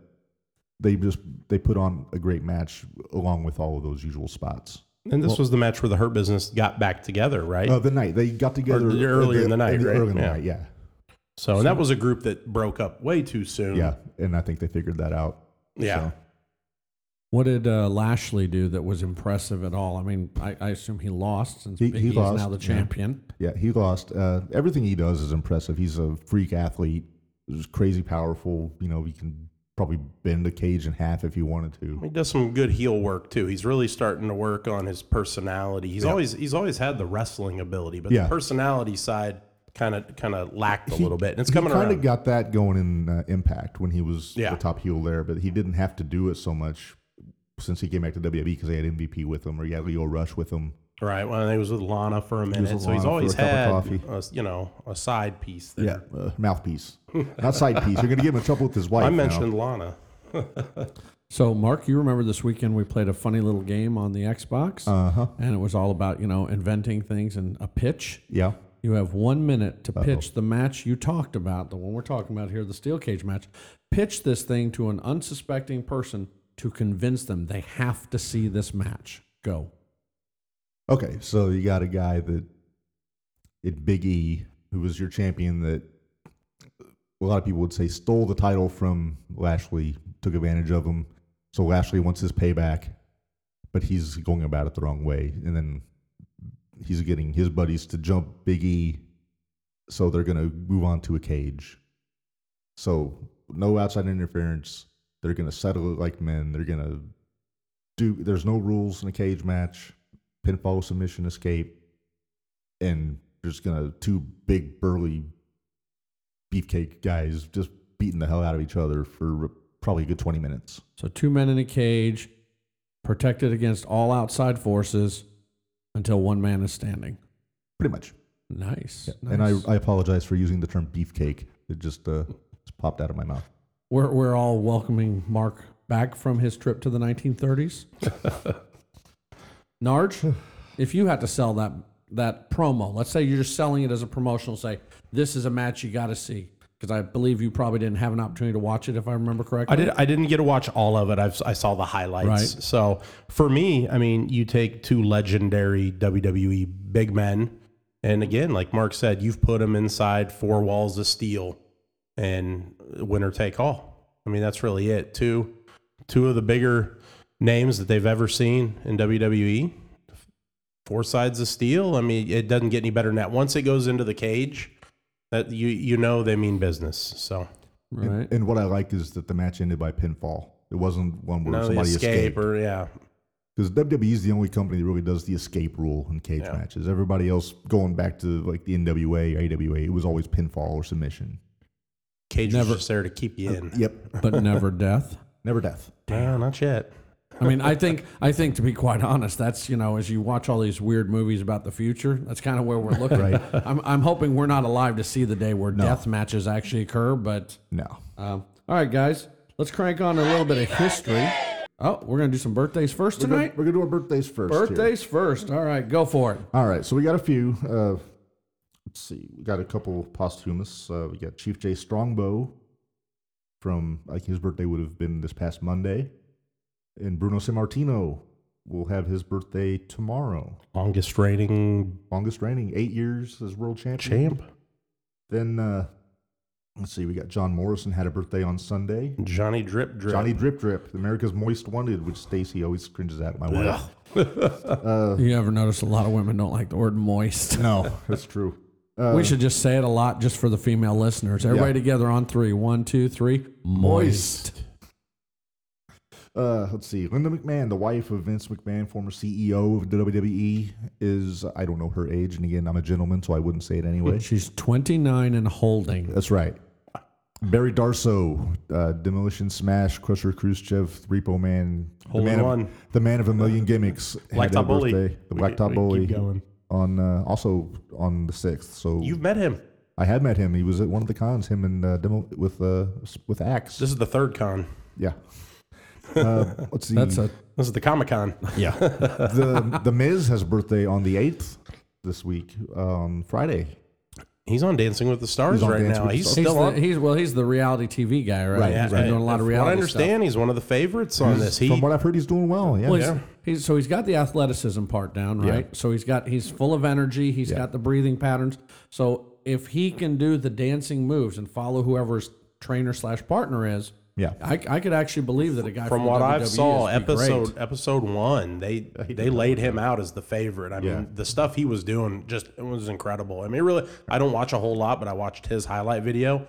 [SPEAKER 2] they just they put on a great match along with all of those usual spots.
[SPEAKER 3] And this was the match where the Hurt Business got back together, right?
[SPEAKER 2] Uh, the night they got together
[SPEAKER 3] the- earlier in the night, right?
[SPEAKER 2] Early in the
[SPEAKER 3] Yeah.
[SPEAKER 2] night, yeah.
[SPEAKER 3] so, and that was a group that broke up way too soon.
[SPEAKER 2] Yeah, and I think they figured that out.
[SPEAKER 3] Yeah.
[SPEAKER 2] So,
[SPEAKER 4] What did uh, Lashley do that was impressive at all? I mean, I, I assume he lost since
[SPEAKER 2] He-
[SPEAKER 4] he,
[SPEAKER 2] he lost,
[SPEAKER 4] is now the
[SPEAKER 2] yeah.
[SPEAKER 4] champion.
[SPEAKER 2] yeah, he lost. Uh, everything he does is impressive. He's a freak athlete. He's crazy powerful. You know, he can probably bend a cage in half if he wanted to.
[SPEAKER 3] He does some good heel work too. He's really starting to work on his personality. He's always he's always had the wrestling ability, but
[SPEAKER 2] Yeah.
[SPEAKER 3] the personality side kind of kind of lacked a little bit. And it's
[SPEAKER 2] He
[SPEAKER 3] coming
[SPEAKER 2] kind
[SPEAKER 3] around.
[SPEAKER 2] of got that going in uh, Impact when he was
[SPEAKER 3] Yeah.
[SPEAKER 2] the top heel there, but he didn't have to do it so much since he came back to WWE because they had MVP with him or he had Leo Rush with him.
[SPEAKER 3] right. Well, he was with Lana for a minute,
[SPEAKER 2] with
[SPEAKER 3] so he's
[SPEAKER 2] Lana for
[SPEAKER 3] always
[SPEAKER 2] a cup of coffee.
[SPEAKER 3] had a, you know a side piece there.
[SPEAKER 2] Yeah, uh, mouthpiece, not side piece. You're going to get him in trouble with his wife.
[SPEAKER 3] I
[SPEAKER 2] now.
[SPEAKER 3] mentioned Lana.
[SPEAKER 4] So, Mark, you remember this weekend we played a funny little game on the Xbox,
[SPEAKER 2] Uh-huh.
[SPEAKER 4] and it was all about you know inventing things and a pitch.
[SPEAKER 2] Yeah.
[SPEAKER 4] You have one minute to pitch the match you talked about, the one we're talking about here, the steel cage match. Pitch this thing to an unsuspecting person to convince them they have to see this match. Go.
[SPEAKER 2] Okay, so you got a guy that it Big E, who was your champion that a lot of people would say stole the title from Lashley, took advantage of him. So Lashley wants his payback, but he's going about it the wrong way. And then he's getting his buddies to jump Big E, so they're going to move on to a cage. So no outside interference. They're going to settle it like men. They're going to do, there's no rules in a cage match pinfall submission escape, and there's gonna two big burly beefcake guys just beating the hell out of each other for probably a good twenty minutes.
[SPEAKER 4] So two men in a cage, protected against all outside forces until one man is standing.
[SPEAKER 2] Pretty much.
[SPEAKER 4] Nice.
[SPEAKER 2] And
[SPEAKER 4] nice.
[SPEAKER 2] I, I apologize for using the term beefcake. It just uh, just popped out of my mouth.
[SPEAKER 4] we're, we're all welcoming Mark back from his trip to the 1930s. Narge, if you had to sell that that promo, let's say you're just selling it as a promotional, say this is a match you got to see because I believe you probably didn't have an opportunity to watch it if I remember correctly.
[SPEAKER 3] I did. I didn't get to watch all of it. I've, I saw the highlights.
[SPEAKER 4] Right.
[SPEAKER 3] So for me, I mean, you take two legendary WWE big men, and again, like Mark said, you've put them inside four walls of steel, and winner take all. I mean, that's really it. Two, two of the bigger names that they've ever seen in WWE. Four sides of steel. I mean, it doesn't get any better than that. Once it goes into the cage, that you you know they mean business. So
[SPEAKER 4] Right.
[SPEAKER 2] And, what I like is that the match ended by pinfall. It wasn't one where
[SPEAKER 3] no the
[SPEAKER 2] somebody
[SPEAKER 3] escape
[SPEAKER 2] escaped.
[SPEAKER 3] or yeah.
[SPEAKER 2] Because WWE E is the only company that really does the escape rule in cage
[SPEAKER 3] Yeah.
[SPEAKER 2] matches. Everybody else going back to like the NWA or AWA, it was always pinfall or submission.
[SPEAKER 3] Cage
[SPEAKER 4] Never-
[SPEAKER 3] was just there to keep you in.
[SPEAKER 2] Yep,
[SPEAKER 4] but never death.
[SPEAKER 2] never death.
[SPEAKER 3] No, not yet.
[SPEAKER 4] I mean, I think I think to be quite honest, that's you know, as you watch all these weird movies about the future, that's kind of where we're looking.
[SPEAKER 2] Right.
[SPEAKER 4] I'm I'm hoping we're not alive to see the day where death matches actually occur. But
[SPEAKER 2] No.
[SPEAKER 4] um, all right, guys, let's crank on a little bit of history. Oh, we're gonna do some birthdays first tonight.
[SPEAKER 2] We're gonna do our birthdays first. here.
[SPEAKER 4] Birthdays first. All right, go for it.
[SPEAKER 2] All right, so we got a few. Uh, let's see, we got a couple posthumous. Uh, we got Chief J Strongbow from like his birthday would have been this past Monday, and Bruno Sammartino will have his birthday tomorrow.
[SPEAKER 3] Longest reigning
[SPEAKER 2] Longest reigning, eight years as world champion.
[SPEAKER 3] champ.
[SPEAKER 2] Then uh, Let's see, we got John Morrison had a birthday on Sunday.
[SPEAKER 3] Johnny Drip Drip.
[SPEAKER 2] Johnny Drip Drip, America's Moist Wanted, which Stacy always cringes at, my wife.
[SPEAKER 4] You ever notice a lot of women don't like the word moist?
[SPEAKER 2] Uh, No, that's true.
[SPEAKER 4] we should just say it a lot just for the female listeners. Everybody
[SPEAKER 2] Yeah.
[SPEAKER 4] together on three. One, two, three. Moist.
[SPEAKER 2] Uh, let's see. Linda McMahon, the wife of Vince McMahon, former CEO of the WWE, is, I don't know her age. And again, I'm a gentleman, so I wouldn't say it anyway.
[SPEAKER 4] She's 29 and holding.
[SPEAKER 2] That's right. Barry Darso, uh, Demolition Smash, Crusher Khrushchev, Repo Man,
[SPEAKER 3] Hole in
[SPEAKER 2] the man,
[SPEAKER 3] one.
[SPEAKER 2] Of, the man of a million gimmicks. had a
[SPEAKER 3] Blacktop Bully.
[SPEAKER 2] birthday. The
[SPEAKER 3] We- we
[SPEAKER 2] Blacktop
[SPEAKER 3] keep
[SPEAKER 2] Bully.
[SPEAKER 3] going.
[SPEAKER 2] On, uh, also on the 6th. So
[SPEAKER 3] You've met him.
[SPEAKER 2] I had met him. He was at one of the cons, him and uh, Demo, with, uh, s- with Axe.
[SPEAKER 3] This is the third con.
[SPEAKER 2] yeah. Uh, let's see.
[SPEAKER 4] That's a
[SPEAKER 3] This is the Comic Con.
[SPEAKER 2] Yeah. the The Miz has a birthday on the eighth this week on Friday.
[SPEAKER 3] He's on Dancing with the Stars
[SPEAKER 2] He's on
[SPEAKER 3] right
[SPEAKER 2] Dancing
[SPEAKER 3] now.
[SPEAKER 2] with the
[SPEAKER 3] He's
[SPEAKER 2] Stars.
[SPEAKER 4] he's
[SPEAKER 3] still
[SPEAKER 4] the,
[SPEAKER 3] on.
[SPEAKER 4] He's well, he's the reality TV guy, right?
[SPEAKER 2] Right,
[SPEAKER 4] He's
[SPEAKER 2] right.
[SPEAKER 4] been doing a lot of
[SPEAKER 3] From what I
[SPEAKER 4] reality
[SPEAKER 3] understand,
[SPEAKER 4] stuff.
[SPEAKER 3] he's one of the favorites on this. He
[SPEAKER 2] From what I've heard, he's doing well. Yeah.
[SPEAKER 4] Well, he's, he's- so he's got the athleticism part down, right? So he's got he's full of energy. He's got the breathing patterns. So if he can do the dancing moves and follow whoever's trainer slash partner is,
[SPEAKER 2] Yeah.
[SPEAKER 4] I, I could actually believe that a guy
[SPEAKER 3] from
[SPEAKER 4] from
[SPEAKER 3] what
[SPEAKER 4] the
[SPEAKER 3] I've
[SPEAKER 4] WWE
[SPEAKER 3] saw
[SPEAKER 4] is be E great.
[SPEAKER 3] episode episode one, they they laid him out as the favorite. I
[SPEAKER 2] Yeah.
[SPEAKER 3] mean, the stuff he was doing just it was incredible. I mean, really, I don't watch a whole lot, but I watched his highlight video,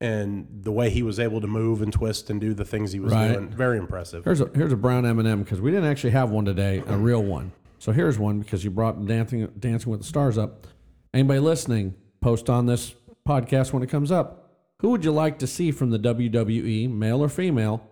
[SPEAKER 3] and the way he was able to move and twist and do the things he was
[SPEAKER 4] Right.
[SPEAKER 3] doing, very impressive.
[SPEAKER 4] Here's a here's a brown M and m because we didn't actually have one today, a real one. So here's one because you brought dancing Dancing with the Stars up. Anybody listening, post on this podcast when it comes up. Who would you like to see from the WWE, male or female,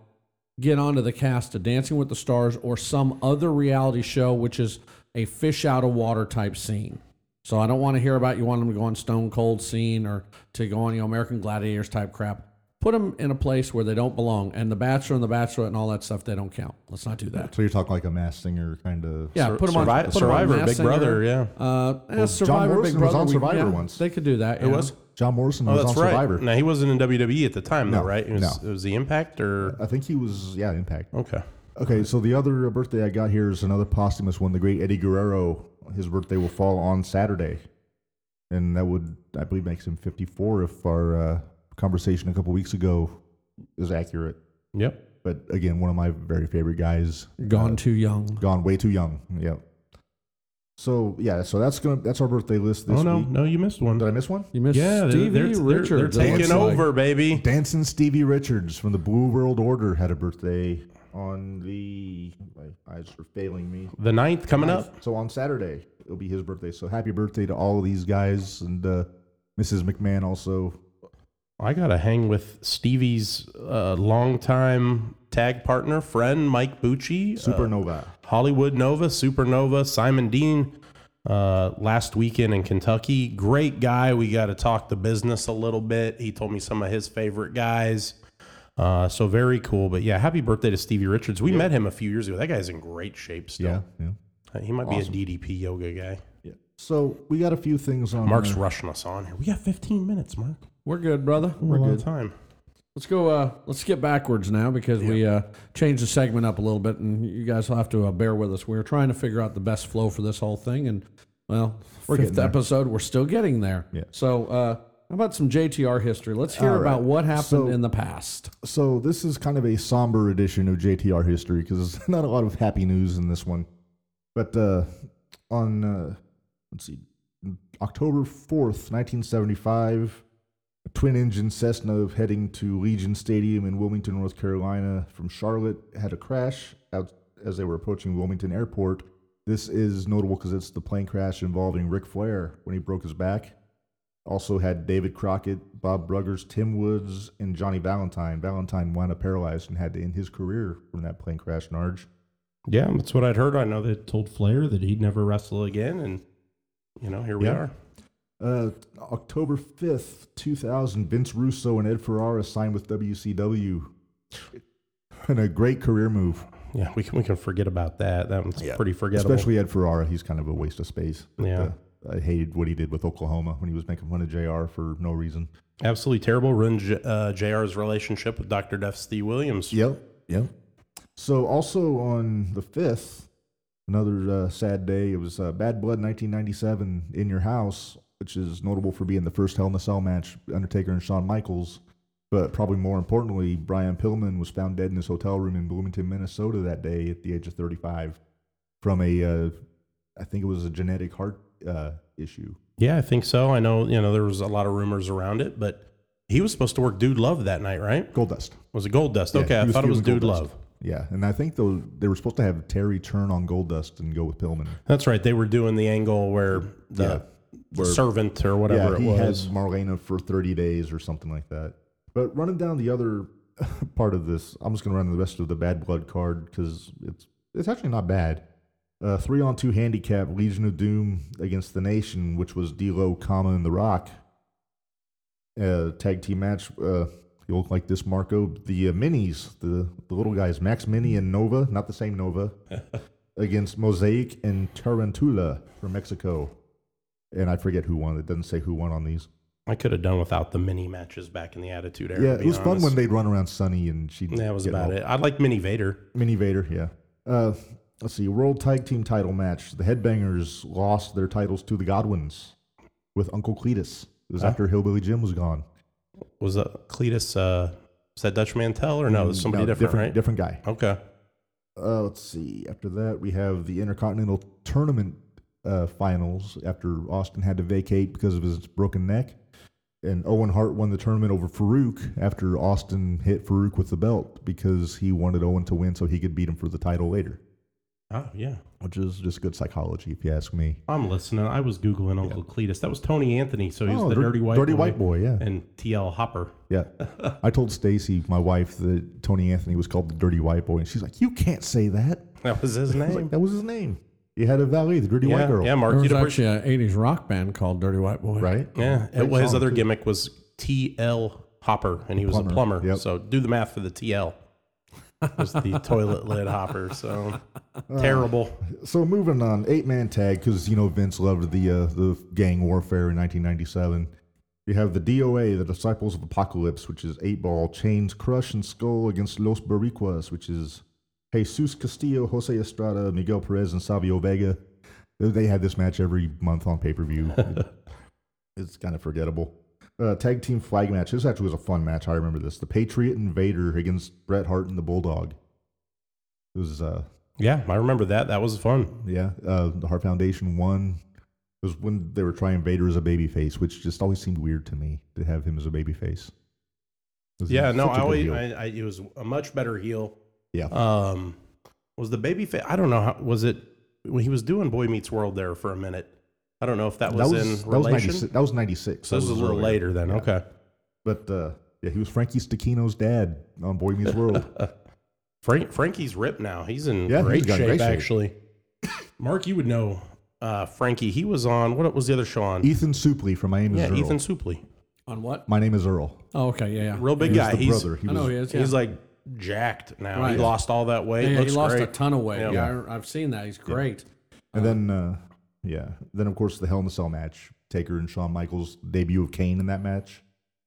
[SPEAKER 4] get onto the cast of Dancing with the Stars or some other reality show, which is a fish out of water type scene? So I don't want to hear about you want them to go on Stone Cold scene or to go on you know American Gladiators type crap. Put them in a place where they don't belong, and The Bachelor and The Bachelorette and all that stuff they don't count. Let's not do that.
[SPEAKER 2] So you're talking like a mass singer kind of.
[SPEAKER 4] Yeah, put 'em
[SPEAKER 3] Survi-
[SPEAKER 4] on- put 'em on
[SPEAKER 3] Survivor,
[SPEAKER 4] Masked
[SPEAKER 3] Big
[SPEAKER 4] Singer.
[SPEAKER 3] Brother, yeah.
[SPEAKER 4] Uh, eh, Survivor, Big
[SPEAKER 2] Morrison was
[SPEAKER 4] Brother,
[SPEAKER 2] on
[SPEAKER 4] we-
[SPEAKER 2] Survivor
[SPEAKER 4] yeah,
[SPEAKER 2] once.
[SPEAKER 4] They could do that. It
[SPEAKER 3] was?
[SPEAKER 2] John Morrison
[SPEAKER 3] Oh,
[SPEAKER 2] was
[SPEAKER 3] that's
[SPEAKER 2] on
[SPEAKER 3] right.
[SPEAKER 2] Survivor.
[SPEAKER 3] Now he wasn't in WWE at the time,
[SPEAKER 2] No,
[SPEAKER 3] though, right? It was, it was the Impact or
[SPEAKER 2] I think he was. Yeah, Impact.
[SPEAKER 3] okay.
[SPEAKER 2] Okay, so the other birthday I got here is another posthumous one. The great Eddie Guerrero. His birthday will fall on Saturday, and that would I believe makes him 54 if our uh, conversation a couple weeks ago is accurate.
[SPEAKER 3] Yep.
[SPEAKER 2] But again, one of my very favorite guys.
[SPEAKER 4] Gone too young.
[SPEAKER 2] gone way too young. Yep. So yeah, so that's gonna that's our birthday list this
[SPEAKER 3] Oh no,
[SPEAKER 2] week.
[SPEAKER 3] no, you missed one.
[SPEAKER 2] Did I miss one?
[SPEAKER 4] You missed
[SPEAKER 3] Yeah,
[SPEAKER 4] Stevie
[SPEAKER 3] they're, they're,
[SPEAKER 4] Richards.
[SPEAKER 3] they're,
[SPEAKER 4] it
[SPEAKER 3] they're taking
[SPEAKER 4] looks like.
[SPEAKER 3] over, baby.
[SPEAKER 2] Dancing Stevie Richards from the Blue World Order had a birthday on the my eyes are failing me.
[SPEAKER 3] The ninth coming up.
[SPEAKER 2] So on Saturday it'll be his birthday. So happy birthday to all of these guys and uh, Mrs. McMahon also.
[SPEAKER 3] I got to hang with Stevie's uh, longtime tag partner, friend, Mike Bucci, uh,
[SPEAKER 2] Supernova.
[SPEAKER 3] Hollywood Nova, Supernova, Simon Dean, uh, last weekend in Kentucky. Great guy. We got to talk the business a little bit. He told me some of his favorite guys. Uh, so very cool. But yeah, happy birthday to Stevie Richards. We met him a few years ago. That guy's in great shape
[SPEAKER 2] yeah,
[SPEAKER 3] still.
[SPEAKER 2] yeah.
[SPEAKER 3] Uh, He might be a DDP yoga guy.
[SPEAKER 2] So we got a few things on
[SPEAKER 3] Mark's
[SPEAKER 2] there.
[SPEAKER 3] rushing us on here. We got 15 minutes, Mark.
[SPEAKER 4] We're good, brother.
[SPEAKER 3] We're good time.
[SPEAKER 4] Let's go. Uh, let's skip backwards now because we uh, changed the segment up a little bit, and you guys will have to uh, bear with us. We were trying to figure out the best flow for this whole thing, and well,
[SPEAKER 2] getting
[SPEAKER 4] fifth
[SPEAKER 2] there.
[SPEAKER 4] episode, we're still getting there.
[SPEAKER 2] Yeah.
[SPEAKER 4] So, uh, how about some JTR history? Let's hear
[SPEAKER 2] All right.
[SPEAKER 4] about what happened
[SPEAKER 2] So-
[SPEAKER 4] in the past.
[SPEAKER 2] so this is kind of a somber edition of JTR history because there's not a lot of happy news in this one. But uh, on uh, let's see, October fourth, nineteen seventy-five, a twin-engine Cessna heading to Legion Stadium in Wilmington, North Carolina, from Charlotte, had a crash out as they were approaching Wilmington Airport. This is notable because it's the plane crash involving Ric Flair when he broke his back also had David Crockett, Bob Bruggers, Tim Woods, and Johnny Valentine. Valentine wound up paralyzed and had to end his career from that plane crash, Narge.
[SPEAKER 3] Yeah, that's what I'd heard. I know they told Flair that he'd never wrestle again, and you know, here we
[SPEAKER 2] Yeah.
[SPEAKER 3] are.
[SPEAKER 2] Uh, October 5th, 2000, Vince Russo and Ed Ferrara signed with WCW. And a great career move,
[SPEAKER 3] Yeah, we can we can forget about that. That one's pretty forgettable.
[SPEAKER 2] especially Ed Ferrara. He's kind of a waste of space. But,
[SPEAKER 3] Yeah.
[SPEAKER 2] uh, I hated what he did with Oklahoma when he was making fun of JR for no reason.
[SPEAKER 3] absolutely terrible. Ruined J- uh, Jr's relationship with Doctor Death Steve Williams.
[SPEAKER 2] Yep. Yep. So also on the fifth, another uh, sad day. It was uh, Bad Blood 1997 in your house. which is notable for being the first Hell in a Cell match, Undertaker and Shawn Michaels. But probably more importantly, Brian Pillman was found dead in his hotel room in Bloomington, Minnesota that day at the age of 35 from a, uh, I think it was a genetic heart uh, issue.
[SPEAKER 3] Yeah, I think so. I know, you know, there was a lot of rumors around it, but he was supposed to work Dude Love that night, right?
[SPEAKER 2] Gold dust.
[SPEAKER 3] Was it Gold Dust?
[SPEAKER 2] Yeah,
[SPEAKER 3] okay,
[SPEAKER 2] he
[SPEAKER 3] I thought it was
[SPEAKER 2] feuding
[SPEAKER 3] Dude
[SPEAKER 2] Goldust.
[SPEAKER 3] Love.
[SPEAKER 2] Yeah, and I think though they were supposed to have Terry turn on Gold Dust and go with Pillman.
[SPEAKER 3] That's right. They were doing the angle where the
[SPEAKER 2] Yeah,
[SPEAKER 3] the servant or whatever
[SPEAKER 2] yeah, he
[SPEAKER 3] it
[SPEAKER 2] had
[SPEAKER 3] was.
[SPEAKER 2] Marlena for 30 days or something like that. But running down the other part of this, I'm just going to run the rest of the bad blood card because it's it's actually not bad. Uh, three on two handicap, Legion of Doom against the Nation, which was D'Lo, Kama, and The Rock. Uh, tag team match. Uh, you look like this, Marco. The uh, minis, the the little guys, Max Mini and Nova, not the same Nova, against Mosaic and Tarantula from Mexico and I forget who won. It doesn't say who won on these.
[SPEAKER 3] I could have done without the mini matches back in the Attitude Era.
[SPEAKER 2] yeah,
[SPEAKER 3] to
[SPEAKER 2] it
[SPEAKER 3] be
[SPEAKER 2] was fun
[SPEAKER 3] honest.
[SPEAKER 2] when they'd run around Sunny and she'd.
[SPEAKER 3] That was
[SPEAKER 2] get
[SPEAKER 3] about
[SPEAKER 2] all-
[SPEAKER 3] it. I like Mini Vader.
[SPEAKER 2] Mini Vader, yeah. Uh, let's see. World Tag Team title match. The Headbangers lost their titles to the Godwins with Uncle Cletus. It was
[SPEAKER 3] Huh?
[SPEAKER 2] after Hillbilly Jim was gone.
[SPEAKER 3] Was that Cletus? Uh, was that Dutch Mantel or no? It was somebody different,
[SPEAKER 2] Mm, different,
[SPEAKER 3] right?
[SPEAKER 2] different guy.
[SPEAKER 3] Okay.
[SPEAKER 2] Uh, let's see. After that, we have the Intercontinental Tournament uh, finals after Austin had to vacate because of his broken neck. And Owen Hart won the tournament over Farouk after Austin hit Farouk with the belt because he wanted Owen to win so he could beat him for the title later,
[SPEAKER 3] Oh yeah,
[SPEAKER 2] which is just good psychology, if you ask me.
[SPEAKER 3] I'm listening. I was googling Uncle Cletus. That was Tony Anthony. So he was
[SPEAKER 2] Oh,
[SPEAKER 3] the
[SPEAKER 2] dir-
[SPEAKER 3] dirty white,
[SPEAKER 2] dirty
[SPEAKER 3] boy
[SPEAKER 2] white boy, yeah,
[SPEAKER 3] and TL Hopper.
[SPEAKER 2] yeah. I told Stacy, my wife, that Tony Anthony was called the dirty white boy, and she's like, "You can't say that."
[SPEAKER 3] That was his
[SPEAKER 2] I was
[SPEAKER 3] name.
[SPEAKER 2] like, "That was his name. He had a valet, the dirty
[SPEAKER 3] yeah,
[SPEAKER 2] white girl,
[SPEAKER 3] yeah, Mark.
[SPEAKER 4] There was
[SPEAKER 3] You'd
[SPEAKER 4] actually an '80s rock band called Dirty White Boy.
[SPEAKER 2] right?
[SPEAKER 3] Yeah,
[SPEAKER 2] Great
[SPEAKER 3] it, well, his
[SPEAKER 2] song,
[SPEAKER 3] other
[SPEAKER 2] too.
[SPEAKER 3] gimmick was TL Hopper, and he was a
[SPEAKER 2] Plumber,
[SPEAKER 3] plumber.
[SPEAKER 2] yep.
[SPEAKER 3] So do the math for the TL. It was the toilet lid hopper. So
[SPEAKER 2] Uh.
[SPEAKER 3] terrible.
[SPEAKER 2] So moving on, eight man tag because you know Vince loved the uh, the gang warfare in 1997. You have the DOA, the Disciples of Apocalypse, which is Eight Ball, Chains, Crush, and Skull against Los Bariquas, which is Jesus Castillo, Jose Estrada, Miguel Perez, and Savio Vega. They- They had this match every month on pay per view. it's kind of forgettable. Uh, tag team flag match. This actually was a fun match. I remember this. The Patriot and Vader against Bret Hart and the Bulldog. It was uh,
[SPEAKER 3] Yeah, I remember that. That was fun.
[SPEAKER 2] yeah, uh, the Heart Foundation won. It was when they were trying Vader as a babyface, which just always seemed weird to me to have him as a babyface. It was
[SPEAKER 3] Yeah,
[SPEAKER 2] such
[SPEAKER 3] no,
[SPEAKER 2] a
[SPEAKER 3] I
[SPEAKER 2] good
[SPEAKER 3] always
[SPEAKER 2] heel.
[SPEAKER 3] I, I, it was a much better heel.
[SPEAKER 2] yeah,
[SPEAKER 3] Um, was the baby face? I don't know. How, was it when he was doing Boy Meets World there for a minute? I don't know if that was, in
[SPEAKER 2] that was
[SPEAKER 3] relation.
[SPEAKER 2] 96. That was ninety six.
[SPEAKER 3] so this is a little later then. Okay.
[SPEAKER 2] but uh, yeah, he was Frankie Stakino's dad on Boy Meets World.
[SPEAKER 3] Frank Frankie's ripped now. He's in
[SPEAKER 2] Yeah, he's
[SPEAKER 3] great,
[SPEAKER 2] got
[SPEAKER 3] shape,
[SPEAKER 2] great shape.
[SPEAKER 3] actually. Mark, you would know uh, Frankie. He was on what was the other show on?
[SPEAKER 2] Ethan Supley from My Name Is
[SPEAKER 3] yeah,
[SPEAKER 2] Earl.
[SPEAKER 3] Ethan Supley,
[SPEAKER 4] On what?
[SPEAKER 2] My Name Is Earl.
[SPEAKER 4] Oh, okay. Yeah, yeah.
[SPEAKER 3] real big
[SPEAKER 2] He was
[SPEAKER 3] guy.
[SPEAKER 2] the
[SPEAKER 3] he's
[SPEAKER 2] brother. He
[SPEAKER 4] I
[SPEAKER 2] was
[SPEAKER 4] know he is. Yeah.
[SPEAKER 3] he's like jacked now.
[SPEAKER 4] Right.
[SPEAKER 3] He lost all that weight.
[SPEAKER 4] Yeah, yeah, he
[SPEAKER 3] Looks
[SPEAKER 4] lost
[SPEAKER 3] great.
[SPEAKER 4] a ton of weight.
[SPEAKER 3] Yeah.
[SPEAKER 4] Yeah, I, I've seen that. He's great.
[SPEAKER 2] And then, uh, yeah, then of course the Hell in a Cell match. Taker and Shawn Michaels debut of Kane in that match.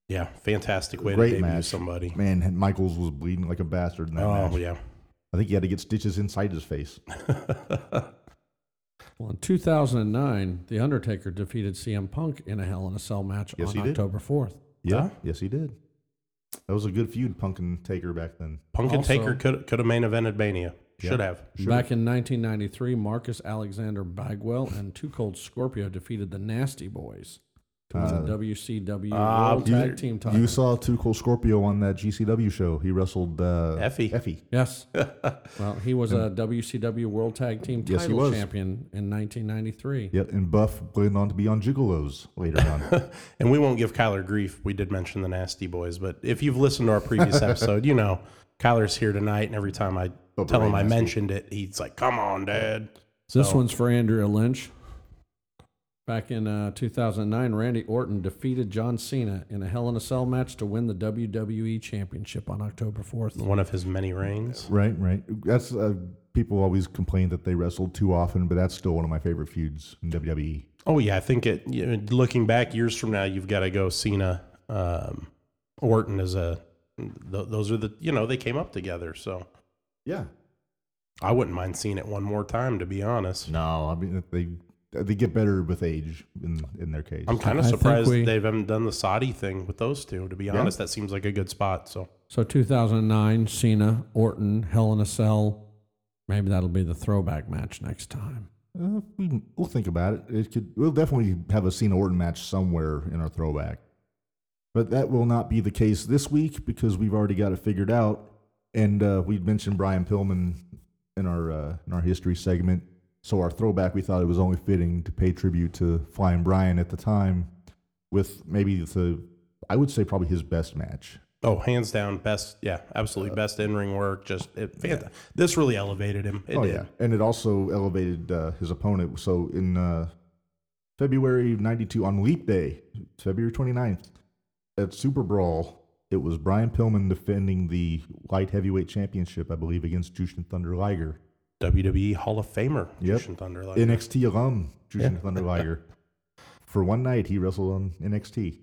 [SPEAKER 3] Yeah, fantastic way
[SPEAKER 2] Great
[SPEAKER 3] to debut
[SPEAKER 2] match.
[SPEAKER 3] somebody.
[SPEAKER 2] Man, and Michaels was bleeding like a bastard in that match.
[SPEAKER 3] Oh yeah.
[SPEAKER 2] I think he had to get stitches inside his face.
[SPEAKER 4] Well, in 2009, The Undertaker defeated CM Punk in a Hell in a Cell match
[SPEAKER 2] Yes, he
[SPEAKER 4] on
[SPEAKER 2] did.
[SPEAKER 4] October 4th.
[SPEAKER 2] Yeah.
[SPEAKER 3] Huh?
[SPEAKER 2] Yes, he did. That was a good feud, Punk and Taker back then.
[SPEAKER 3] Punk and
[SPEAKER 4] Also-
[SPEAKER 3] Taker could could have main evented Mania. Should
[SPEAKER 2] Yeah.
[SPEAKER 3] have.
[SPEAKER 4] Back in 1993, Marcus Alexander Bagwell and Two Cold Scorpio defeated the Nasty Boys to win the WCW
[SPEAKER 3] Ah,
[SPEAKER 4] World
[SPEAKER 3] you-
[SPEAKER 4] Tag Team title.
[SPEAKER 2] Uh, You saw Too Cool Scorpio on that GCW show. He wrestled uh,
[SPEAKER 3] Effie.
[SPEAKER 2] Effie.
[SPEAKER 4] yes. well, he was a WCW World Tag Team
[SPEAKER 2] Yes, he
[SPEAKER 4] title
[SPEAKER 2] was.
[SPEAKER 4] champion in 1993.
[SPEAKER 2] Yep, and Buff went on to be on Gigolos later on.
[SPEAKER 3] And we won't give Kyler grief. We did mention the Nasty Boys, but if you've listened to our previous episode, you know Kyler's here tonight, and every time I
[SPEAKER 2] But
[SPEAKER 3] tell him
[SPEAKER 2] very
[SPEAKER 3] I
[SPEAKER 2] nasty.
[SPEAKER 3] mentioned it, he's like, "Come on, Dad."
[SPEAKER 4] This
[SPEAKER 3] So-
[SPEAKER 4] one's for Andrea Lynch. Back in uh, 2009, Randy Orton defeated John Cena in a Hell in a Cell match to win the WWE Championship on October 4th.
[SPEAKER 3] One of his many reigns.
[SPEAKER 2] right, right. That's uh, people always complain that they wrestled too often, but that's still one of my favorite feuds in E. WWE.
[SPEAKER 3] Oh yeah, I think it. You know, looking back years from now, you've got to go Cena, um, Orton as a. Th- those are the you know they came up together, so
[SPEAKER 2] Yeah.
[SPEAKER 3] I wouldn't mind seeing it one more time. To be honest,
[SPEAKER 2] No, I mean they They get better with age in in their case.
[SPEAKER 3] I'm kind of
[SPEAKER 4] I think
[SPEAKER 3] surprised
[SPEAKER 4] we-
[SPEAKER 3] they haven't done the Saudi thing with those two. To be honest, that seems like a good spot. So
[SPEAKER 4] So 2009, Cena, Orton, Hell in a Cell. Maybe that'll be the throwback match next time.
[SPEAKER 2] Uh, we, we'll think about it. It could. We'll definitely have a Cena Orton match somewhere in our throwback, but that will not be the case this week because we've already got it figured out. And uh, we mentioned Brian Pillman in our uh, in our history segment. So our throwback, we thought it was only fitting to pay tribute to Flying Brian at the time, with maybe the I would say probably his best match.
[SPEAKER 3] Oh, hands down, best. Yeah,
[SPEAKER 2] Uh,
[SPEAKER 3] absolutely best in ring work. Just it, fanta- this really elevated him. It
[SPEAKER 2] oh
[SPEAKER 3] did.
[SPEAKER 2] yeah, and it also elevated uh, his opponent. So in uh, February of '92 on Leap Day, February 29th, at Super Brawl, it was Brian Pillman defending the light heavyweight championship, I believe, against Jushin Thunder Liger,
[SPEAKER 3] WWE E Hall of Famer.
[SPEAKER 2] Yep.
[SPEAKER 3] Jushin Thunder Liger.
[SPEAKER 2] NXT alum Jushin Thunder Liger. For one night, he wrestled on NXT.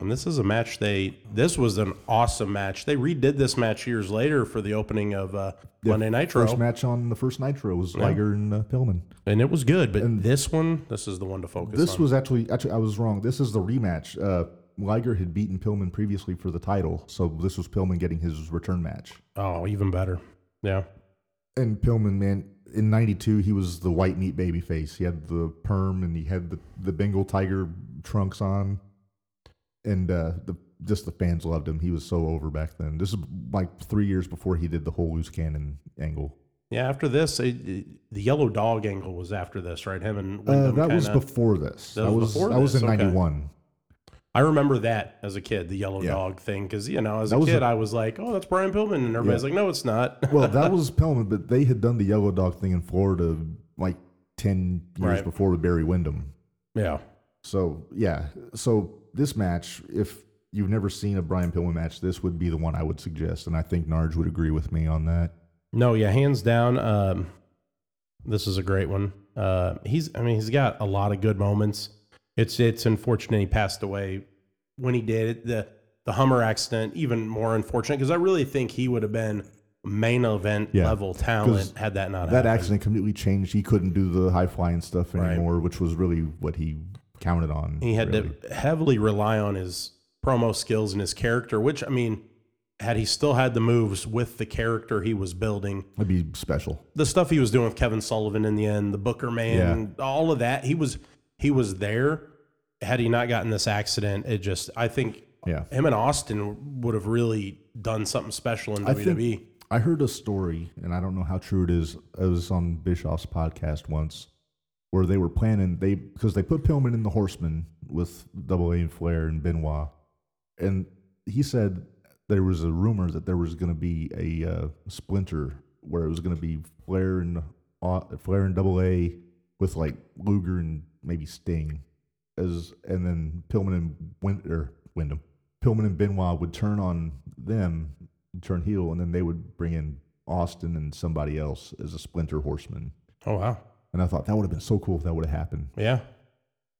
[SPEAKER 3] And this is a match they. This was an awesome match. They redid this match years later for the opening of uh,
[SPEAKER 2] The
[SPEAKER 3] Monday Nitro,
[SPEAKER 2] First match on the first Nitro was Liger and uh, Pillman.
[SPEAKER 3] and it was good. But this one, this is the one to focus
[SPEAKER 2] This
[SPEAKER 3] on.
[SPEAKER 2] was actually actually I was wrong. This is the rematch. Uh, Liger had beaten Pillman previously for the title, so this was Pillman getting his return match.
[SPEAKER 3] oh, even better. Yeah.
[SPEAKER 2] And Pillman, man, in '92 he was the white meat baby face. He had the perm and he had the, the Bengal tiger trunks on, and uh, the just the fans loved him. He was so over back then. This is like three years before he did the whole loose cannon angle.
[SPEAKER 3] Yeah, after this, it, it- the yellow dog angle was after this, right? Him and
[SPEAKER 2] Uh,
[SPEAKER 3] Wyndham
[SPEAKER 2] that was
[SPEAKER 3] kinda-
[SPEAKER 2] before this.
[SPEAKER 3] That
[SPEAKER 2] That,
[SPEAKER 3] was
[SPEAKER 2] was
[SPEAKER 3] before
[SPEAKER 2] that was
[SPEAKER 3] this,
[SPEAKER 2] in
[SPEAKER 3] okay.
[SPEAKER 2] '91.
[SPEAKER 3] I remember that as a kid, the yellow
[SPEAKER 2] Yeah.
[SPEAKER 3] dog thing, because you know, as
[SPEAKER 2] That
[SPEAKER 3] a
[SPEAKER 2] was
[SPEAKER 3] kid,
[SPEAKER 2] a-
[SPEAKER 3] I was like, "Oh, that's Brian Pillman," and everybody's like, "No, it's not."
[SPEAKER 2] Well, that was Pillman, but they had done the yellow dog thing in Florida like ten years
[SPEAKER 3] Right.
[SPEAKER 2] before with Barry Windham.
[SPEAKER 3] yeah,
[SPEAKER 2] So yeah, so this match, if you've never seen a Brian Pillman match, this would be the one I would suggest, and I think Narge would agree with me on that.
[SPEAKER 3] no, yeah, hands down. Um, this is a great one. Uh, he's, I mean, he's got a lot of good moments. It's, it's unfortunate he passed away when he did it. The, the Hummer accident, even more unfortunate, because I really think he would have been main event
[SPEAKER 2] Yeah,
[SPEAKER 3] level
[SPEAKER 2] 'cause
[SPEAKER 3] talent had that not
[SPEAKER 2] That
[SPEAKER 3] happened.
[SPEAKER 2] accident completely changed. He couldn't do the high flying stuff
[SPEAKER 3] Right.
[SPEAKER 2] anymore, which was really what he counted on.
[SPEAKER 3] He had
[SPEAKER 2] really.
[SPEAKER 3] to heavily rely on his promo skills and his character, which I mean, had he still had the moves with the character he was building,
[SPEAKER 2] It'd be special.
[SPEAKER 3] the stuff he was doing with Kevin Sullivan in the end, the Booker man, all of that, he was he was there. Had he not gotten this accident, it just I think
[SPEAKER 2] Yeah.
[SPEAKER 3] him and Austin would have really done something special in E.
[SPEAKER 2] I
[SPEAKER 3] WWE.
[SPEAKER 2] think I heard a story, and I don't know how true it is. It was on Bischoff's podcast once, where they were planning they because they put Pillman in the Horseman with Double A and Flair and Benoit, and he said there was a rumor that there was going to be a uh, splinter where it was going to be Flair and uh, Flair and Double A with like Luger and maybe Sting as and then Pillman and Win, or Wyndham, Pillman and Benoit would turn on them, turn heel, and then they would bring in Austin and somebody else as a splinter horseman.
[SPEAKER 3] oh wow,
[SPEAKER 2] And I thought that would have been so cool if that would have happened.
[SPEAKER 3] yeah,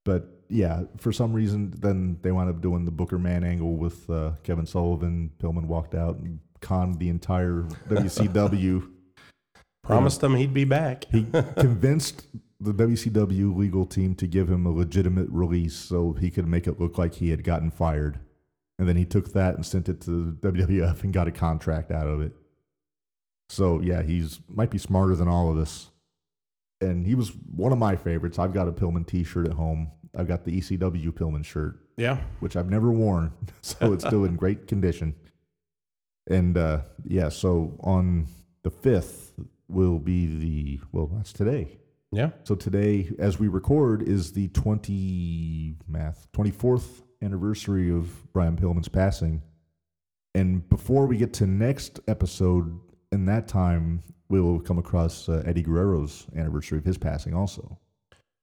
[SPEAKER 2] But yeah, for some reason, then they wound up doing the Booker Man angle with uh, Kevin Sullivan. Pillman walked out and conned the entire WCW.
[SPEAKER 3] promised him he'd be back.
[SPEAKER 2] He convinced the WCW legal team to give him a legitimate release so he could make it look like he had gotten fired. And then he took that and sent it to WWF and got a contract out of it. So yeah, he's might be smarter than all of us. And he was one of my favorites. I've got a Pillman t-shirt at home. I've got the ECW Pillman shirt
[SPEAKER 3] yeah,
[SPEAKER 2] which I've never worn, so it's still in great condition. And uh, yeah, so on the fifth will be the well, that's today.
[SPEAKER 3] yeah.
[SPEAKER 2] So today, as we record, is the twenty math twenty fourth anniversary of Brian Pillman's passing. And before we get to next episode, in that time we will come across uh, Eddie Guerrero's anniversary of his passing, also.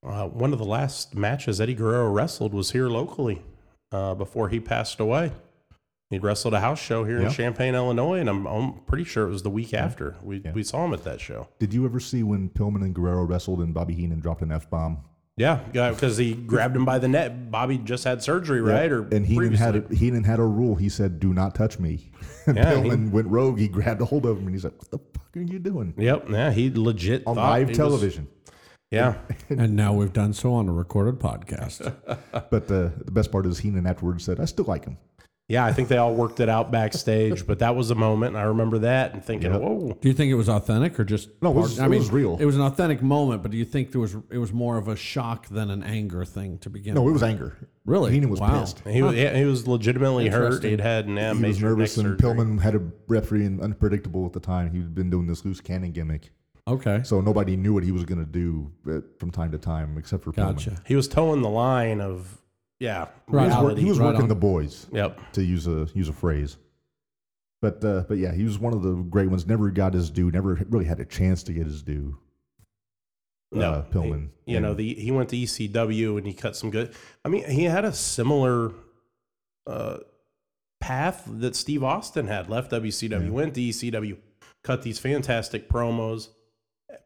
[SPEAKER 3] Uh, one of the last matches Eddie Guerrero wrestled was here locally uh, before he passed away. He wrestled a house show here
[SPEAKER 2] Yeah.
[SPEAKER 3] in Champaign, Illinois, and I'm, I'm pretty sure it was the week after we, we saw him at that show.
[SPEAKER 2] Did you ever see when Pillman and Guerrero wrestled and Bobby Heenan dropped an f bomb?
[SPEAKER 3] Yeah, because he grabbed him by the net. Bobby just had surgery, right? Or
[SPEAKER 2] and Heenan had
[SPEAKER 3] previously.
[SPEAKER 2] a, Heenan had a rule. He said, "Do not touch me." And
[SPEAKER 3] Yeah,
[SPEAKER 2] Pillman went rogue. He grabbed a hold of him and he's like, "What the fuck are you doing
[SPEAKER 3] Yep, yeah, he legit
[SPEAKER 2] on
[SPEAKER 3] thought he
[SPEAKER 2] live
[SPEAKER 3] was-
[SPEAKER 2] television?"
[SPEAKER 3] Yeah.
[SPEAKER 4] And now we've done so on a recorded podcast.
[SPEAKER 2] But uh, the best part is Heenan afterwards said, I still like him.
[SPEAKER 3] Yeah. I think they all worked it out backstage, but that was a moment. And I remember that and thinking,
[SPEAKER 2] Yep.
[SPEAKER 3] whoa.
[SPEAKER 4] Do you think it was authentic or just?
[SPEAKER 2] No, it was- it was real.
[SPEAKER 4] It was an authentic moment, but do you think there was? It was more of a shock than an anger thing to begin.
[SPEAKER 2] No, it
[SPEAKER 4] with?
[SPEAKER 2] was anger.
[SPEAKER 4] Really?
[SPEAKER 2] Heenan was
[SPEAKER 4] Wow.
[SPEAKER 2] pissed.
[SPEAKER 3] And He was, yeah, he was legitimately hurt.
[SPEAKER 4] Interesting.
[SPEAKER 3] He'd had an yeah,
[SPEAKER 2] He was
[SPEAKER 3] major
[SPEAKER 2] nervous,
[SPEAKER 3] neck
[SPEAKER 2] and
[SPEAKER 3] surgery.
[SPEAKER 2] Pillman had a referee and unpredictable at the time. He'd been doing this loose cannon gimmick.
[SPEAKER 4] okay.
[SPEAKER 2] So nobody knew what he was going to do uh, from time to time except for
[SPEAKER 4] Gotcha.
[SPEAKER 2] Pillman.
[SPEAKER 3] He was towing the line of, yeah,
[SPEAKER 4] Right.
[SPEAKER 2] He was, wor-
[SPEAKER 4] Reality,
[SPEAKER 2] he was
[SPEAKER 4] right
[SPEAKER 2] working
[SPEAKER 4] on.
[SPEAKER 2] the boys,
[SPEAKER 3] Yep.
[SPEAKER 2] to use a use a phrase. But uh, but yeah, he was one of the great ones. Never got his due. Never really had a chance to get his due.
[SPEAKER 3] No,
[SPEAKER 2] uh, Pillman.
[SPEAKER 3] He, you know, the he went to ECW and he cut some good. I mean, he had a similar uh, path that Steve Austin had. Left WCW, went to ECW, cut these fantastic promos.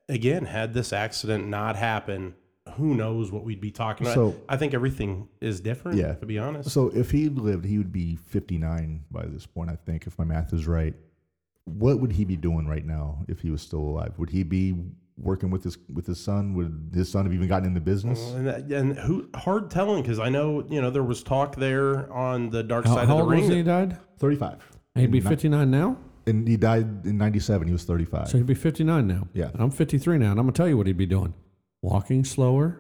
[SPEAKER 3] Again, had this accident not happen, who knows what we'd be talking about?
[SPEAKER 2] So-
[SPEAKER 3] I think everything is different.
[SPEAKER 2] Yeah.
[SPEAKER 3] to be honest.
[SPEAKER 2] So if he lived, he would be 59 by this point, I think, if my math is right. What would he be doing right now if he was still alive? Would he be working with his with his son? Would his son have even gotten in the business?
[SPEAKER 3] And, that, and who hard telling because I know you know there was talk there on the dark
[SPEAKER 4] How,
[SPEAKER 3] side
[SPEAKER 4] how
[SPEAKER 3] of
[SPEAKER 4] old
[SPEAKER 3] the
[SPEAKER 4] was
[SPEAKER 3] ring.
[SPEAKER 4] he?
[SPEAKER 3] that-
[SPEAKER 4] he Died?
[SPEAKER 2] 35.
[SPEAKER 4] He'd be
[SPEAKER 2] Not-
[SPEAKER 4] 59 now.
[SPEAKER 2] And he died in 97. He was 35.
[SPEAKER 4] So he'd be 59 now.
[SPEAKER 2] Yeah.
[SPEAKER 4] And I'm 53 now, and I'm going to tell you what he'd be doing walking slower,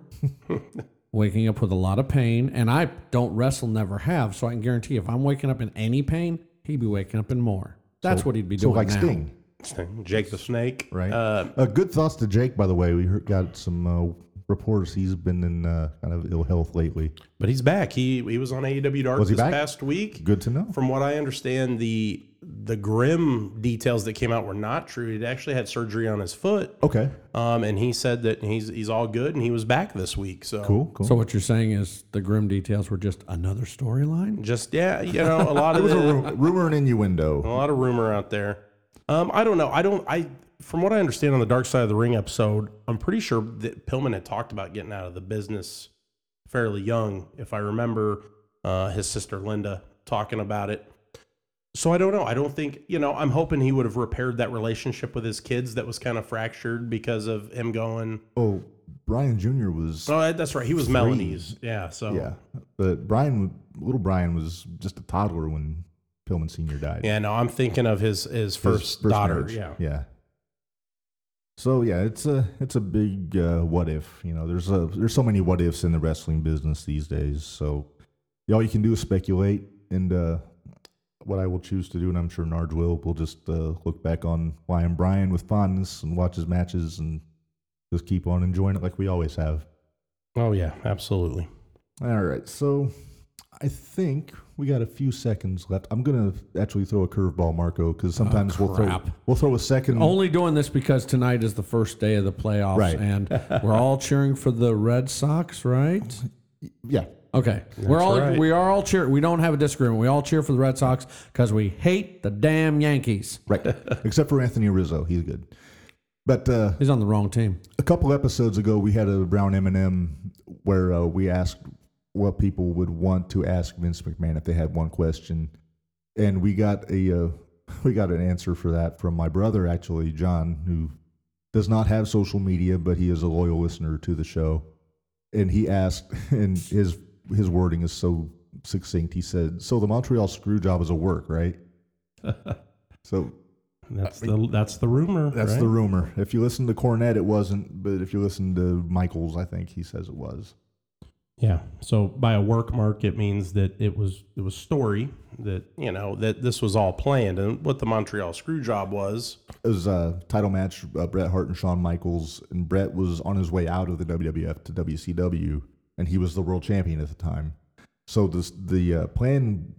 [SPEAKER 4] waking up with a lot of pain. And I don't wrestle, never have. So I can guarantee if I'm waking up in any pain, he'd be waking up in more. That's what he'd be
[SPEAKER 2] so
[SPEAKER 4] doing.
[SPEAKER 2] like
[SPEAKER 4] now.
[SPEAKER 2] Sting,
[SPEAKER 3] Jake the Snake,
[SPEAKER 2] right?
[SPEAKER 3] Uh,
[SPEAKER 2] Uh, good thoughts to Jake, by the way. We heard, got some uh, reports he's been in uh, kind of ill health lately.
[SPEAKER 3] But he's back. He he was on AEW Dark
[SPEAKER 2] Was he
[SPEAKER 3] this
[SPEAKER 2] back?
[SPEAKER 3] past week.
[SPEAKER 2] Good to know.
[SPEAKER 3] From what I understand, the the grim details that came out were not true. He'd actually had surgery on his foot,
[SPEAKER 2] Okay,
[SPEAKER 3] um, and he said that he's he's all good, and he was back this week. So
[SPEAKER 2] cool, cool.
[SPEAKER 4] So what you're saying is the grim details were just another storyline?
[SPEAKER 3] Just yeah, you know, a lot
[SPEAKER 2] it
[SPEAKER 3] of
[SPEAKER 2] was a
[SPEAKER 3] the-
[SPEAKER 2] ru- rumor and innuendo.
[SPEAKER 3] a lot of rumor out there. Um, I don't know. I don't. I from what I understand on the Dark Side of the Ring episode, I'm pretty sure that Pillman had talked about getting out of the business fairly young, if I remember uh, his sister Linda talking about it. So I don't know. I don't think you know. I'm hoping he would have repaired that relationship with his kids that was kind of fractured because of him going.
[SPEAKER 2] Oh, Brian Jr. was
[SPEAKER 3] Oh, that's right. He was Melanie's. Yeah. So
[SPEAKER 2] Yeah, but Brian, little Brian, was just a toddler when Pillman Senior died.
[SPEAKER 3] Yeah. No, I'm thinking of his his
[SPEAKER 2] His
[SPEAKER 3] first, daughter.
[SPEAKER 2] marriage.
[SPEAKER 3] Yeah.
[SPEAKER 2] yeah. So yeah, it's a it's a big uh, what if. You know, there's a there's so many what ifs in the wrestling business these days. So yeah, all you can do is speculate, and uh, what I will choose to do, and I'm sure Narge will, will just uh, look back on why I'm Brian with fondness and watch his matches and just keep on enjoying it like we always have.
[SPEAKER 3] Oh yeah. Absolutely.
[SPEAKER 2] All right, so I think we got a few seconds left. I'm gonna actually throw a curveball, Marco, because
[SPEAKER 3] Oh,
[SPEAKER 2] sometimes we'll throw
[SPEAKER 4] crap.
[SPEAKER 2] we'll throw a second.
[SPEAKER 4] Only doing this because tonight is the first day of the playoffs,
[SPEAKER 2] Right.
[SPEAKER 4] and we're all cheering for the Red Sox, right?
[SPEAKER 2] Yeah,
[SPEAKER 4] Okay, we're all
[SPEAKER 3] right.
[SPEAKER 4] we are all cheer. We don't have a disagreement. We all cheer for the Red Sox because we hate the damn Yankees.
[SPEAKER 2] right. Except for Anthony Rizzo, he's good. But uh,
[SPEAKER 4] He's on the wrong team.
[SPEAKER 2] a couple episodes ago, we had a Brown M&M where uh, we asked what people would want to ask Vince McMahon if they had one question, and we got a uh, we got an answer for that from my brother actually, John, who does not have social media, but he is a loyal listener to the show, and he asked, and his his wording is so succinct. He said, "So the Montreal screw job is a work, right?" so
[SPEAKER 3] That's the that's the rumor.
[SPEAKER 2] Uh, that's
[SPEAKER 3] right?
[SPEAKER 2] the rumor. If you listen to Cornette, it wasn't, but if you listen to Michaels, I think he says it was.
[SPEAKER 3] Yeah. So by a work mark, it means that it was it was story that you know that this was all planned and what the Montreal screw job was.
[SPEAKER 2] It was a title match, uh, Bret Hart and Shawn Michaels, and Bret was on his way out of the WWF to WCW, and he was the world champion at the time. So this, the uh, plan,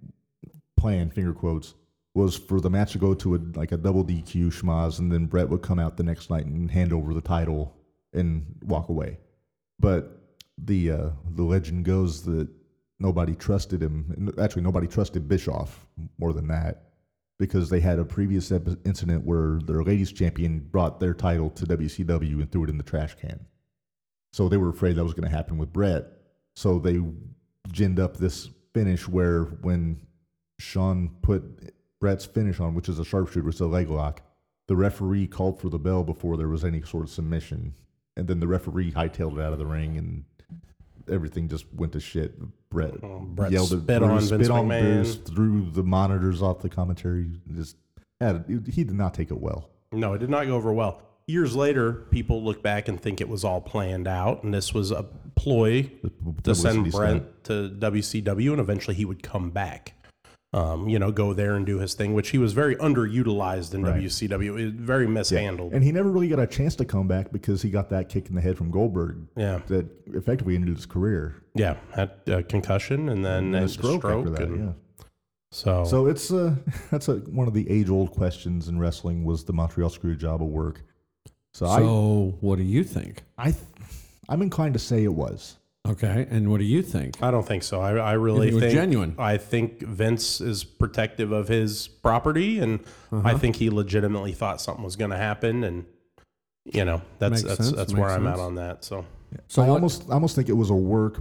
[SPEAKER 2] plan finger quotes, was for the match to go to a, like a double DQ schmaz, and then Bret would come out the next night and hand over the title and walk away. But the uh, the legend goes that nobody trusted him. and Actually, nobody trusted Bischoff more than that because they had a previous epi- incident where their ladies champion brought their title to WCW and threw it in the trash can. So they were afraid that was going to happen with Brett. So they ginned up this finish where when Sean put Brett's finish on, which is a sharpshooter, it's a leg lock. The referee called for the bell before there was any sort of submission, and then the referee hightailed it out of the ring, and everything just went to shit. Brett,
[SPEAKER 3] Oh, Brett
[SPEAKER 2] yelled at
[SPEAKER 3] spit on
[SPEAKER 2] Bruce,
[SPEAKER 3] Vince
[SPEAKER 2] spit on
[SPEAKER 3] McMahon.
[SPEAKER 2] Bruce, threw the monitors off the commentary. Just had, he did not take it well.
[SPEAKER 3] No, it did not go over well. Years later, people look back and think it was all planned out, and this was a ploy to
[SPEAKER 2] Publicity
[SPEAKER 3] send
[SPEAKER 2] stunt.
[SPEAKER 3] Brent to WCW, and eventually he would come back. Um, you know, go there and do his thing, which he was very underutilized in
[SPEAKER 2] Right.
[SPEAKER 3] WCW. It- very mishandled.
[SPEAKER 2] And he never really got a chance to come back because he got that kick in the head from Goldberg
[SPEAKER 3] Yeah,
[SPEAKER 2] that effectively ended his career.
[SPEAKER 3] yeah, had a concussion and then
[SPEAKER 2] And
[SPEAKER 3] a
[SPEAKER 2] the
[SPEAKER 3] stroke.
[SPEAKER 2] after that,
[SPEAKER 3] and
[SPEAKER 2] yeah.
[SPEAKER 3] So,
[SPEAKER 2] So it's uh, that's a, one of the age-old questions in wrestling: was the Montreal Screwjob a work? So,
[SPEAKER 4] So, what do you think?
[SPEAKER 2] I, I, I'm inclined to say it was.
[SPEAKER 4] Okay, and what do you think?
[SPEAKER 3] I don't think so. I, I really
[SPEAKER 4] It was
[SPEAKER 3] think
[SPEAKER 4] genuine.
[SPEAKER 3] I think Vince is protective of his property, and
[SPEAKER 4] Uh-huh.
[SPEAKER 3] I think he legitimately thought something was going to happen, and you know that's
[SPEAKER 4] Makes
[SPEAKER 3] that's
[SPEAKER 4] sense,
[SPEAKER 3] that's where
[SPEAKER 4] makes
[SPEAKER 3] I'm at
[SPEAKER 4] sense.
[SPEAKER 3] on that. So
[SPEAKER 4] So
[SPEAKER 2] I
[SPEAKER 4] what-
[SPEAKER 2] almost, I almost think it was a work,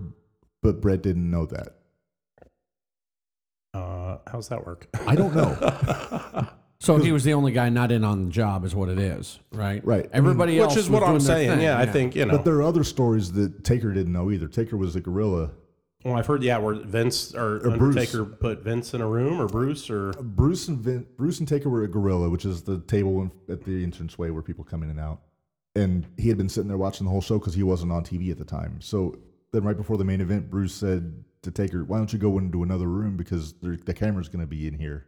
[SPEAKER 2] but Brett didn't know that.
[SPEAKER 3] uh, how's that work?
[SPEAKER 2] I don't know.
[SPEAKER 4] So he was the only guy not in on the job, is what it is, right?
[SPEAKER 2] Right.
[SPEAKER 4] Everybody else,
[SPEAKER 3] Which is
[SPEAKER 4] was
[SPEAKER 3] what
[SPEAKER 4] doing
[SPEAKER 3] I'm
[SPEAKER 4] their
[SPEAKER 3] saying.
[SPEAKER 4] thing,
[SPEAKER 3] yeah, I think you know.
[SPEAKER 2] but there are other stories that Taker didn't know either. Taker was a gorilla.
[SPEAKER 3] well, I've heard yeah, where Vince or,
[SPEAKER 2] Or Bruce.
[SPEAKER 3] Undertaker put Vince in a room, or Bruce, or
[SPEAKER 2] Uh, Bruce and Vin, Bruce and Taker were at Gorilla, which is the table in, at the entranceway where people come in and out. And he had been sitting there watching the whole show because he wasn't on TV at the time. So then, right before the main event, Bruce said to Taker, "Why don't you go into another room because there- the camera's going to be in here."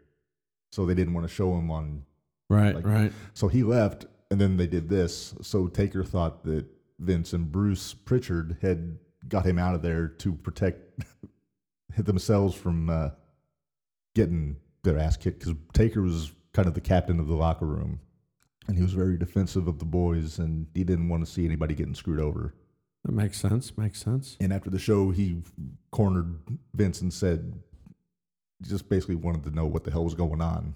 [SPEAKER 2] So they didn't want to show him on.
[SPEAKER 4] Right,
[SPEAKER 2] Like-
[SPEAKER 4] right.
[SPEAKER 2] So he left, and then they did this. So Taker thought that Vince and Bruce Pritchard had got him out of there to protect themselves from uh, getting their ass kicked because Taker was kind of the captain of the locker room, and he was very defensive of the boys, and he didn't want to see anybody getting screwed over.
[SPEAKER 4] That makes sense. Makes sense.
[SPEAKER 2] And after the show, he cornered Vince and said, just basically wanted to know what the hell was going on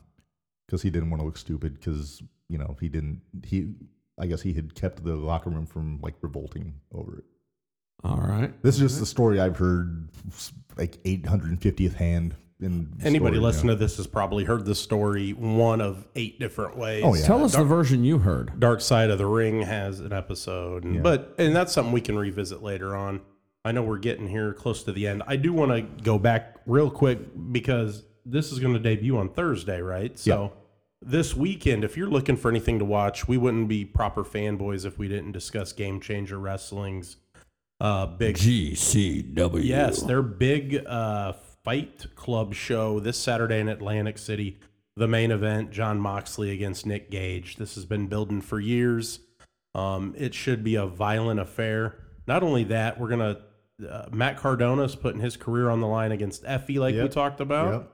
[SPEAKER 2] because he didn't want to look stupid because you know he didn't he. I guess he had kept the locker room from like revolting over it.
[SPEAKER 4] All right.
[SPEAKER 2] This is just the story I've heard, like 850th hand. In
[SPEAKER 3] anybody
[SPEAKER 2] story,
[SPEAKER 3] listening
[SPEAKER 2] you know.
[SPEAKER 3] to this has probably heard the story one of eight different ways.
[SPEAKER 2] Oh, yeah.
[SPEAKER 4] Tell us the version you heard.
[SPEAKER 3] Dark Side of the Ring has an episode, and,
[SPEAKER 2] Yeah.
[SPEAKER 3] but and that's something we can revisit later on. I know we're getting here close to the end. I do want to go back real quick because this is going to debut on Thursday, right? So this weekend, if you're looking for anything to watch, we wouldn't be proper fanboys if we didn't discuss Game Changer Wrestling's uh, big
[SPEAKER 4] GCW.
[SPEAKER 3] Yes, their big uh, fight club show this Saturday in Atlantic City. The main event: John Moxley against Nick Gage. This has been building for years. Um, it should be a violent affair. Not only that, we're gonna uh, Matt Cardona's putting his career on the line against Effie, like we
[SPEAKER 2] Yep.
[SPEAKER 3] talked about.
[SPEAKER 2] Yep.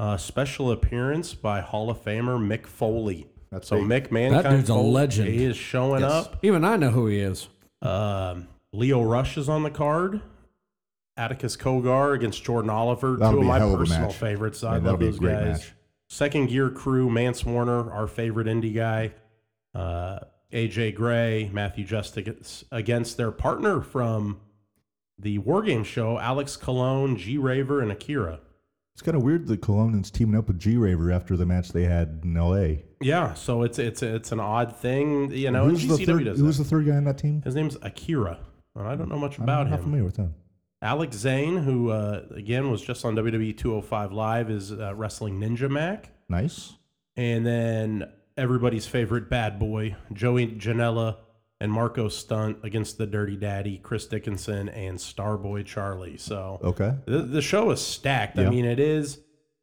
[SPEAKER 3] Uh, special appearance by Hall of Famer Mick Foley.
[SPEAKER 2] That's
[SPEAKER 3] so
[SPEAKER 2] big.
[SPEAKER 3] Mick Mankind.
[SPEAKER 4] dude's a
[SPEAKER 3] Foley,
[SPEAKER 4] legend.
[SPEAKER 3] He is showing
[SPEAKER 2] Yes.
[SPEAKER 3] up.
[SPEAKER 4] Even I know who he is.
[SPEAKER 3] Um, Leo Rush is on the card. Atticus Kogar against Jordan Oliver,
[SPEAKER 2] That'll
[SPEAKER 3] two of
[SPEAKER 2] be a
[SPEAKER 3] my
[SPEAKER 2] hell of a
[SPEAKER 3] personal
[SPEAKER 2] match.
[SPEAKER 3] favorites. I
[SPEAKER 2] Man, that'll
[SPEAKER 3] love
[SPEAKER 2] be a
[SPEAKER 3] those
[SPEAKER 2] great
[SPEAKER 3] guys.
[SPEAKER 2] match.
[SPEAKER 3] Second Gear Crew, Mance Warner, our favorite indie guy. Uh, AJ Gray, Matthew Justice against their partner from the War Game show, Alex Cologne, G Raver, and Akira.
[SPEAKER 2] It's kind of weird that Colonians teaming up with G Raver after the match they had in L.A.
[SPEAKER 3] Yeah, so it's it's it's an odd thing, you know. And
[SPEAKER 2] who's the
[SPEAKER 3] GCW
[SPEAKER 2] third,
[SPEAKER 3] does
[SPEAKER 2] who was
[SPEAKER 3] that.
[SPEAKER 2] the third guy on that team?
[SPEAKER 3] His name's Akira, and I don't know much
[SPEAKER 2] I'm
[SPEAKER 3] about
[SPEAKER 2] not
[SPEAKER 3] him.
[SPEAKER 2] familiar with him.
[SPEAKER 3] Alex Zane, who uh, again was just on E WWE 205 Live, is uh, wrestling Ninja Mac,
[SPEAKER 2] Nice.
[SPEAKER 3] and then everybody's favorite bad boy Joey Janela and Marco Stunt against the Dirty Daddy, Chris Dickinson, and Starboy Charlie. So
[SPEAKER 2] Okay.
[SPEAKER 3] the, the show is stacked. I
[SPEAKER 2] Yeah.
[SPEAKER 3] mean, it is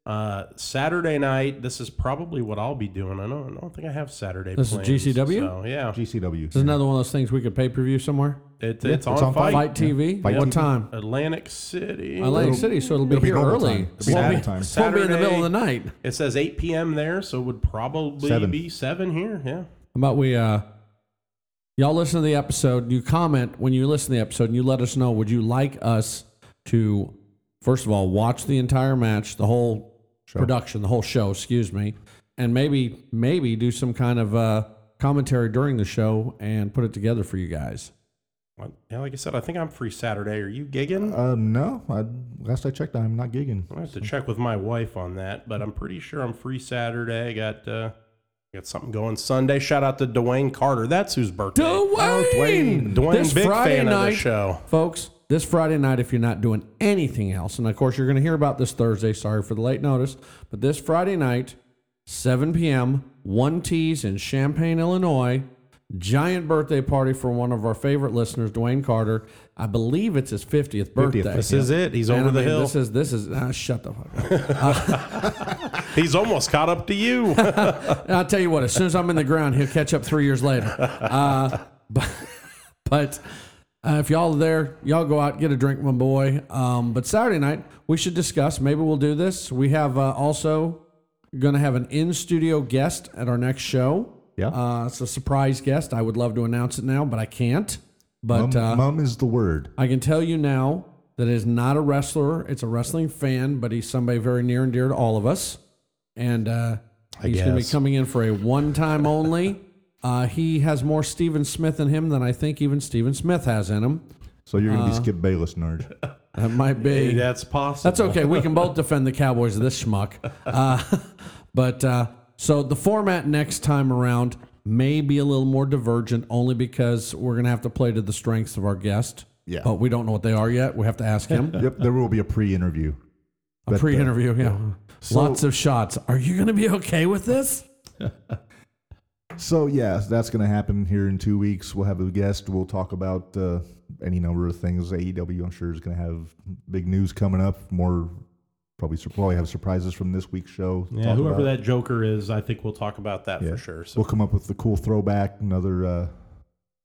[SPEAKER 3] uh, Saturday night. This is probably what I'll be doing. I don't, I don't think I have Saturday.
[SPEAKER 4] This is
[SPEAKER 3] plans,
[SPEAKER 4] GCW?
[SPEAKER 3] So, yeah,
[SPEAKER 2] GCW.
[SPEAKER 4] This is another one of those things we could pay per view somewhere.
[SPEAKER 3] it,
[SPEAKER 2] Yeah,
[SPEAKER 3] it's on,
[SPEAKER 2] on Fight.
[SPEAKER 3] fight.
[SPEAKER 4] Fight TV.
[SPEAKER 2] Fight
[SPEAKER 4] what
[SPEAKER 2] TV.
[SPEAKER 4] time?
[SPEAKER 3] Atlantic City.
[SPEAKER 4] Atlantic
[SPEAKER 2] It'll-
[SPEAKER 4] City, so it'll be
[SPEAKER 2] it'll be
[SPEAKER 4] here
[SPEAKER 2] normal
[SPEAKER 4] early.
[SPEAKER 2] time. It'll be
[SPEAKER 4] Won't
[SPEAKER 2] normal
[SPEAKER 4] be-
[SPEAKER 2] time.
[SPEAKER 4] won't be in the middle of
[SPEAKER 3] Saturday.
[SPEAKER 4] the night. How
[SPEAKER 3] It says 8 p.m. there, so it would probably
[SPEAKER 2] Seven.
[SPEAKER 3] be 7 here. Yeah.
[SPEAKER 4] about we uh y'all listen to the episode, you comment when you listen to the episode and you let us know would you like us to first of all watch the entire match, the whole production, the whole show, excuse me, and maybe maybe do some kind of uh commentary during the show and put it together for you guys.
[SPEAKER 3] Well, yeah. Like I said, I think I'm free Saturday. Are you gigging?
[SPEAKER 2] Uh, no, I, last I checked, I'm not gigging.
[SPEAKER 3] I have to check with my wife on that, but I'm pretty sure I'm free Saturday. I got uh, Got something going Sunday. Shout out to Dwayne Carter. That's whose birthday. Oh,
[SPEAKER 4] Dwayne!
[SPEAKER 3] Dwayne,
[SPEAKER 4] This
[SPEAKER 3] big
[SPEAKER 4] Friday
[SPEAKER 3] fan of
[SPEAKER 4] night-
[SPEAKER 3] the show.
[SPEAKER 4] Folks, this Friday night, if you're not doing anything else, and of course you're going to hear about this Thursday, sorry for the late notice, but this Friday night, 7 p.m., One Tees in Champaign, Illinois, giant birthday party for one of our favorite listeners, Dwayne Carter. I believe it's his 50th birthday.
[SPEAKER 3] This is it. He's
[SPEAKER 4] And
[SPEAKER 3] over
[SPEAKER 4] I
[SPEAKER 3] the
[SPEAKER 4] mean,
[SPEAKER 3] hill.
[SPEAKER 4] This is this is ah, shut the fuck up.
[SPEAKER 3] He's almost caught up to you.
[SPEAKER 4] And I'll tell you what, as soon as I'm in the ground, he'll catch up three years later. Uh, but but uh, if y'all are there, y'all go out, get a drink, my boy. Um, but Saturday night, we should discuss. Maybe we'll do this. We have uh, also going to have an in studio guest at our next show.
[SPEAKER 2] Yeah.
[SPEAKER 4] Uh, it's a surprise guest. I would love to announce it now, but I can't. But
[SPEAKER 2] mum,
[SPEAKER 4] uh,
[SPEAKER 2] mum is the word.
[SPEAKER 4] I can tell you now that it is not a wrestler. It's a wrestling fan, but he's somebody very near and dear to all of us. And uh, he's going to be
[SPEAKER 3] guess.
[SPEAKER 4] coming in for a one time only. uh, he has more Steven Smith in him than I think even Steven Smith has in him.
[SPEAKER 2] So you're gonna be
[SPEAKER 3] uh,
[SPEAKER 2] Skip Bayless nerd.
[SPEAKER 4] That might be.
[SPEAKER 3] That's possible.
[SPEAKER 4] That's okay. We can both defend the Cowboys of this schmuck. Uh, but uh, so the format next time around may be a little more divergent, only because we're going to have to play to the strengths of our guest.
[SPEAKER 2] Yeah.
[SPEAKER 4] But we don't know what they are yet. We have to ask him.
[SPEAKER 2] yep, there will be a pre-interview.
[SPEAKER 4] A pre-interview, yeah. Lots of shots. Are you going to be okay with this?
[SPEAKER 2] So yeah, that's gonna happen here in two weeks. We'll have a guest. We'll talk about uh, any number of things. AEW, I'm sure, is gonna have big news coming up. More probably sur- probably have surprises from this week's show. to
[SPEAKER 3] Yeah,
[SPEAKER 2] talk
[SPEAKER 3] whoever
[SPEAKER 2] about.
[SPEAKER 3] that Joker is, I think we'll talk about that for sure. So,
[SPEAKER 2] We'll come up with the cool throwback, another, uh,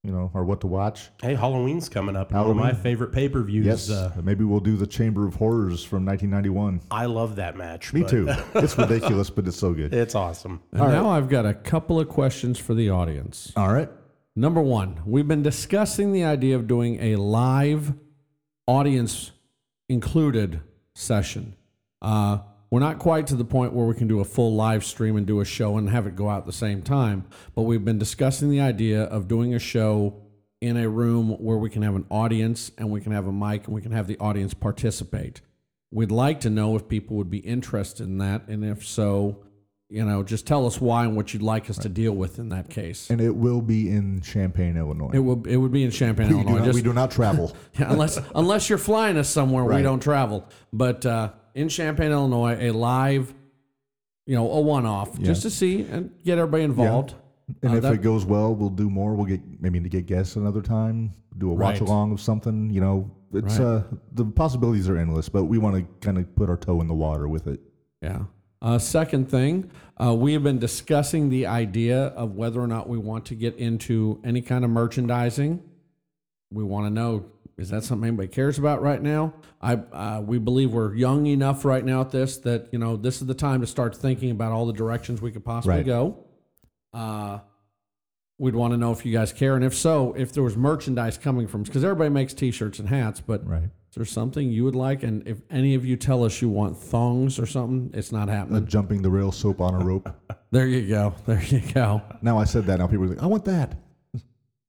[SPEAKER 2] you know, or what to watch.
[SPEAKER 3] hey, Halloween's coming up. and One of my
[SPEAKER 2] Halloween.
[SPEAKER 3] favorite pay per views.
[SPEAKER 2] Yes,
[SPEAKER 3] Uh,
[SPEAKER 2] maybe we'll do the Chamber of Horrors from 1991.
[SPEAKER 3] I love that match.
[SPEAKER 2] Me
[SPEAKER 3] but
[SPEAKER 2] too. it's ridiculous, but it's so good.
[SPEAKER 3] It's awesome.
[SPEAKER 4] And now I've got a couple of questions for the audience.
[SPEAKER 2] All right.
[SPEAKER 4] Number one, we've been discussing the idea of doing a live audience included session. Uh, we're not quite to the point where we can do a full live stream and do a show and have it go out at the same time, but we've been discussing the idea of doing a show in a room where we can have an audience and we can have a mic and we can have the audience participate. We'd like to know if people would be interested in that, and if so, you know, just tell us why and what you'd like us to deal with in that case.
[SPEAKER 2] And it will be in Champaign, Illinois.
[SPEAKER 4] It will. It would be in Champaign,
[SPEAKER 2] we, do
[SPEAKER 4] Illinois.
[SPEAKER 2] not,
[SPEAKER 4] just-
[SPEAKER 2] we do not travel.
[SPEAKER 4] unless unless you're flying us somewhere, we
[SPEAKER 2] Right.
[SPEAKER 4] don't travel. But uh, in Champaign, Illinois, a live, you know, a one-off just to see and get everybody involved.
[SPEAKER 2] And
[SPEAKER 4] Uh,
[SPEAKER 2] if
[SPEAKER 4] that-
[SPEAKER 2] it goes well, we'll do more. We'll get maybe to get guests another time, do a watch
[SPEAKER 4] Right.
[SPEAKER 2] along of something. You know, it's
[SPEAKER 4] Right.
[SPEAKER 2] uh, the possibilities are endless, but we want to kind of put our toe in the water with it.
[SPEAKER 4] Yeah. Uh, second thing, uh, we have been discussing the idea of whether or not we want to get into any kind of merchandising. We want to know is that something anybody cares about right now? I uh, we believe we're young enough right now at this that you know this is the time to start thinking about all the directions we could possibly
[SPEAKER 2] Right.
[SPEAKER 4] go. Uh, we'd want to know if you guys care, and if so, if there was merchandise coming from because everybody makes T-shirts and hats, but
[SPEAKER 2] Right.
[SPEAKER 4] is there something you would like? And if any of you tell us you want thongs or something, it's not
[SPEAKER 2] Uh,
[SPEAKER 4] happening.
[SPEAKER 2] jumping the rail, soap on a rope.
[SPEAKER 4] There you go. There you go.
[SPEAKER 2] now I said that. Now people are like, I want that.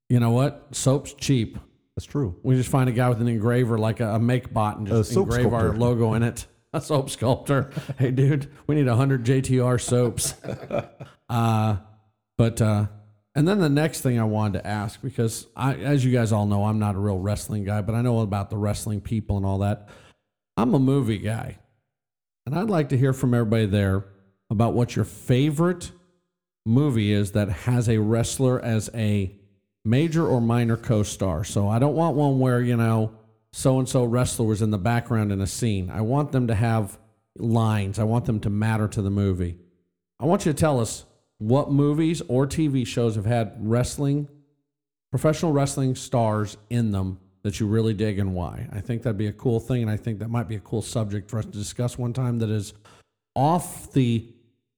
[SPEAKER 4] You know what? Soap's cheap.
[SPEAKER 2] That's true.
[SPEAKER 4] We just find a guy with an engraver, like a, a make bot, and just
[SPEAKER 2] A soap
[SPEAKER 4] engrave our
[SPEAKER 2] sculptor.
[SPEAKER 4] logo in it. A soap sculptor. hey, dude, we need 100 JTR soaps. uh, but, uh, and then the next thing I wanted to ask, because I, as you guys all know, I'm not a real wrestling guy, but I know about the wrestling people and all that. I'm a movie guy. And I'd like to hear from everybody there about what your favorite movie is that has a wrestler as a major or minor co star. So I don't want one where, you know, so and so wrestler was in the background in a scene. I want them to have lines, I want them to matter to the movie. I want you to tell us what movies or TV shows have had wrestling, professional wrestling stars in them that you really dig and why. I think that'd be a cool thing. And I think that might be a cool subject for us to discuss one time that is off the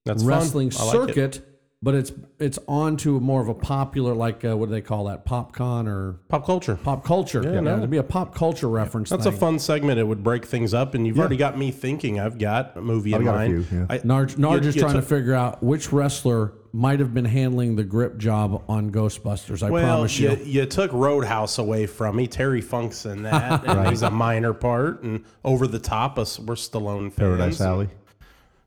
[SPEAKER 3] That's fun.
[SPEAKER 4] wrestling
[SPEAKER 3] I like it.
[SPEAKER 4] circuit, but it's it's on to more of a popular like uh, what do they call that popcon or
[SPEAKER 3] Pop culture.
[SPEAKER 4] pop culture? Yeah,
[SPEAKER 3] no.
[SPEAKER 4] to be a pop culture reference.
[SPEAKER 3] That's
[SPEAKER 4] thing.
[SPEAKER 3] a fun segment. It would break things up, and you've already got me thinking. I've got a movie
[SPEAKER 2] I've
[SPEAKER 3] in
[SPEAKER 2] got a
[SPEAKER 3] mind.
[SPEAKER 2] few, yeah.
[SPEAKER 3] I-
[SPEAKER 4] Narj, Narj
[SPEAKER 3] you-
[SPEAKER 4] is
[SPEAKER 3] you
[SPEAKER 4] trying to
[SPEAKER 3] took-
[SPEAKER 4] figure out which wrestler might have been handling the grip job on Ghostbusters. I
[SPEAKER 3] well,
[SPEAKER 4] promise you.
[SPEAKER 3] you, you took Roadhouse away from me. Terry Funk's in that, and he's a minor part. And over the top, us we're Stallone fans.
[SPEAKER 2] Paradise Alley.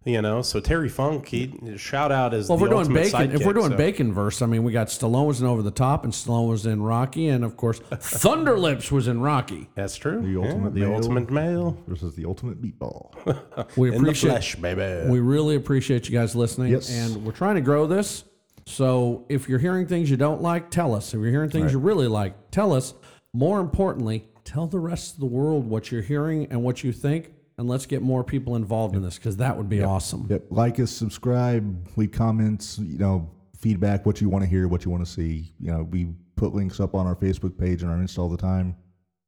[SPEAKER 3] You know, so Terry Funk, he shout out as
[SPEAKER 4] Well, if
[SPEAKER 3] the
[SPEAKER 4] we're doing
[SPEAKER 3] ultimate
[SPEAKER 4] bacon, if we're
[SPEAKER 3] sidekick,
[SPEAKER 4] doing
[SPEAKER 3] so-
[SPEAKER 4] bacon verse, I mean, we got Stallone was in Over the Top, and Stallone was in Rocky, and of course, Thunderlips was in Rocky.
[SPEAKER 3] that's true.
[SPEAKER 2] The
[SPEAKER 3] Yeah,
[SPEAKER 2] ultimate
[SPEAKER 3] the
[SPEAKER 2] male.
[SPEAKER 3] ultimate male
[SPEAKER 2] versus the ultimate meatball.
[SPEAKER 4] We
[SPEAKER 3] in the
[SPEAKER 4] appreciate
[SPEAKER 3] flesh, baby.
[SPEAKER 4] we really appreciate you guys listening,
[SPEAKER 2] Yes.
[SPEAKER 4] and we're trying to grow this. So if you're hearing things you don't like, tell us. If you're hearing things you really like, tell us. More importantly, tell the rest of the world what you're hearing and what you think, and let's get more people involved in this because that would be awesome.
[SPEAKER 2] Yep. Like us, subscribe, leave comments, you know, feedback, what you want to hear, what you want to see. You know, we put links up on our Facebook page and our Insta all the time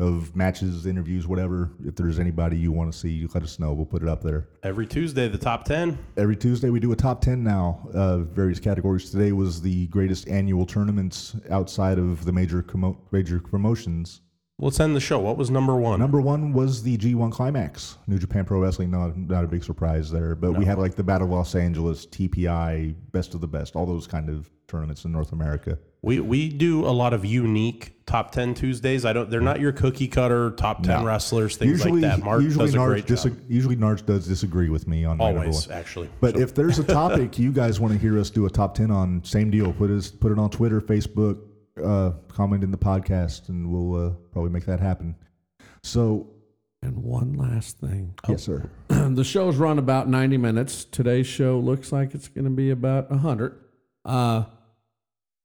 [SPEAKER 2] of matches, interviews, whatever. If there's anybody you want to see, you let us know. We'll put it up there.
[SPEAKER 3] Every Tuesday, the top ten.
[SPEAKER 2] Every Tuesday, we do a top 10 now of various categories. Today was the greatest annual tournaments outside of the major, commo major promotions.
[SPEAKER 3] Let's end the show. What was number one?
[SPEAKER 2] Number one was the G1 Climax, New Japan Pro Wrestling. Not not a big surprise there, but we had like the Battle of Los Angeles, TPI, Best of the Best, all those kind of tournaments in North America.
[SPEAKER 3] We we do a lot of unique top ten Tuesdays. I don't. They're not your cookie cutter top ten
[SPEAKER 2] No.
[SPEAKER 3] wrestlers things like that. Mark
[SPEAKER 2] usually
[SPEAKER 3] does a
[SPEAKER 2] Narge
[SPEAKER 3] great
[SPEAKER 2] disa-
[SPEAKER 3] job.
[SPEAKER 2] usually Narge does disagree with me on my number
[SPEAKER 3] Always,
[SPEAKER 2] one.
[SPEAKER 3] actually.
[SPEAKER 2] But if there's a topic you guys want to hear us do a top ten on, same deal. Put us put it on Twitter, Facebook, uh, comment in the podcast, and we'll uh, probably make that happen. So
[SPEAKER 4] And one last thing.
[SPEAKER 2] yes, sir.
[SPEAKER 4] the show's run about 90 minutes. Today's show looks like it's going to be about 100. Uh,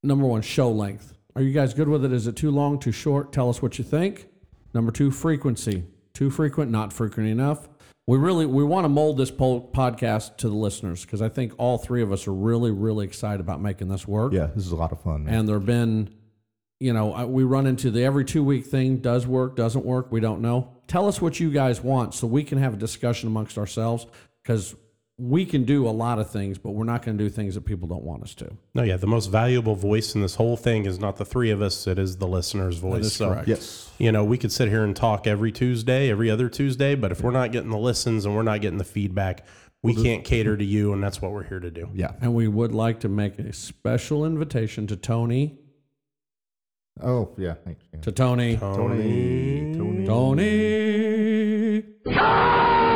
[SPEAKER 4] number one, show length. Are you guys good with it? Is it too long, too short? Tell us what you think. Number two, frequency. Too frequent, not frequent enough. We really we want to mold this po- podcast to the listeners because I think all three of us are really really excited about making this work.
[SPEAKER 2] Yeah, this is a lot of fun. man.
[SPEAKER 4] And there have been, you know, I- we run into the every two week thing does work, doesn't work, we don't know. Tell us what you guys want so we can have a discussion amongst ourselves because we can do a lot of things, but we're not going to do things that people don't want us to.
[SPEAKER 3] No, yeah. The most valuable voice in this whole thing is not the three of us. It is the listener's voice.
[SPEAKER 4] is
[SPEAKER 3] so,
[SPEAKER 4] correct.
[SPEAKER 2] yes,
[SPEAKER 3] You know, we could sit here and talk every Tuesday, every other Tuesday, but if we're not getting the listens and we're not getting the feedback, we can't cater to you, and that's what we're here to do.
[SPEAKER 2] yeah.
[SPEAKER 4] And we would like to make a special invitation to Tony,
[SPEAKER 2] Oh yeah, thanks. yeah.
[SPEAKER 4] to Tony,
[SPEAKER 2] Tony, Tony.
[SPEAKER 4] Tony.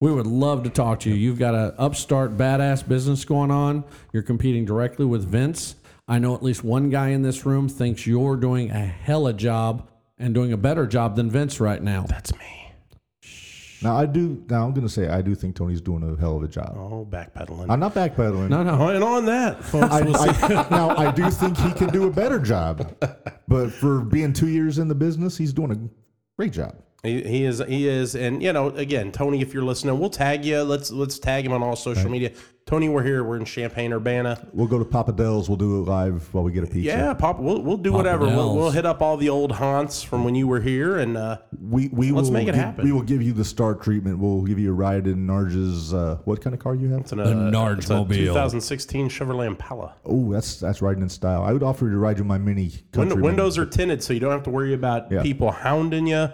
[SPEAKER 4] We would love to talk to you. You've got an upstart badass business going on. You're competing directly with Vince. I know at least one guy in this room thinks you're doing a hella job and doing a better job than Vince right now.
[SPEAKER 3] That's me.
[SPEAKER 2] Now I do. Now I'm gonna say I do think Tony's doing a hell of a job.
[SPEAKER 3] Oh, backpedaling.
[SPEAKER 2] I'm not backpedaling.
[SPEAKER 4] No, no.
[SPEAKER 3] Oh, and on that, folks,
[SPEAKER 2] I, I, now I do think he can do a better job, but for being two years in the business, he's doing a great job.
[SPEAKER 3] He, he is he is and you know again Tony if you're listening we'll tag you let's let's tag him on all social media Tony we're here we're in Champaign Urbana
[SPEAKER 2] We'll go to Papa Dell's. We'll do it live while we get a pizza.
[SPEAKER 3] yeah pop we'll, we'll do whatever we'll,
[SPEAKER 4] Dells.
[SPEAKER 3] we'll hit up all the old haunts from when you were here and uh,
[SPEAKER 2] we we
[SPEAKER 3] Let's
[SPEAKER 2] will
[SPEAKER 3] make
[SPEAKER 2] give,
[SPEAKER 3] it happen.
[SPEAKER 2] We will give you the star treatment. We'll give you a ride in Narge's. Uh, what kind of car you have?
[SPEAKER 3] it's an,
[SPEAKER 4] The
[SPEAKER 3] uh,
[SPEAKER 4] Narge
[SPEAKER 3] it's a
[SPEAKER 4] Mobile.
[SPEAKER 3] 2016 Chevrolet Impala
[SPEAKER 2] Oh, that's that's riding in style. I would offer to ride you my mini.
[SPEAKER 3] Wind,
[SPEAKER 2] Countryman.
[SPEAKER 3] windows are tinted so you don't have to worry about
[SPEAKER 2] Yeah.
[SPEAKER 3] people hounding you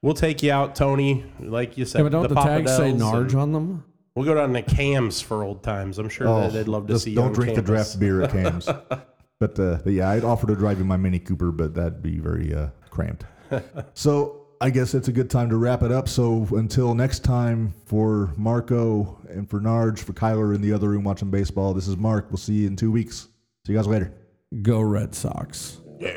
[SPEAKER 3] we'll take you out Tony like you said
[SPEAKER 4] Yeah, but don't the,
[SPEAKER 3] Papa
[SPEAKER 4] tags say
[SPEAKER 3] Dells,
[SPEAKER 4] Narge
[SPEAKER 3] and
[SPEAKER 4] on them?
[SPEAKER 3] we'll go down to Cams for old times I'm sure
[SPEAKER 2] Oh,
[SPEAKER 3] that they'd love to
[SPEAKER 2] just
[SPEAKER 3] see you
[SPEAKER 2] Don't
[SPEAKER 3] on
[SPEAKER 2] drink the
[SPEAKER 3] campus.
[SPEAKER 2] draft beer at Cam's. but, uh, but yeah, I'd offer to drive you my Mini Cooper, but that'd be very uh, cramped. so I guess it's a good time to wrap it up. So until next time, for Marco and for Narge, for Kyler in the other room watching baseball, this is Mark. We'll see you in two weeks. See you guys later.
[SPEAKER 4] Go Red Sox.
[SPEAKER 3] yeah